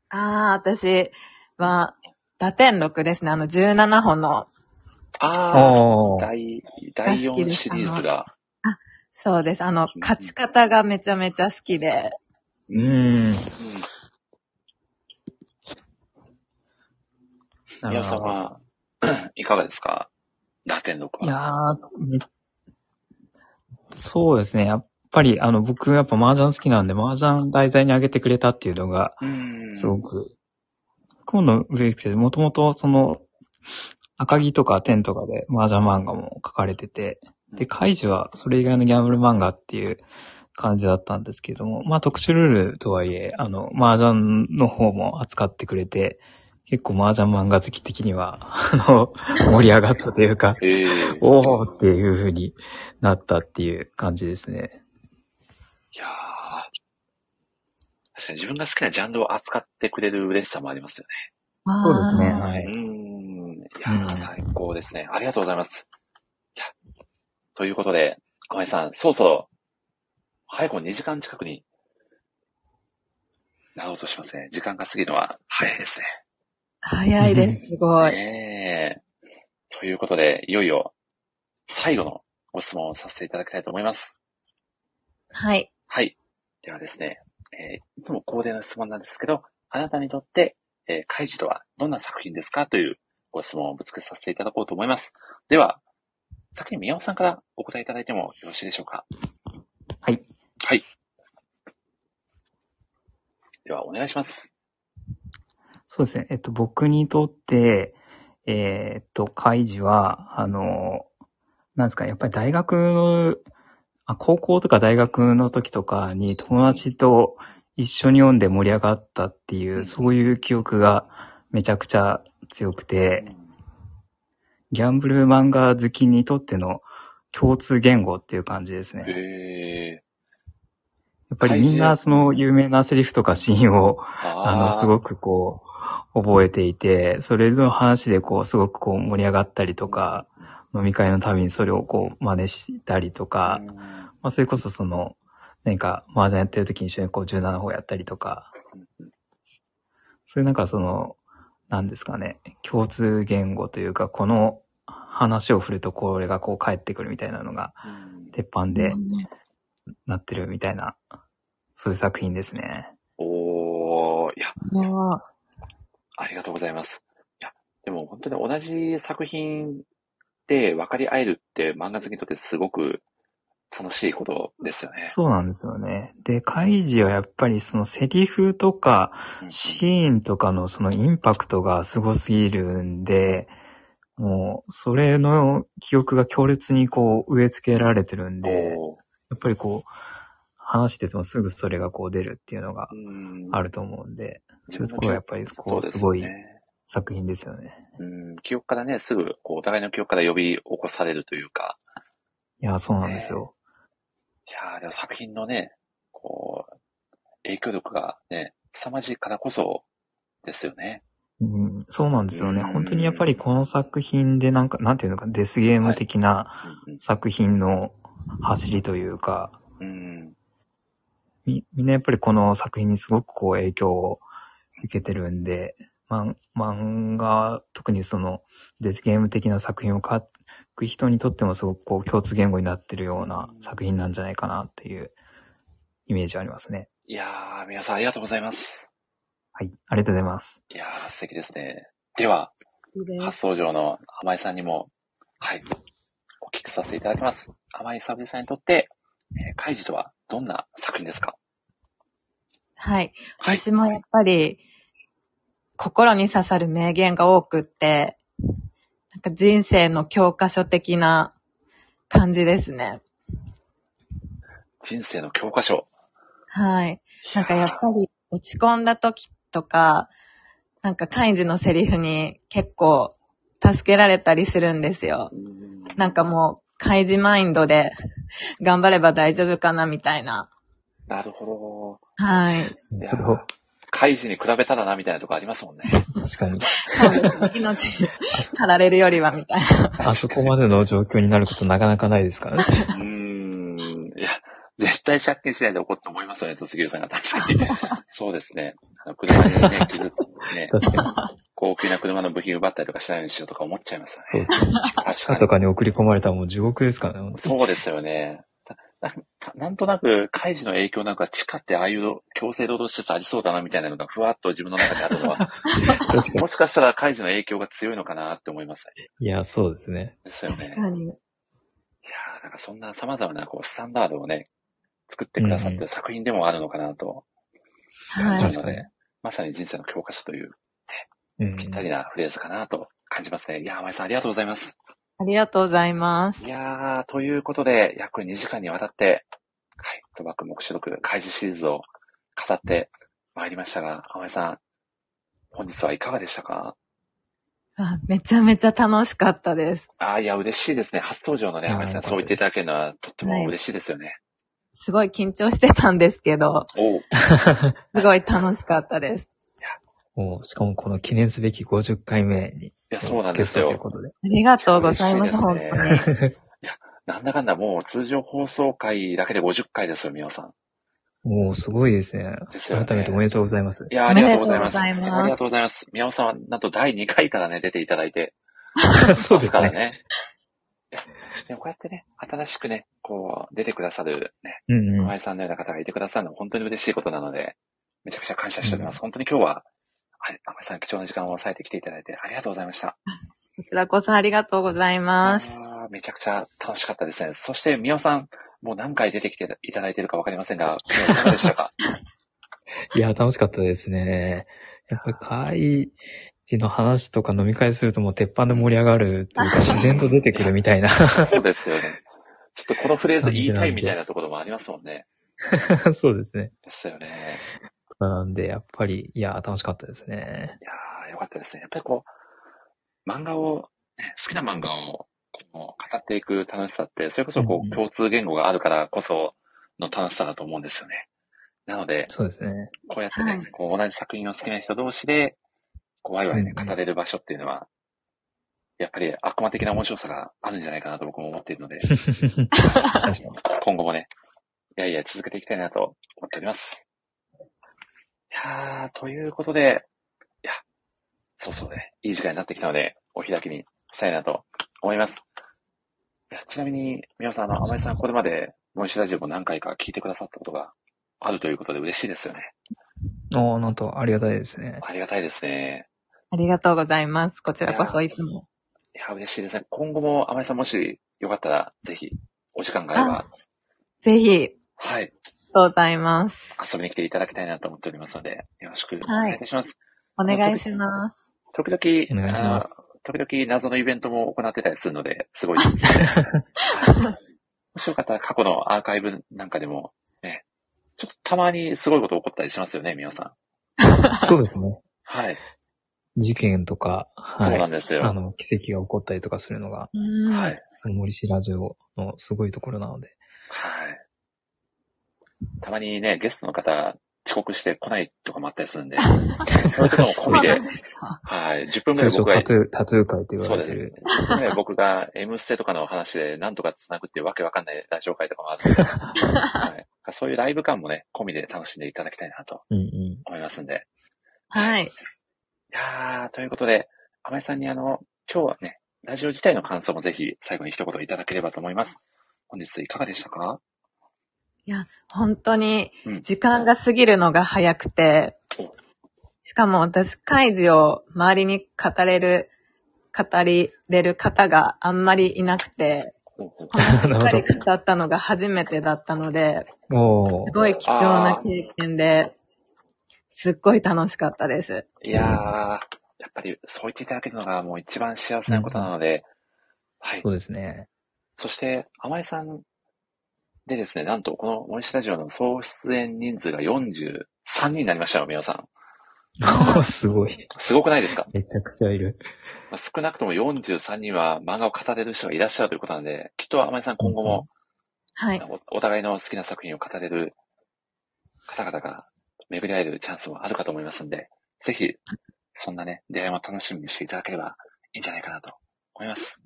S2: ああ、私は、打点6ですね。あの、17本の。
S1: あ
S3: あ
S1: ー、
S3: あ、
S1: 第、第
S2: が好き
S1: 4
S2: です
S1: シリーズが。
S2: そうです。あの、勝ち方がめちゃめちゃ好きで。
S3: うーん。
S1: うん。
S3: な
S1: 宮
S3: る
S1: 尾さん
S3: ほど。
S1: は、いかがですか打点の子
S3: いやー、めそうですね。やっぱり、あの、僕、やっぱ麻雀好きなんで、麻雀題材にあげてくれたっていうのが、
S1: うん
S3: すごく、今の植木先生、もともと、その、赤木とか天とかで麻雀漫画も書かれてて、で、カイジはそれ以外のギャンブル漫画っていう感じだったんですけども、まあ特殊ルールとはいえ、あの、麻雀の方も扱ってくれて、結構麻雀漫画好き的には、あの、盛り上がったというか、
S1: ええ
S3: おーっていう風になったっていう感じですね。
S1: いやー確かに自分が好きなジャンルを扱ってくれる嬉しさもありますよ
S3: そうですね。
S2: あー
S3: は
S1: ね。
S3: い。
S1: うーん。いやー
S3: うん
S1: 最高ですね。ありがとうございます。いや。ということで、甘井さん、そろそろ、早くも2時間近くになろうとしますね。時間が過ぎるのは早いですね。
S2: 早いです。すごい。
S1: ねえということで、いよいよ、最後のご質問をさせていただきたいと思います。
S2: はい。
S1: はい。ではですね、えーいつも恒例の質問なんですけど、あなたにとって、えー、カイジとはどんな作品ですかというご質問をぶつけさせていただこうと思います。では、先に宮尾さんからお答えいただいてもよろしいでしょうか。
S3: はい。
S1: はい。では、お願いします。
S3: そうですね。えっと、僕にとって、えーっと、カイジは、あの、なんですか、やっぱり大学の、あ高校とか大学の時とかに友達と一緒に読んで盛り上がったっていう、
S1: うん
S3: そういう記憶がめちゃくちゃ強くて、ギャンブル漫画好きにとっての共通言語っていう感じですね。
S1: えー、
S3: やっぱりみん
S1: カイ
S3: な
S1: ジ
S3: その有名なセリフとかシーンをあ
S1: あ
S3: の、す
S1: く
S3: ごくこう、覚えていて、それの話でこう、すごくこう、盛り上がったりとか、飲み会のたびにそれをこう、真似したりとか、まあ、それこそその、何か、麻雀やってる時に一緒にこう、17歩やったりとか、そういうなんかその、なんですかね、共通言語というか、この話を振るとこれがこう、返ってくるみたいなのが、鉄板で
S2: うん
S3: なってるみたいな、そういう作品ですね。
S1: おー、いや、
S2: も
S1: ありがとうございます。いや、でも本当に同じ作品で分かり合えるって漫画好きにとってすごく楽しいことですよね。
S3: そうなんですよね。で、カイジはやっぱりそのセリフとか
S1: うん
S3: シーンとかのそのインパクトがすごすぎるんで、もうそれの記憶が強烈にこう植え付けられてるんで、
S1: おー
S3: やっぱりこう話しててもすぐそれがこう出るっていうのが
S1: うん
S3: あると思うんで、
S1: 自
S3: そう
S1: 分
S3: いう
S1: の
S3: ところはやっぱり
S1: そ
S3: こ
S1: う
S3: う
S1: ですすよ
S3: ごい
S1: ね。
S3: 作品ですよね。
S1: うん、記憶からね、すぐこうお互いの記憶から呼び起こされるというか、
S3: いや、そうなんですよ。
S1: いやーでも作品のね、こう、影響力がね、凄まじいからこそですよね。
S3: うん、そうなんですよね。
S1: うん
S3: 本当にやっぱりこの作品でなんか、なんていうのか、デスゲーム的な、
S1: うん
S3: 作品の走りというか、
S1: うん、うん
S3: みみんなやっぱりこの作品にすごくこう影響を受けてるんで、まん、漫画、特にそのデスゲーム的な作品を書く人にとってもすごくこう共通言語になってるような作品なんじゃないかなっていうイメージはありますね。
S1: いやー皆さんありがとうございます。
S3: はい。ありがとうございます。
S1: いやー素敵ですね。では、
S2: う、いいです。
S1: 初登場の甘井さんにも、はい、お聞きさせていただきます。甘井サブリさんにとって、えー、カイジとはどんな作品ですか
S2: はい。
S1: はい。
S2: 私もやっぱり、心に刺さる名言が多くって、なんか人生の教科書的な感じですね。
S1: 人生の教科書。
S2: はい。なんかやっぱり落ち込んだ時とか、なんかカイジのセリフに結構助けられたりするんですよ。なんかもう、カイジマインドで 頑張れば大丈夫かなみたいな。
S1: なるほ
S2: はい。
S1: ど。い
S3: な
S1: や
S3: るほど。
S1: カイジに比べたらな、みたいなとこありますもんね。
S3: 確かに。
S2: 命、足られるよりはみたいな。
S3: あそこまでの状況になることなかなかないですからね。
S1: うーん。いや、絶対借金しないで怒って思いますよね、卒業生が。確かに。 そうですね。あの車に ね、傷ついてね、
S3: 確かに。
S1: 高級な車の部品奪ったりとかしないようにしようとか思っちゃいますよね。
S3: そうですね。地
S1: 確か
S3: 下
S1: に
S3: とかに送り込まれたらもう地獄ですからね。
S1: そうですよね。なななんとなく、カイジの影響なんか、地下ってああいう強制労働施設ありそうだなみたいなのが、ふわっと自分の中にあるのは、
S3: 確かに。
S1: もしかしたらカイジの影響が強いのかなって思います。
S3: いや、そうですね。
S1: ですよね。
S2: 確かに。
S1: いやーなんかそんな様々なこうスタンダードをね、作ってくださってる作品でもあるのかなと。
S2: はい。
S1: そう
S3: 確かに。
S1: まさに人生の教科書という
S3: うん
S1: ぴったりなフレーズかなと感じますね。いやー、まさんありがとうございます。
S2: ありがとうございます。
S1: いやー、ということで、約2時間にわたって、はい、賭博目視録開示シリーズを語ってまいりましたが、青江さん、本日はいかがでしたか
S2: あめちゃめちゃ楽しかったです。
S1: あーいや、嬉しいですね。初登場のね、
S3: いやー
S1: 青江さん、
S3: よかったです
S1: そう言っていただけるのはとっても嬉しいですよね。
S2: すごい緊張してたんですけど、
S1: おう
S2: すごい楽しかったです。
S3: もう、しかもこの記念すべき50回目に。い
S1: いや、そうなんですよ
S3: ということで。
S2: ありがとうございます、本
S1: 嬉しい
S2: 当に。
S1: ですね。いや、なんだかんだもう通常放送回だけで50回ですよ、みおさん。
S3: もう、すごいですね。
S1: ですよね
S3: 改めておめでとうございます。
S1: いや、ありがとうございます。
S2: おめでとうございます
S1: ありがとうございます。宮尾さんは、なんと第2回からね、出ていただいて
S3: そう
S1: ま
S3: ですす
S1: から
S3: ね。
S1: ね。 いやでもこうやってね、新しくね、こう、出てくださるね、
S3: うんうん
S1: 河。合さんのような方がいてくださるのは本当に嬉しいことなので、めちゃくちゃ感謝しております。本当に今日は、はい、河合さん貴重な時間を抑えて来ていただいてありがとうございました。
S2: こちらこそありがとうございます。
S1: あーめちゃくちゃ楽しかったですね。そして、宮尾さん、もう何回出てきていただいてるかわかりませんが、今日いかがでしたか
S3: いや、楽しかったですね。やっぱり、会議の話とか飲み会するともう鉄板で盛り上がるとい うか、自然と出てくるみたいな。
S1: そうですよね。ちょっとこのフレーズ言いたいみたいなところもありますもんね。
S3: そうですね。
S1: ですよね。
S3: なんで、やっぱり、いや、楽しかったですね。
S1: いやー、よかったですね。やっぱりこう、漫画を、ね、好きな漫画をこう語っていく楽しさって、それこそこ
S3: うんうん
S1: う、共通言語があるからこその楽しさだと思うんですよね。なので、
S3: そうです ね。
S1: こうやってね、
S2: はい
S1: こう同じ作品を好きな人同士で、こう、ワイワイね、
S3: うんうん
S1: 語れる場所っていうのは、やっぱり悪魔的な面白さがあるんじゃないかなと僕も思っているので、
S3: 確かに。
S1: 今後もね、いやいや続けていきたいなと思っております。いやー、ということで、いや、そうそうね、いい時間になってきたので、お開きにしたいなと思います。いや、ちなみに、皆さん、あの、甘井さん、これまで、モイシラジオも何回か聞いてくださったことがあるということで嬉しいですよね。
S3: おー、なんと、ありがたいですね。
S1: ありがたいですね。
S2: ありがとうございます。こちらこそいつも。
S1: いや、嬉しいですね。今後も、甘井さん、もしよかったら、ぜひ、お時間があれば、
S2: ぜひ、あり
S1: はい、
S2: がとうございます。
S1: 遊びに来ていただきたいなと思っておりますので、よろしくお願いいたします。
S2: お願いします。
S1: 時々、
S3: お願いします
S1: あー時々謎のイベントも行ってたりするので、す ごいですね。はいもしよかったら過去のアーカイブなんかでも、ね、ちょっとたまにすごいこと起こったりしますよね、皆さん。
S3: そうですね。
S1: はい。
S3: 事件とか、は。
S1: そうないんです
S3: あ
S1: よ。
S3: の、奇跡が起こったりとかするのが、
S2: うん
S1: はい。
S3: 森市ラジオのすごいところなので。
S1: はい。たまにね、ゲストの方、遅刻して来ないとかもあったりす るんで、そういうことも込み
S2: そうな
S1: で
S2: ん、ですか
S1: はい。10分ぐら
S3: 通
S1: い
S3: 称
S1: 僕が
S3: タ、トゥー、タトゥー会と言われてる。
S1: 10分ぐらい 僕が M ステとかの話でなんとか繋ぐっていうわけわかんないラジオ会とかもあ るので、はい、そういうライブ感もね、込みで楽しんでいただきたいなと
S3: うんうん。
S1: 思いますんで。
S2: はい。
S1: いやー、ということで、甘井さんにあの、今日はね、ラジオ自体の感想もぜひ最後に一言いただければと思います。本日いかがでしたか
S2: 本当に
S1: うん、
S2: 時間が過ぎるのが早くて
S1: お、
S2: しかも私、開示を周りに語れる、語りれる方があんまりいなくて、
S1: おうおう
S2: こんなしっか
S3: な
S2: り
S3: る
S2: 語ったのが初めてだった ので、
S3: お
S2: す
S3: ー。
S2: ごい貴重な経験で、すっごい楽しかったです。
S1: いやー、やっぱりそう言っていただけるのがもう一番幸せなことなので、はい
S3: そ。うですね。
S1: そして、甘井さんでですね、なんとこの森下ラジオの総出演人数が43人になりましたよ、皆さん。
S3: おーすごい。
S1: すごくないですか
S3: めちゃくちゃいる。
S1: まあ少なくとも43人は漫画を語れる人がいらっしゃるということなので、きっと甘井さん今後も
S2: はい。
S1: おお互いの好きな作品を語れる方々が巡り合えるチャンスもあるかと思いますんで、ぜひ、そんなね、出会いも楽しみにしていただければいいんじゃないかなと思います。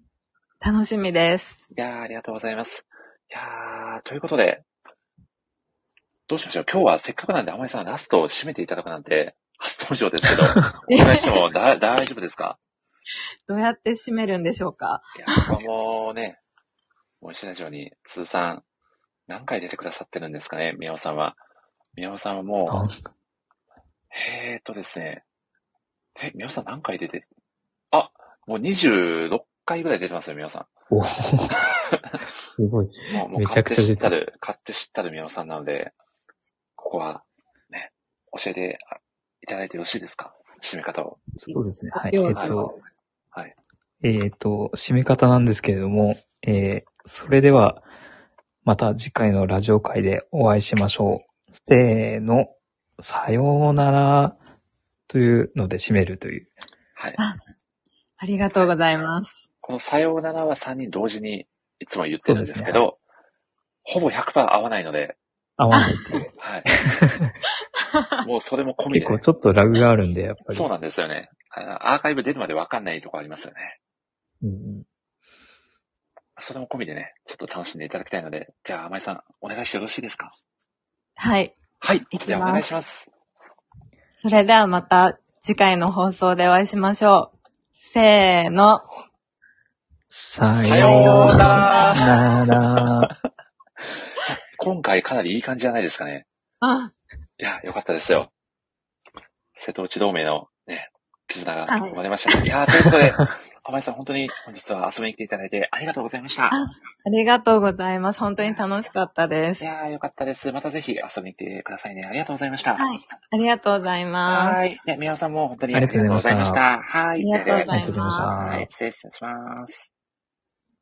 S2: 楽しみです。
S1: いやー、ありがとうございます。いやー、ということで、どうしましょう今日はせっかくなんで甘井さんラストを締めていただくなんて、初登場ですけど、お願いしてもだ大丈夫ですか
S2: どうやって締めるんでしょうか
S1: いや、ここはもうね、もう石田城に通算何回出てくださってるんですかね、宮尾さんは。宮尾さんは
S3: な
S1: も
S3: ん
S1: う、えーっとですね、え、宮尾さん何回出て、あ、もう26回ぐらい出てますよ、宮尾さん。
S3: おーすごい。
S1: もう、もう
S3: めち
S1: 買
S3: ゃ
S1: っ
S3: く
S1: て
S3: ちゃ
S1: 知ったる、買って知ったる宮尾さんなので、ここは、ね、教えていただいてよろしいですか締め方を。
S3: そうですね。はい。
S2: 要は
S3: えっと、
S1: はい。
S3: えっと、締め方なんですけれども、えー、それでは、また次回のラジオ会でお会いしましょう。せーの、さようならというので締めるという。
S1: はい。
S2: ありがとうございます。
S1: このさようならは3人同時にいつも言ってるんですけ
S3: そうですね
S1: ど、ほぼ100%合わないので、
S3: 合わないっていう。
S1: はい。 もうそれも込みで
S3: 結、構ちょっとラグがあるんで、やっぱり。
S1: そうなんですよね。あのアーカイブ出るまでわかんないとこありますよね。
S3: うん
S1: それも込みでね、ちょっと楽しんでいただきたいので、じゃあ、甘井さん、お願いしてよろしいですか
S2: はい。
S1: はい。
S2: いきます
S1: じゃあ、お願いします。
S2: それではまた次回の放送でお会いしましょう。せーの。
S3: さ
S1: さ
S3: よ
S1: よ
S3: う
S1: う
S3: な
S1: な
S3: ら。
S1: 今回かなりいい感じじゃないですかね。
S2: あ、
S1: いや、よかったですよ。瀬戸内同盟のね、絆が
S2: はい
S1: 生まれましたね。い、やーということで、 甘井さん、本当に本日は遊びに来ていただいてありがとうございました。
S2: ありがとうございます。本当に楽しかったで
S1: い
S2: す。
S1: やーよかったです。またぜひ遊びに来てくださいね。ありがとうございました。
S2: はい。ありがとうございます。
S1: はーい。ね、宮尾さんも本当に
S3: あ
S1: あ
S3: り
S1: り
S3: が
S1: が
S3: と
S1: と
S3: う
S1: う
S3: ご
S1: ご
S3: ざ
S1: ざ
S3: い
S1: いま
S3: ま
S1: し
S3: し
S1: たた。はい。
S2: ありがとうございます
S1: はい、失礼します。